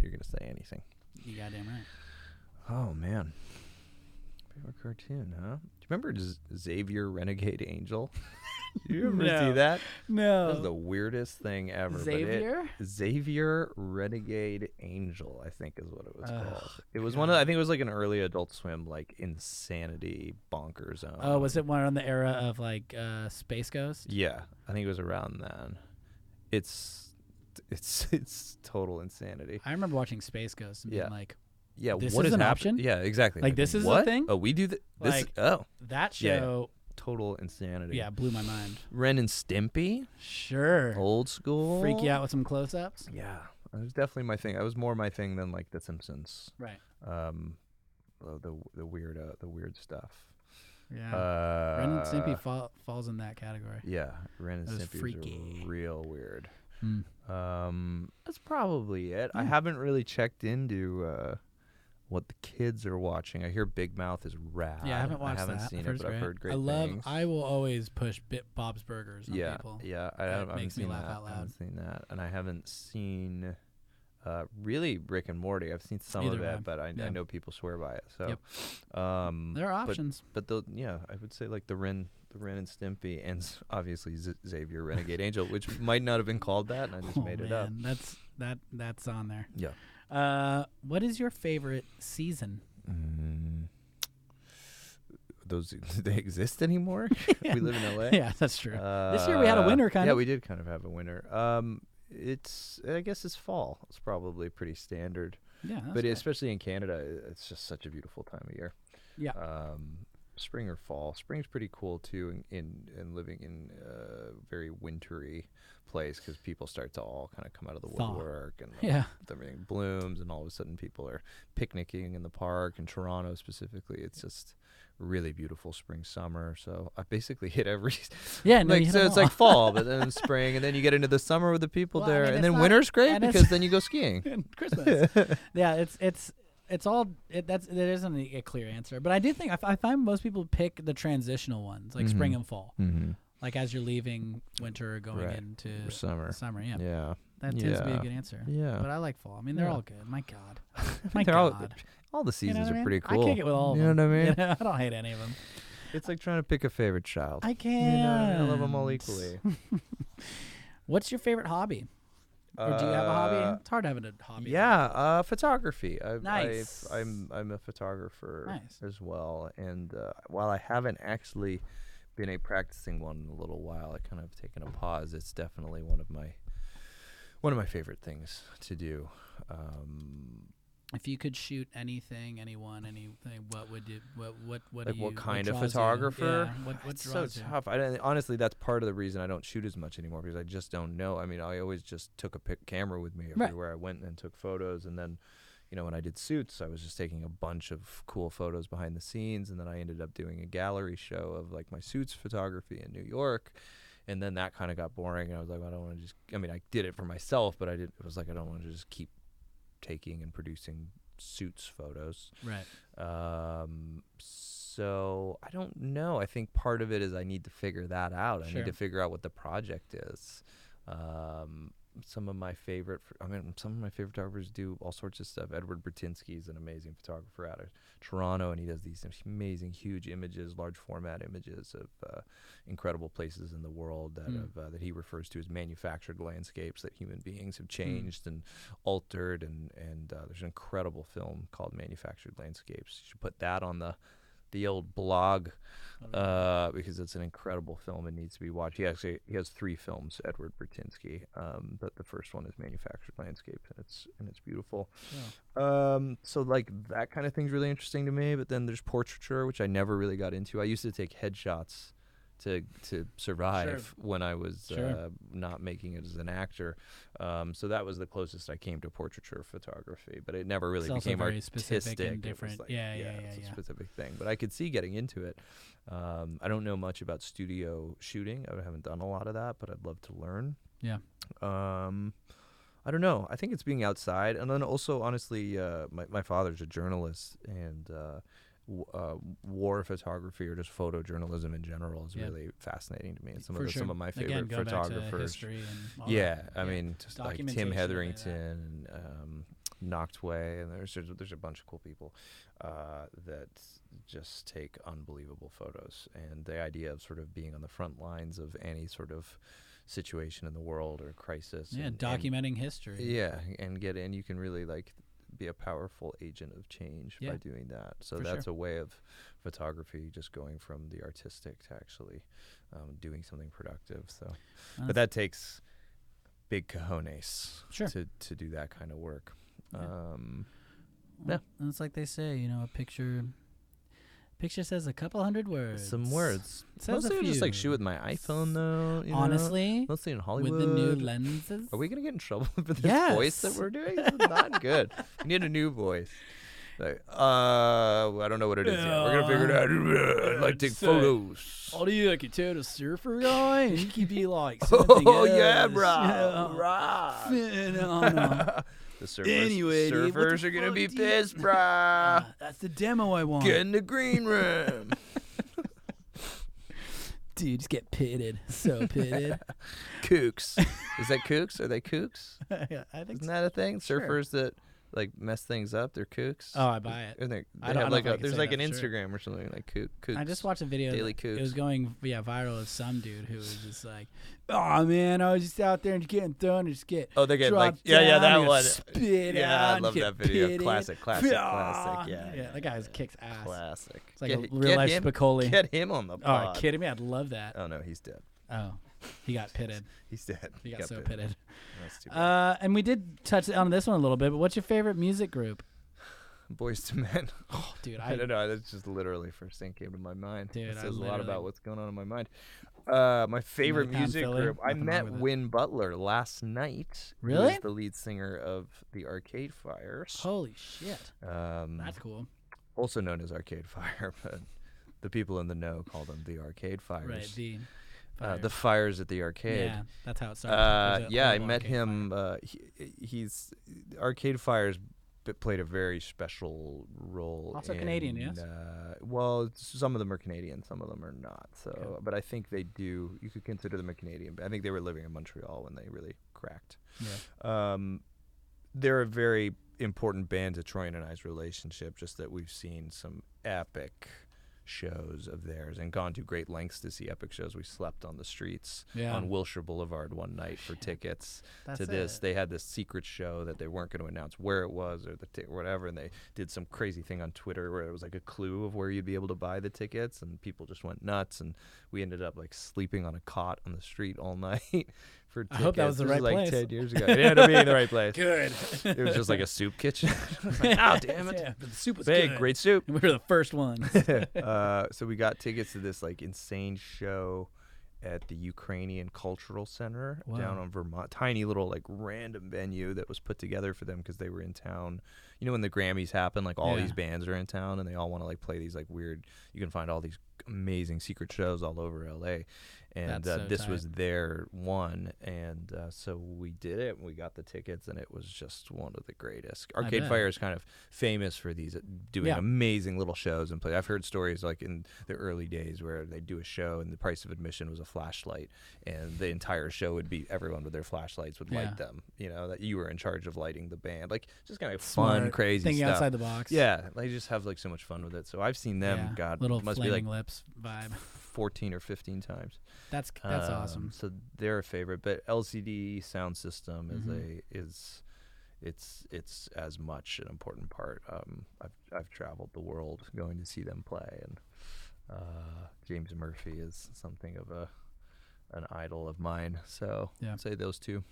S2: you're gonna say anything?
S1: You goddamn right.
S2: Oh man. Favorite cartoon, huh? Do you remember Z- Xavier Renegade Angel? Did you ever see
S1: No.
S2: that? That was
S1: No.
S2: the weirdest thing ever. but it-
S1: Xavier?
S2: Xavier Renegade Angel, I think is what it was called. It was one of I think it was like an early Adult Swim like insanity bonker zone.
S1: Oh, was it one on the era of like uh, Space Ghost?
S2: Yeah, I think it was around then. It's it's it's total insanity.
S1: I remember watching Space Ghost and being
S2: Yeah.
S1: like,
S2: Yeah,
S1: This
S2: what
S1: is
S2: is
S1: an
S2: happen-
S1: option?
S2: Yeah, exactly.
S1: Like, this is a
S2: what?
S1: thing?
S2: Oh, we do th- this.
S1: Like-
S2: oh,
S1: that
S2: Yeah, yeah.
S1: show,
S2: total insanity.
S1: yeah, blew my mind.
S2: Ren and Stimpy,
S1: Sure.
S2: old school.
S1: Freak you out with some close ups?
S2: Yeah, it was definitely my thing. That was more my thing than like The Simpsons.
S1: Right.
S2: Um, the the, the weird uh, the weird stuff.
S1: Yeah.
S2: Uh,
S1: Ren and Stimpy fall, falls in that category.
S2: Yeah, Ren and
S1: That was
S2: Stimpy was
S1: freaky.
S2: real weird.
S1: Hmm.
S2: Um, that's probably it. I haven't really checked into uh, what the kids are watching. I hear Big Mouth is rad.
S1: Yeah, I haven't watched
S2: I haven't
S1: that.
S2: seen
S1: I've
S2: it,
S1: heard
S2: but
S1: it's
S2: I've heard great
S1: I love.
S2: things.
S1: I will always push Bit Bob's Burgers on
S2: yeah,
S1: people.
S2: yeah. I
S1: That
S2: haven't, I haven't
S1: makes me
S2: seen
S1: laugh
S2: that.
S1: out
S2: I
S1: loud.
S2: haven't seen that, and I haven't seen uh, really Rick and Morty. I've seen some of
S1: Either
S2: it,
S1: have I.
S2: but I, I
S1: Yeah.
S2: know people swear by it. So, um,
S1: There are
S2: but-
S1: options.
S2: But the yeah, I would say like the Ren, the Ren and Stimpy, and s- obviously Z- Xavier Renegade Angel, which might not have been called that, and I just
S1: oh
S2: made
S1: man,
S2: it up.
S1: that's that that's on there.
S2: Yeah.
S1: Uh, what is your favorite season?
S2: Mm. Those do they exist anymore? We live in LA.
S1: yeah, that's true. This year we had a
S2: Uh,
S1: winter, kind
S2: Yeah,
S1: of.
S2: we did kind of have a winter. Um, it's I guess it's fall. It's probably pretty standard,
S1: yeah, that's
S2: but
S1: good.
S2: especially in Canada, i- it's just such a beautiful time of year.
S1: Yeah.
S2: Um, spring or fall. Spring's pretty cool too, in in, in living in a very wintry place because people start to all kind of come out of the
S1: Thaw.
S2: woodwork and like,
S1: yeah.
S2: everything blooms and all of a sudden people are picnicking in the park in Toronto specifically. It's just really beautiful spring summer. So I basically hit every
S1: Yeah, no, you
S2: like
S1: hit
S2: so
S1: 'em
S2: it's
S1: all.
S2: like fall, but then spring and then you get into the summer with the people
S1: Well, I
S2: there.
S1: mean,
S2: and
S1: it's
S2: then
S1: not-
S2: winter's great
S1: and it's-
S2: because then you go skiing.
S1: and Christmas. yeah, it's it's it's all it, that's there isn't a, a clear answer, but I do think I, f- I find most people pick the transitional ones like spring and fall,
S2: Mm-hmm.
S1: like as you're leaving winter or going
S2: Right.
S1: into
S2: Summer.
S1: summer. Yeah,
S2: Yeah.
S1: that tends to be a
S2: Yeah.
S1: good answer.
S2: Yeah.
S1: But I like fall. I mean, they're
S2: Yeah.
S1: all good. My God, my
S2: They're all-
S1: God.
S2: All the
S1: You know what
S2: seasons
S1: I
S2: are
S1: mean?
S2: pretty cool.
S1: I kick it with all. of
S2: You know
S1: them.
S2: what I mean?
S1: You know, I don't hate any of them.
S2: It's like trying to pick a favorite child.
S1: I
S2: You
S1: can.
S2: know, I love them all equally.
S1: What's your favorite hobby? Or do you have a
S2: Uh,
S1: hobby? It's hard having a hobby.
S2: Yeah, uh, photography. I,
S1: Nice.
S2: I, I'm I'm a photographer
S1: Nice.
S2: as well, and uh, while I haven't actually been a practicing one in a little while, I kind of taken a pause. It's definitely one of my one of my favorite things to do. Um,
S8: If you could shoot anything, anyone, anything, what would you? What what what?
S2: Like
S8: do you,
S2: what kind of
S8: draws you?
S2: photographer?
S8: Yeah, what what
S2: It's so
S8: draws you?
S2: tough. I don't, honestly, that's part of the reason I don't shoot as much anymore because I just don't know. I mean, I always just took a pic- camera with me
S8: Right.
S2: everywhere I went and took photos, and then, you know, when I did suits, I was just taking a bunch of cool photos behind the scenes, and then I ended up doing a gallery show of like my suits photography in New York. And then that kind of got boring, and I was like, I don't want to just. I mean, I did it for myself, but I did. It was like I don't want to just keep taking and producing suits photos.
S8: Right.
S2: Um, so I don't know. I think part of it is I need to figure that out. I
S8: Sure.
S2: need to figure out what the project is. Um, some of my favorite, ph- I mean, some of my favorite photographers do all sorts of stuff. Edward Bertinsky is an amazing photographer out of Toronto, and he does these amazing, huge images, large format images of uh, incredible places in the world that
S8: Mm.
S2: have, uh, that he refers to as manufactured landscapes that human beings have changed and altered and and uh, there's an incredible film called Manufactured Landscapes. You should put that on the the old blog uh, because it's an incredible film and needs to be watched. He actually he has three films, Edward Bertinsky, um, but the first one is Manufactured Landscapes and it's and it's beautiful. Um, so like that kind of thing's really interesting to me. But then there's portraiture, which I never really got into. I used to take headshots to to survive when I was uh, not making it as an actor. Um, so that was the closest I came to portraiture photography, but it never really
S8: It's also
S2: became
S8: very
S2: artistic.
S8: specific and
S2: It was
S8: different.
S2: like,
S8: Yeah, yeah, yeah,
S2: it's a
S8: yeah.
S2: specific thing. But I could see getting into it. Um, I don't know much about studio shooting. I haven't done a lot of that, but I'd love to learn.
S8: Yeah.
S2: Um, I don't know. I think it's being outside, and then also, honestly, uh, my my father's a journalist, and uh, w- uh, war photography or just photojournalism in general is
S8: Yeah.
S2: really fascinating to me. It's some
S8: For
S2: of the,
S8: sure.
S2: some of my
S8: Again,
S2: favorite
S8: go Back to
S2: photographers.
S8: history and all that.
S2: yeah, I mean, just like
S8: Documentation,
S2: Tim
S8: I mean, that-
S2: Hetherington and um, Noctway, and there's, there's there's a bunch of cool people uh, that just take unbelievable photos. And the idea of sort of being on the front lines of any sort of situation in the world or crisis.
S8: Yeah,
S2: and- and-
S8: documenting history.
S2: yeah, and get in. You can really like be a powerful agent of change
S8: Yeah.
S2: by doing that. So
S8: For
S2: that's a way of photography, just going from the artistic to actually um, doing something productive. So,
S8: Uh,
S2: but that takes big cojones
S8: Sure.
S2: to to do that kind of work.
S8: Yeah.
S2: Um,
S8: Well, And it's like they say, you know, a picture picture says a couple hundred words.
S2: some words.
S8: Says a
S2: Mostly I just like
S8: few.
S2: shoot with my iPhone though. you know?
S8: Honestly,
S2: mostly in
S8: with
S2: Hollywood.
S8: the new lenses.
S2: Are we gonna get in trouble for this voice that
S8: Yes.
S2: we're doing? This is not good. We need a new voice. Like, uh, I don't know what it is. Yet. We're gonna figure it out. I'd like to take
S10: Say.
S2: photos.
S10: All you like, you tell the surfer guy, and he could be like,
S2: Oh yeah, bro. Right. The surfers,
S10: Anyway, dude, what the
S2: surfers are gonna
S10: fuck
S2: be
S10: do you-
S2: pissed, bro.
S8: Ah,
S10: That's the demo I want.
S2: Get in the green room.
S8: Dudes get pitted, so pitted.
S2: kooks. Is that kooks? Are they kooks?
S8: yeah, I think.
S2: Isn't
S8: So.
S2: that a thing? Surfers that like mess things up. They're kooks.
S8: Oh, I buy it.
S2: And they,
S8: I
S2: they
S8: don't- I
S2: have
S8: don't
S2: like
S8: know if I
S2: a,
S8: can
S2: there's
S8: say
S2: like an
S8: that for sure.
S2: Instagram or something like kook, kooks.
S8: I just watched a video.
S2: Daily
S8: that- It was
S2: Kooks.
S8: going yeah viral of some dude who was just like,
S1: Oh man, I was just out there and getting thrown and just get
S2: Oh, they're getting like
S1: dropped
S2: yeah, yeah,
S1: down,
S2: that
S1: you
S2: one.
S1: spit
S2: yeah,
S1: out,
S2: I
S1: you
S2: love
S1: get
S2: that video.
S1: pitted.
S2: Classic, classic,
S1: Ah.
S2: classic. Yeah,
S8: yeah, that guy was kicks ass.
S2: classic.
S8: It's like a real life
S2: him,
S8: Spicoli.
S2: Get him on the
S8: Oh, are you
S2: pod.
S8: kidding me? I'd love that.
S2: oh no, he's dead.
S8: Oh, he got pitted.
S2: He's dead.
S8: He got so
S2: bit.
S8: pitted.
S2: That's too bad.
S8: Uh, and we did touch on this one a little bit. But what's your favorite music group, Oh,
S2: Boys to men.
S8: dude?
S2: I,
S8: I,
S2: don't know. That's just literally first thing came to my mind.
S8: Dude,
S2: it
S8: I
S2: says a lot
S8: literally-
S2: about what's going on in my mind. Uh, my favorite
S8: Pound
S2: music
S8: Philly,
S2: group. I
S8: nothing wrong
S2: met
S8: with it.
S2: Win Butler last night. who is
S8: Really?
S2: the lead singer of the Arcade Fires.
S8: holy shit,
S2: Um,
S8: that's cool.
S2: also known as Arcade Fire, but the people in the know call them the Arcade Fires.
S8: Right, the
S2: uh,
S8: fire.
S2: the fires at the arcade.
S8: yeah, that's how it started.
S2: Uh,
S8: It was a
S2: yeah, I
S8: horrible
S2: met
S8: arcade
S2: him. Uh, he, he's Arcade Fire's b- played a very special role.
S8: Also Canadian,
S2: in,
S8: yes?
S2: Uh, well, some of them are Canadian, some of them are not. So, but I think they do. You could consider them a Canadian. But I think they were living in Montreal when they really cracked. Yeah. Um, they're a very important band to Troy and I's relationship. Just that we've seen some epic shows of theirs and gone to great lengths to see epic shows. We slept on the streets
S8: Yeah.
S2: on Wilshire Boulevard one night for tickets to
S8: That's
S2: this.
S8: it.
S2: They had this secret show that they weren't going to announce where it was or the ti- or whatever, and they did some crazy thing on Twitter where it was like a clue of where you'd be able to buy the tickets, and people just went nuts. And we ended up like sleeping on a cot on the street all night for
S1: I hope that was
S2: tickets.
S1: the
S2: This
S1: right
S2: like
S1: place.
S2: 10 years ago. It ended up being the right place. Good. It was just like a soup kitchen. I was like, oh, damn it.
S1: Yeah, but the soup was
S2: Big,
S1: good.
S2: great soup.
S1: We were the first ones.
S2: uh, so we got tickets to this like insane show at the Ukrainian Cultural Center down on Vermont. Tiny little like random venue that was put together for them because they were in town. You know when the Grammys happen, like all these bands are in town and they all want to like play these like weird. You can find all these amazing secret shows all over LA. And
S1: That's
S2: uh,
S1: so
S2: this
S1: tight.
S2: was their one, and uh, so we did it. and We got the tickets, and it was just one of the greatest. Arcade
S1: bet.
S2: Fire is kind of famous for these uh, doing
S1: Yeah.
S2: amazing little shows and play. I've heard stories like in the early days where they do a show and the price of admission was a flashlight, and the entire show would be everyone with their flashlights would
S1: Yeah.
S2: light them. You know that you were in charge of lighting the band, like just kind of fun,
S1: Smart.
S2: crazy
S1: Thinking
S2: stuff.
S1: outside the box.
S2: yeah, they just have like so much fun with it. So I've seen them.
S1: Yeah,
S2: God,
S1: little
S2: must be like
S1: flaming lips vibe.
S2: fourteen or fifteen times.
S1: That's that's
S2: Um,
S1: awesome.
S2: So they're a favorite, but LCD sound system
S1: Mm-hmm.
S2: is a is it's it's as much an important part. Um, I've I've traveled the world going to see them play, and uh, James Murphy is something of a an idol of mine. So
S1: Yeah.
S2: I'd say those two.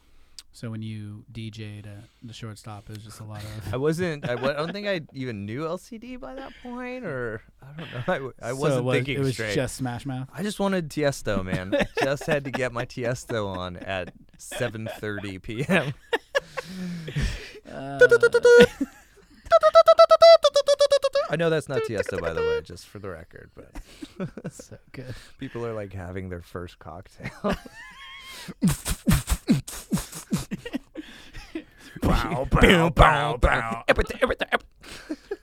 S1: So when you DJ'd at the shortstop, it was just a lot of.
S2: I wasn't. I, wa- I don't think I even knew LCD by that point, or I don't know. I, w- I
S1: So it
S2: wasn't
S1: was-
S2: thinking
S1: It was
S2: straight.
S1: just Smash Mouth.
S2: I just wanted Tiesto, man. just had to get my Tiesto on at 7:30 p.m.
S1: Ah,
S2: I know that's not Tiesto, by the way, just for the record. But
S1: So good.
S2: people are like having their first cocktail.
S3: Bow, bow, bow, bow.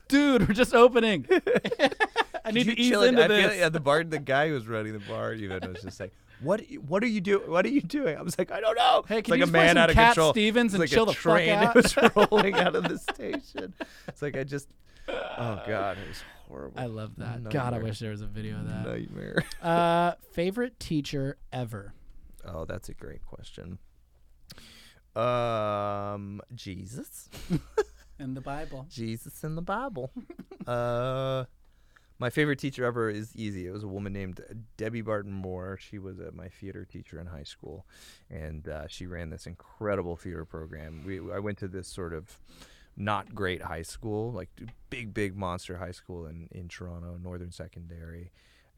S1: Dude, we're just opening. I need to ease
S2: Chilling.
S1: into
S2: I feel
S1: this.
S2: like at the bar, the guy who was running the bar even was just like, "What? What are you doing? What are you doing?" I was like, "I don't know."
S1: Hey,
S2: it's
S1: can
S2: like
S1: you
S2: a
S1: just play
S2: man
S1: some
S2: out of
S1: Cat
S2: control.
S1: Stevens
S2: it's
S1: and
S2: like
S1: chill
S2: a
S1: the fuck
S2: train that
S1: out?
S2: was rolling out of the station. It's like I just. Oh God, it was horrible.
S1: I love that.
S2: No,
S1: God, I
S2: you're-
S1: wish there was a video of that.
S2: Nightmare.
S1: Uh, favorite teacher ever.
S2: Oh, that's a great question. Um, Jesus,
S1: In the Bible.
S2: Jesus in the Bible. uh, my favorite teacher ever is easy. It was a woman named Debbie Barton Moore. She was uh, my theater teacher in high school, and uh, she ran this incredible theater program. We I went to this sort of not great high school, like big big monster high school in in Toronto, Northern Secondary.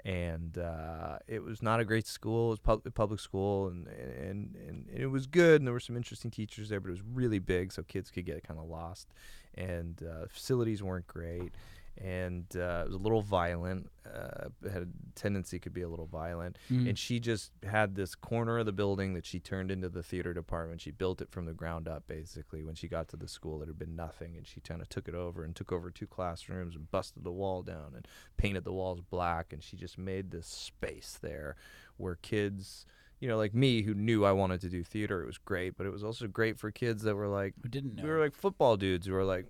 S2: and uh, it was not a great school. It was pub- public school, and, and and it was good, and there were some interesting teachers there, but it was really big, so kids could get kind of lost, and uh, facilities weren't great, and uh, it was a little violent. Uh, had a tendency could be a little violent, and she just had this corner of the building that she turned into the theater department. She built it from the ground up, basically. When she got to the school, it had been nothing, and she kind of took it over and took over two classrooms and busted the wall down and painted the walls black and she just made this space there where kids you know like me who knew i wanted to do theater it was great but it was also great for kids that were like
S1: Who didn't know?
S2: we were like football dudes who were like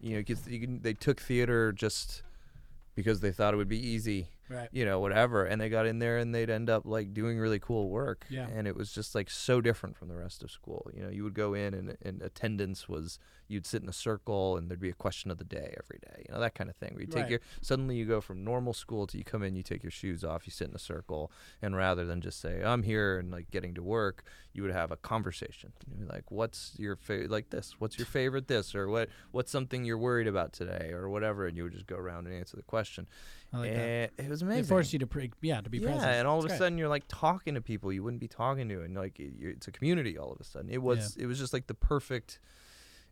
S2: you know kids you can, they took theater just because they thought it would be easy
S1: Right.
S2: you know whatever and they got in there and they'd end up like doing really cool work
S1: Yeah.
S2: and it was just like so different from the rest of school you know you would go in and, and attendance was you'd sit in a circle and there'd be a question of the day every day you know that kind of thing where you take
S1: Right.
S2: your suddenly you go from normal school to you come in you take your shoes off you sit in a circle and rather than just say i'm here and like getting to work you would have a conversation you'd be like what's your favorite like this what's your favorite this or what what's something you're worried about today or whatever and you would just go around and answer the question
S1: I like that.
S2: and it was
S1: They
S2: amazing
S1: forced you to pre- yeah to be
S2: yeah,
S1: present.
S2: and all of
S1: It's
S2: a
S1: great.
S2: sudden you're like talking to people you wouldn't be talking to, and like it- you're- it's a community. All of a sudden, it was it was just like the perfect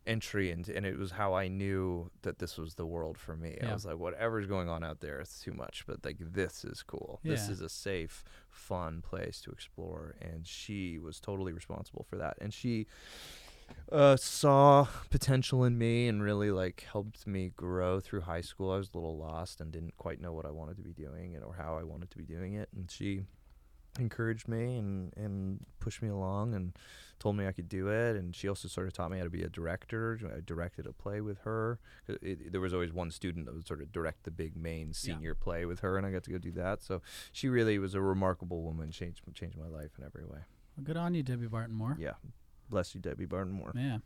S2: entry, and and it was how I knew that this was the world for me. I
S1: Yeah.
S2: was like, whatever's going on out there, it's too much, but like this is cool. This
S1: Yeah.
S2: is a safe, fun place to explore, and she was totally responsible for that, and she uh, saw potential in me and really like helped me grow through high school. I was a little lost and didn't quite know what I wanted to be doing and or how I wanted to be doing it. And she encouraged me and and pushed me along and told me I could do it. And she also sort of taught me how to be a director. I directed a play with her. It- it- there was always one student that would sort of direct the big main senior play with her, and I got to go do that. So she really was a remarkable woman. changed changed my life in every way.
S1: Well, good on you, Debbie Barton Moore.
S2: Yeah, bless you, Debbie Barton Moore.
S1: Yeah.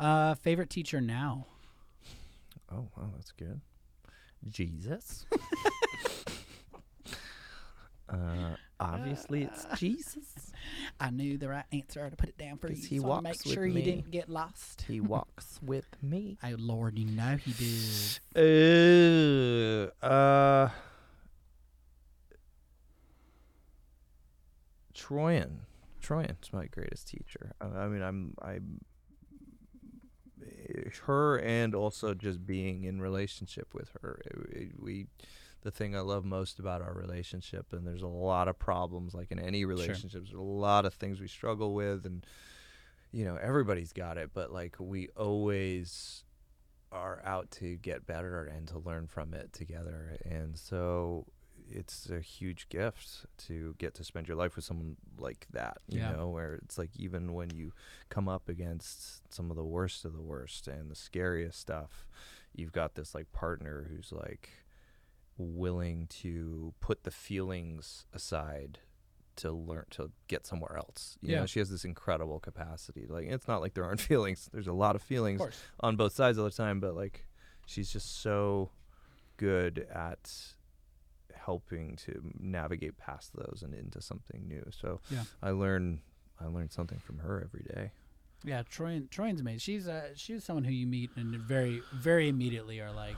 S1: Uh, favorite teacher now.
S2: Oh, wow, that's good. Jesus. uh, Obviously, it's Jesus.
S8: I knew the right answer to put it down for you.
S2: 'Cause he
S8: so I make
S2: walks with
S8: sure you
S2: me.
S8: didn't get lost.
S2: He walks with me.
S8: Oh Lord, you know he did.
S2: Ooh, uh, Troyan. Troyan's my greatest teacher. I, I mean, I'm, I'm, eh, her, and also just being in relationship with her. It- it- we, the thing I love most about our relationship, and there's a lot of problems, like in any relationship, there's a lot of things we struggle with, and you know, everybody's got it, but like we always are out to get better and to learn from it together. And so it's a huge gift to get to spend your life with someone like that, you
S1: Yeah.
S2: know, where it's like even when you come up against some of the worst of the worst and the scariest stuff, you've got this like partner who's like willing to put the feelings aside to learn to get somewhere else. You
S1: Yeah.
S2: know, she has this incredible capacity. Like it's not like there aren't feelings. There's a lot of feelings
S1: course.
S2: on both sides all the time, but like she's just so good at helping to navigate past those and into something new. So
S1: Yeah.
S2: I learn I learn something from her every day.
S1: Yeah, Troyan, Troyan's amazing. She's uh, she's someone who you meet and very very immediately are like.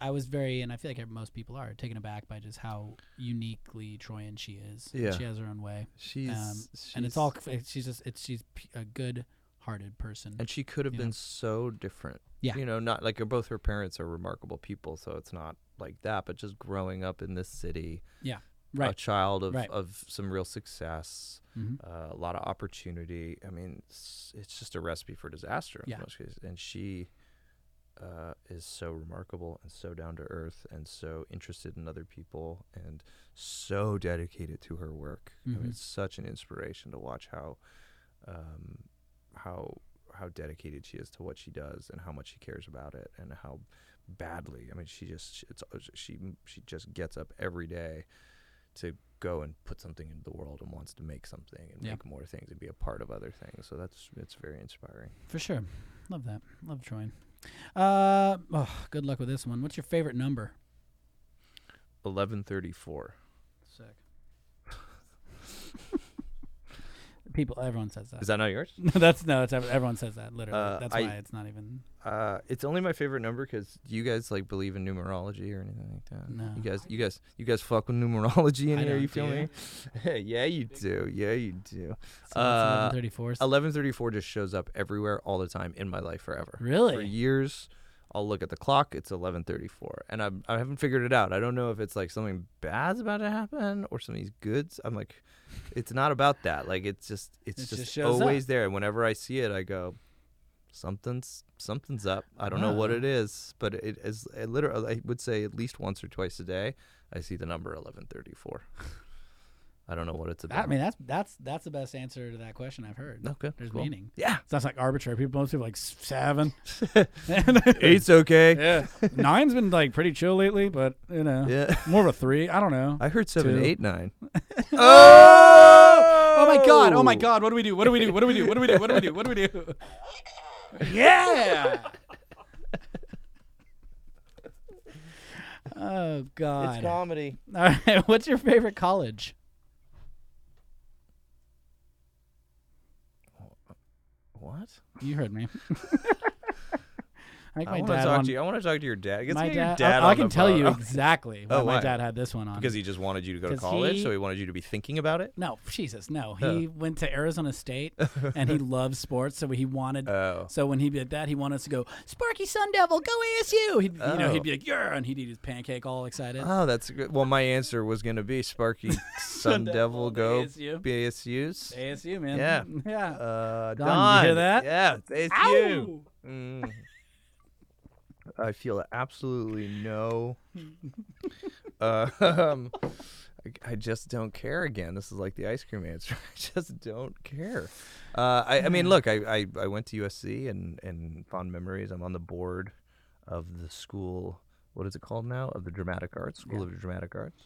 S1: I was very, and I feel like most people are taken aback by just how uniquely Troyan she is.
S2: Yeah.
S1: she has her own way,
S2: She's,
S1: um, and it's all. She's just it's she's p- a good-hearted person.
S2: and she could have
S1: you know.
S2: been so different.
S1: Yeah.
S2: You know, not like both her parents are remarkable people, so it's not like that, but just growing up in this city. a
S1: Right.
S2: child of,
S1: Right.
S2: of some real success,
S1: Mhm.
S2: uh, a lot of opportunity. I mean, it's, it's just a recipe for disaster. in
S1: Yeah.
S2: most cases. And she uh, is so remarkable and so down to earth and so interested in other people and so dedicated to her work. I
S1: Mhm.
S2: mean, it's such an inspiration to watch how, um, how, how dedicated she is to what she does and how much she cares about it and how badly. I mean, she just she- it's she she just gets up every day to go and put something into the world and wants to make something and
S1: Yeah.
S2: make more things and be a part of other things. So that's it's very inspiring.
S1: For sure. Love that. Love Troyan. Uh, oh, good luck with this one. What's your favorite number?
S2: Eleven thirty four.
S1: Sick. People, everyone says that.
S2: Is that not yours?
S1: No, that's no. It's ev- everyone says that. Literally,
S2: Uh,
S1: that's
S2: I-
S1: why it's not even.
S2: Uh, it's only my favorite number because you guys like believe in numerology or anything like that.
S1: No.
S2: You guys, you guys, you guys fuck with numerology in
S1: I
S2: here. You
S1: don't,
S2: feel
S1: do
S2: me? yeah, you do. Yeah, you do.
S1: So uh,
S2: Uh,
S1: 34.
S2: Eleven thirty four just shows up everywhere all the time in my life forever.
S1: Really?
S2: For years, I'll look at the clock. It's eleven thirty four, and I'm I haven't figured it out. I don't know if it's like something bad's about to happen or something's good. I'm like, it's not about that. Like it's just it's
S1: It
S2: just,
S1: just shows
S2: always there. And whenever I see it, I go, something's something's up. I don't know what it is, but it is it literally. I would say at least once or twice a day, I see the number eleven thirty four. I don't know what it's about.
S1: I mean, that's that's that's the best answer to that question I've heard.
S2: okay,
S1: There's
S2: cool.
S1: meaning.
S2: Yeah,
S1: Sounds like arbitrary. People most people are like s- seven.
S2: eight's okay.
S1: yeah, nine's been like pretty chill lately, but you know,
S2: Yeah.
S1: more of a three. I don't know.
S2: I heard seven,
S1: Two.
S2: eight, nine.
S1: Oh! Oh my god! Oh my god! What do we do? What do we do? What do we do? What do we do? What do we do? What do we do? Yeah!
S8: Oh God!
S2: comedy.
S8: All right, what's your favorite college?
S2: What?
S8: You heard me. I think
S2: I
S8: my
S2: want to
S8: dad.
S2: talk
S8: on,
S2: to you. I want to talk to your dad. Let's
S8: my
S2: get your
S8: dad.
S2: dad
S8: I, I
S2: on
S8: can
S2: the
S8: tell you
S2: phone.
S8: exactly why
S2: Oh,
S8: my
S2: why?
S8: dad had this one on.
S2: because he just wanted you to go to
S8: 'Cause
S2: college,
S8: he-
S2: so he wanted you to be thinking about it.
S8: no, Jesus, no. He went to Arizona State, and he loves sports, so he wanted.
S2: Oh,
S8: so when he did that, he wanted us to go. Sparky Sun Devil, go ASU. He'd, You know,
S2: Oh.
S8: he'd be like, "Yeah," and he'd eat his pancake all excited.
S2: oh, that's good. Well, my answer was going to be Sparky Sun Devil go
S8: ASU.
S2: BSU's.
S8: ASU, man.
S2: Yeah.
S8: yeah.
S2: Uh, Don,
S8: you hear that?
S2: Yeah, it's ASU. Mm. I feel absolutely no. uh, um, I, I just don't care again. This is like the ice cream answer. I just don't care. Uh, I, I mean, look, I, I, I went to USC and, and fond memories. I'm on the board of the school. What is it called now? Of the Dramatic Arts School of Dramatic Arts.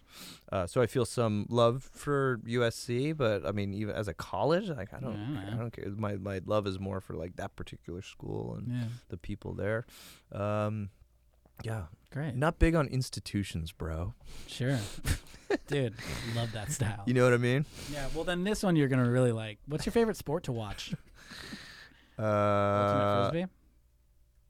S2: Uh, so I feel some love for USC, but I mean, even as a college, like I don't, I don't care. My my love is more for like that particular school and the people there. Um, Yeah.
S1: Great.
S2: Not big on institutions, bro.
S1: Sure. Dude, love that style.
S2: You know what I mean?
S1: Yeah, well then this one you're gonna really like. What's your favorite sport to watch? Ultimate
S2: Uh,
S1: Frisbee?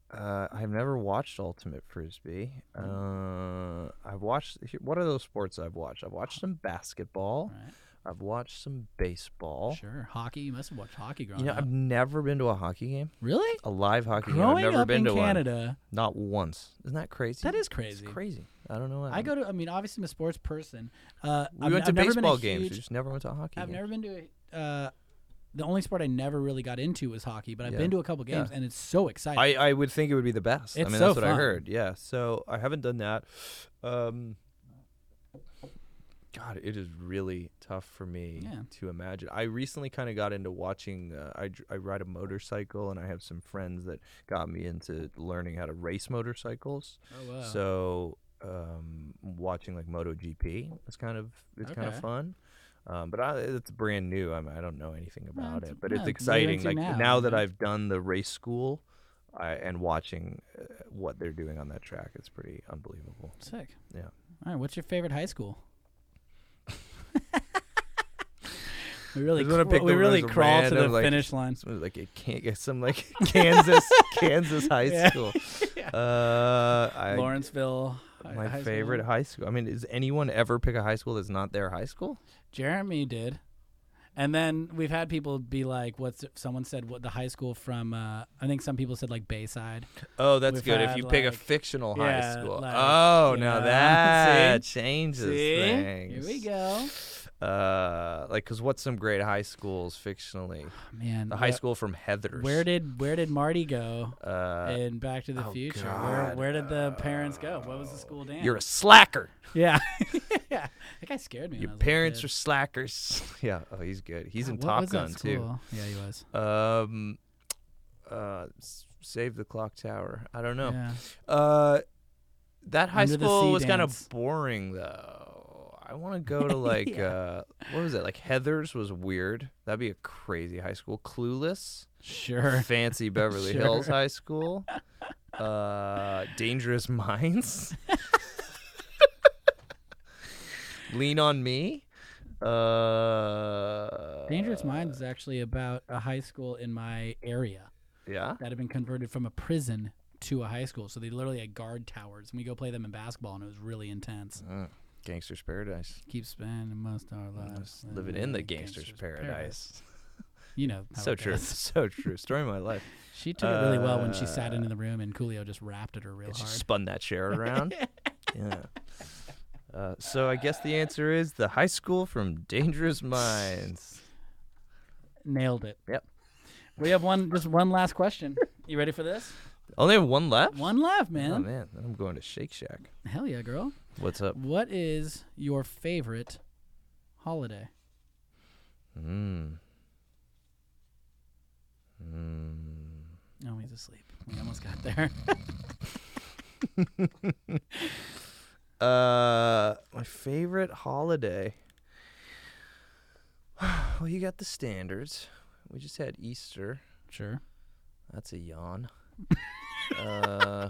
S2: uh, I've never watched Ultimate Frisbee.
S1: Hmm.
S2: Uh, I've watched. here- What are those sports I've watched? I've watched some basketball.
S1: Right.
S2: I've watched some baseball.
S1: Sure. Hockey. You must have watched hockey growing
S2: You know,
S1: up.
S2: I've never been to a hockey game,
S1: Really?
S2: a live hockey game. I've
S1: Growing
S2: never
S1: up
S2: been
S1: in
S2: to one.
S1: Canada,
S2: Not once. Isn't that crazy?
S1: that is
S2: It's
S1: crazy.
S2: crazy. I don't know. why.
S1: I go to. I mean, obviously, I'm a sports person. Uh,
S2: Uh-huh. We
S1: I've-
S2: went to
S1: I've never been a
S2: baseball games.
S1: huge-
S2: we just never went to a hockey.
S1: I've
S2: game.
S1: never been to. A, uh, the only sport I never really got into was hockey, but I've
S2: Yeah.
S1: been to a couple games, and it's so exciting.
S2: I, I would think it would be the best. I
S1: It's
S2: mean,
S1: so
S2: that's what I
S1: fun.
S2: heard. Yeah. So I haven't done that. Um, God, it is really tough for me
S1: Yeah.
S2: to imagine. I recently kind of got into watching. Uh, I dr- I ride a motorcycle, and I have some friends that got me into learning how to race motorcycles.
S1: oh, wow.
S2: So um, watching like MotoGP is kind of it's kind
S1: Okay.
S2: of fun. Um, but I, it's brand new. I, mean, I don't know anything about
S1: it's-
S2: it, but
S1: yeah,
S2: it's
S1: it's what you're
S2: exciting. Like
S1: into
S2: now,
S1: now,
S2: that
S1: yeah.
S2: I've done the race school, I, and watching uh, what they're doing on that track, it's pretty unbelievable.
S1: sick.
S2: Yeah.
S1: All right. What's your favorite high school? we really,
S2: just wanna
S1: cra-
S2: pick
S1: we
S2: the
S1: really
S2: most
S1: crawl to the
S2: random, like-
S1: finish line.
S2: It's really like it can't get some like Kansas Kansas high
S1: Yeah.
S2: school. Uh, I,
S1: Lawrenceville. hi-
S2: my
S1: high school.
S2: favorite high school. I mean, does anyone ever pick a high school that's not their high school?
S1: Jeremy did. And then we've had people be like, "What's someone said? What the high school from? Uh, I think some people said like Bayside.
S2: Oh, that's
S1: We've
S2: good. If
S1: had,
S2: you pick a
S1: like-
S2: fictional
S1: yeah,
S2: high school.
S1: like,
S2: oh,
S1: you
S2: now
S1: know,
S2: that
S1: see?
S2: changes
S1: See?
S2: things.
S1: Here we go.
S2: Uh, like, cause what's some great high schools fictionally?
S1: Man,
S2: The high
S1: wh-
S2: school from Heather's.
S1: Where did where did Marty go
S2: Uh,
S1: in Back to the
S2: oh,
S1: Future? Where,
S2: God. uh,
S1: where did the parents go? What was the school dance?
S2: you're a slacker.
S1: yeah, yeah. That guy scared me.
S2: Your
S1: when I was a
S2: parents are
S1: kid.
S2: slackers. yeah. Oh, he's good. He's in
S1: What
S2: Top
S1: was that
S2: Gun too.
S1: school? Yeah, he was.
S2: Um, uh, s- Save the Clock Tower. I don't know.
S1: Yeah.
S2: Uh, that high
S1: Under the
S2: school
S1: Sea
S2: was kind
S1: Dance.
S2: of boring though. I want to go to like uh, what was it? Like Heather's was weird. That'd be a crazy high school. Clueless,
S1: Sure.
S2: fancy Beverly
S1: Sure.
S2: Hills High School, uh, Dangerous Minds, Lean on Me. Uh,
S1: Dangerous Minds is actually about a high school in my area
S2: Yeah.
S1: that had been converted from a prison to a high school. So they literally had guard towers, and we go play them in basketball, and it was really intense.
S2: Mm, Gangster's Paradise.
S1: Keep spending most of our lives
S2: Just living in the gangster's, paradise.
S1: You know, Uh, how
S2: So
S1: it
S2: true.
S1: goes.
S2: So true. Story of my life.
S1: She took it really well when she
S2: Uh.
S1: sat in the room and Coolio just rapped at her real
S2: And
S1: hard.
S2: she spun that chair around. yeah. Uh, so I guess the answer is the high school from Dangerous Minds.
S1: Nailed it.
S2: Yep.
S1: We have one, just one last question. You ready for this?
S2: Only have one left.
S1: One left,
S2: Oh
S1: man.
S2: man, then I'm going to Shake Shack.
S1: Hell yeah, girl.
S2: What's up?
S1: What is your favorite holiday?
S2: Mm. Mm.
S1: Oh, he's asleep. We almost got there.
S2: Uh, my favorite holiday. Well, you got the standards. We just had Easter.
S1: Sure.
S2: That's a yawn. uh,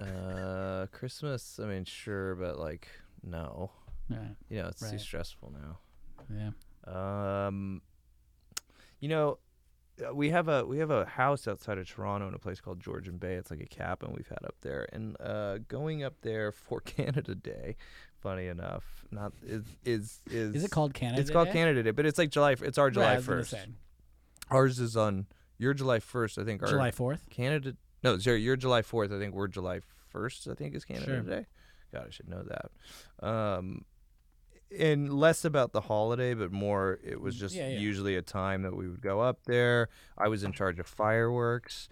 S2: uh, Christmas. I mean, sure, but like, no.
S1: All right.
S2: You know, it's too
S1: Right.
S2: stressful now.
S1: Yeah.
S2: Um, you know, uh, we have a we have a house outside of Toronto in a place called Georgian Bay. It's like a cabin we've had up there, and uh, going up there for Canada Day, funny enough, not is is is
S1: Is it called Canada?
S2: It's called
S1: Day?
S2: Canada Day, but it's like July. f- It's our
S1: Yeah, I
S2: July
S1: was gonna
S2: first.
S1: say.
S2: Ours is on your July first, I think. Our
S1: July 4th.
S2: Canada. No, sorry, you're July fourth. I think we're July first. I think is Canada
S1: Sure.
S2: Day. God, I should know that. Um, and less about the holiday, but more it was just
S1: Mm, yeah.
S2: usually a time that we would go up there. I was in charge of fireworks.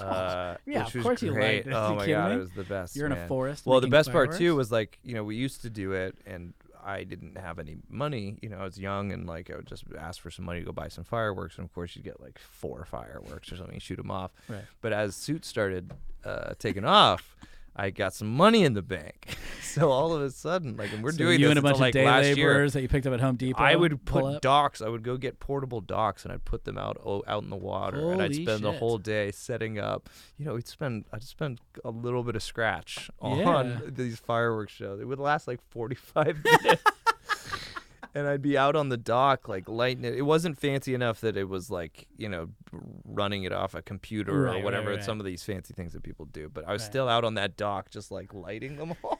S2: Uh,
S1: yeah,
S2: which
S1: of
S2: was
S1: course you
S2: great.
S1: liked it.
S2: Oh
S1: You
S2: my
S1: kidding
S2: god,
S1: me?
S2: it was the best.
S1: You're in a
S2: man.
S1: forest.
S2: Well, the
S1: making
S2: best part too
S1: fireworks?
S2: was like you know we used to do it, and I didn't have any money. You know, I was young, and like I would just ask for some money to go buy some fireworks, and of course you'd get like four fireworks or something, shoot them off.
S1: Right.
S2: But as suits started uh, taking off, I got some money in the bank. so all of a sudden, like, and we're
S1: So
S2: doing
S1: you
S2: this
S1: and a
S2: until,
S1: bunch
S2: like
S1: of day
S2: last
S1: laborers
S2: year.
S1: that you picked up at Home Depot.
S2: I would
S1: pull
S2: put
S1: up.
S2: docks. I would go get portable docks and I'd put them out o- out in the water, and I'd
S1: Holy
S2: spend the
S1: shit.
S2: whole day setting up. You know, we'd spend I'd spend a little bit of scratch on
S1: Yeah.
S2: these fireworks shows. It would last like forty five minutes. And I'd be out on the dock, like lighting it. It wasn't fancy enough that it was like, you know, running it off a computer
S1: Right,
S2: or
S1: right,
S2: whatever.
S1: right.
S2: Some of these fancy things that people do. But I was
S1: Right.
S2: still out on that dock, just like lighting them all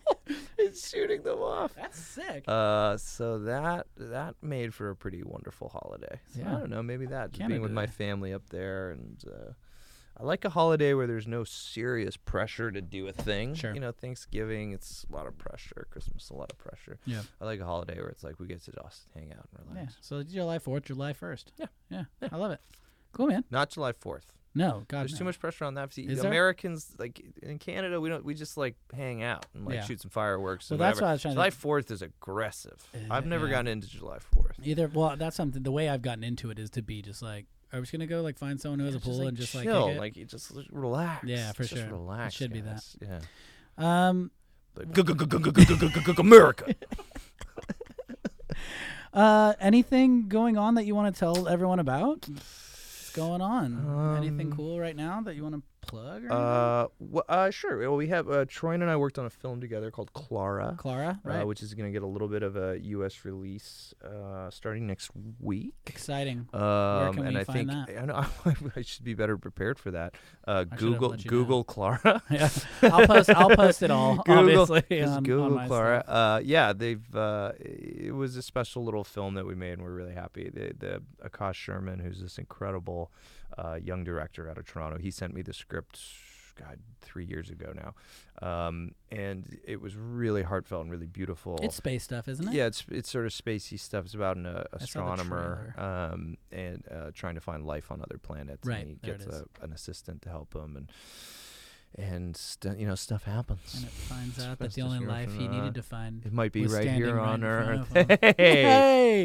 S2: and shooting them off.
S1: That's sick.
S2: Uh, so that that made for a pretty wonderful holiday. So
S1: Yeah.
S2: I don't know, maybe that just being with
S1: Canada.
S2: my family up there, and uh, I like a holiday where there's no serious pressure to do a thing.
S1: Sure.
S2: You know, Thanksgiving it's a lot of pressure. Christmas a lot of pressure.
S1: Yeah.
S2: I like a holiday where it's like we get to just hang out and
S1: Yeah.
S2: relax.
S1: So it's July Fourth, July first.
S2: Yeah.
S1: yeah. I love it. Cool, man.
S2: Not July Fourth.
S1: No, God,
S2: There's
S1: no.
S2: too much pressure on that. See,
S1: Is there?
S2: Americans like in Canada, we don't we just like hang out and like
S1: Yeah.
S2: shoot some fireworks. and
S1: Well, that's
S2: whatever.
S1: what I was trying to-
S2: July Fourth is aggressive. I've never
S1: yeah.
S2: gotten into July Fourth.
S1: Either well, that's something. The way I've gotten into it is to be just like, I'm just gonna go like find someone who has a pool and just like,
S2: chill,
S1: kick it.
S2: like you just l- relax.
S1: Yeah, for
S2: just
S1: sure. It
S2: Relax.
S1: should be that.
S2: guys. Yeah.
S1: um,
S2: But America.
S1: uh, anything going on that you want to tell everyone about? What's going on? anything cool right now that you want to plug? Or anything?
S2: Um, Uh, well, uh, sure. Well, we have uh, Troy and I worked on a film together called Clara,
S1: Clara,
S2: uh,
S1: right?
S2: which is going to get a little bit of a U.S. release uh, starting next week.
S1: Exciting.
S2: Um,
S1: can
S2: and
S1: we
S2: I
S1: find
S2: think
S1: that?
S2: I, know, I should be better prepared for that. Uh,
S1: I should've
S2: Google
S1: let you know.
S2: Google Clara.
S1: Yeah. I'll post. I'll post it all.
S2: Google-
S1: obviously,
S2: Just
S1: on,
S2: Google
S1: on my
S2: Clara.
S1: stuff.
S2: Uh, yeah, they've. Uh, it was a special little film that we made, and we're really happy. The, the Akash Sherman, who's this incredible uh, young director out of Toronto, he sent me the script. God, three years ago now, um, and it was really heartfelt and really beautiful.
S1: It's space stuff, isn't it?
S2: Yeah, it's it's sort of spacey stuff. It's about an uh,
S1: saw the
S2: astronomer um, and uh, trying to find life on other planets.
S1: Right,
S2: and he
S1: there it
S2: gets
S1: is.
S2: a, an assistant to help him, and and st- you know stuff happens.
S1: And it finds out that
S2: Supposed
S1: the
S2: to
S1: only
S2: screw
S1: life
S2: from
S1: he
S2: the-
S1: needed to find.
S2: It might be
S1: was
S2: right here
S1: standing right
S2: on
S1: in front of
S2: Earth.
S1: him.
S2: Hey,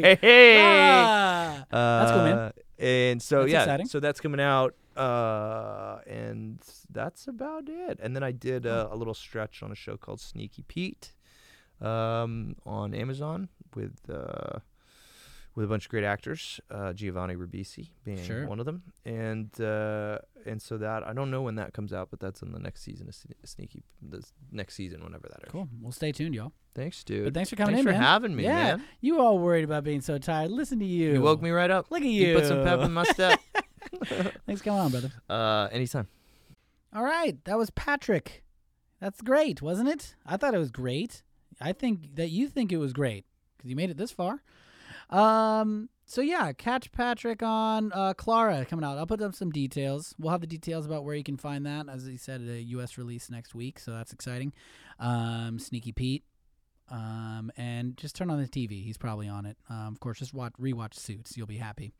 S1: Hey!
S2: hey, hey.
S1: Ah! that's cool, man.
S2: Uh, And so
S1: That's
S2: yeah,
S1: exciting.
S2: so that's coming out, uh, and that's about it. And then I did uh, a little stretch on a show called Sneaky Pete, um, on Amazon with uh, with a bunch of great actors, uh, Giovanni Ribisi being
S1: Sure.
S2: one of them, and uh, and so that I don't know when that comes out, but that's in the next season of Sne- Sneaky, the next season, whenever that is.
S1: Cool. Well, stay tuned, y'all.
S2: Thanks, dude.
S1: But thanks for coming
S2: Thanks
S1: in,
S2: for
S1: man.
S2: having me,
S1: yeah,
S2: man.
S1: you all worried about being so tired. Listen to you.
S2: You woke me right up.
S1: Look at you.
S2: You put some pep in my step.
S1: Thanks for coming on, brother.
S2: uh, anytime.
S1: All right, that was Patrick. That's great, wasn't it? I thought it was great. I think that you think it was great because you made it this far. Um. So yeah, catch Patrick on uh, Clara coming out. I'll put up some details. We'll have the details about where you can find that, as he said, a U.S. release next week. So that's exciting. Um, Sneaky Pete. Um, and just turn on the TV. He's probably on it. Um, of course, just watch rewatch Suits. You'll be happy.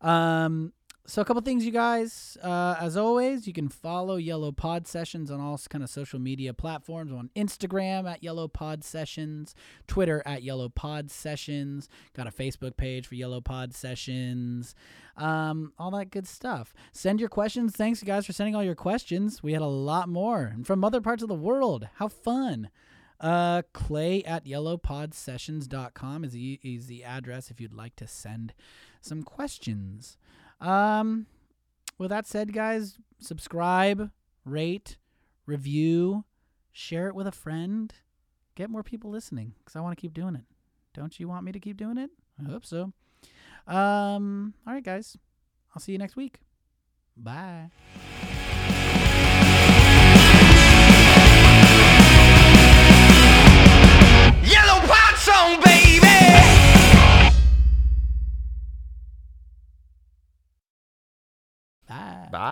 S1: Um, so a couple things you guys uh, as always you can follow yellow pod sessions on all s- kind of social media platforms on instagram at yellow pod sessions twitter at yellow pod sessions got a facebook page for yellow pod sessions um, all that good stuff send your questions thanks you guys for sending all your questions we had a lot more and from other parts of the world how fun uh, clay at yellowpodsessions.com is the, is the address if you'd like to send some questions um, with that said, guys, subscribe, rate, review, share it with a friend. Get more people listening because I want to keep doing it. Don't you want me to keep doing it? I hope so. Um, all right, guys. I'll see you next week. Bye.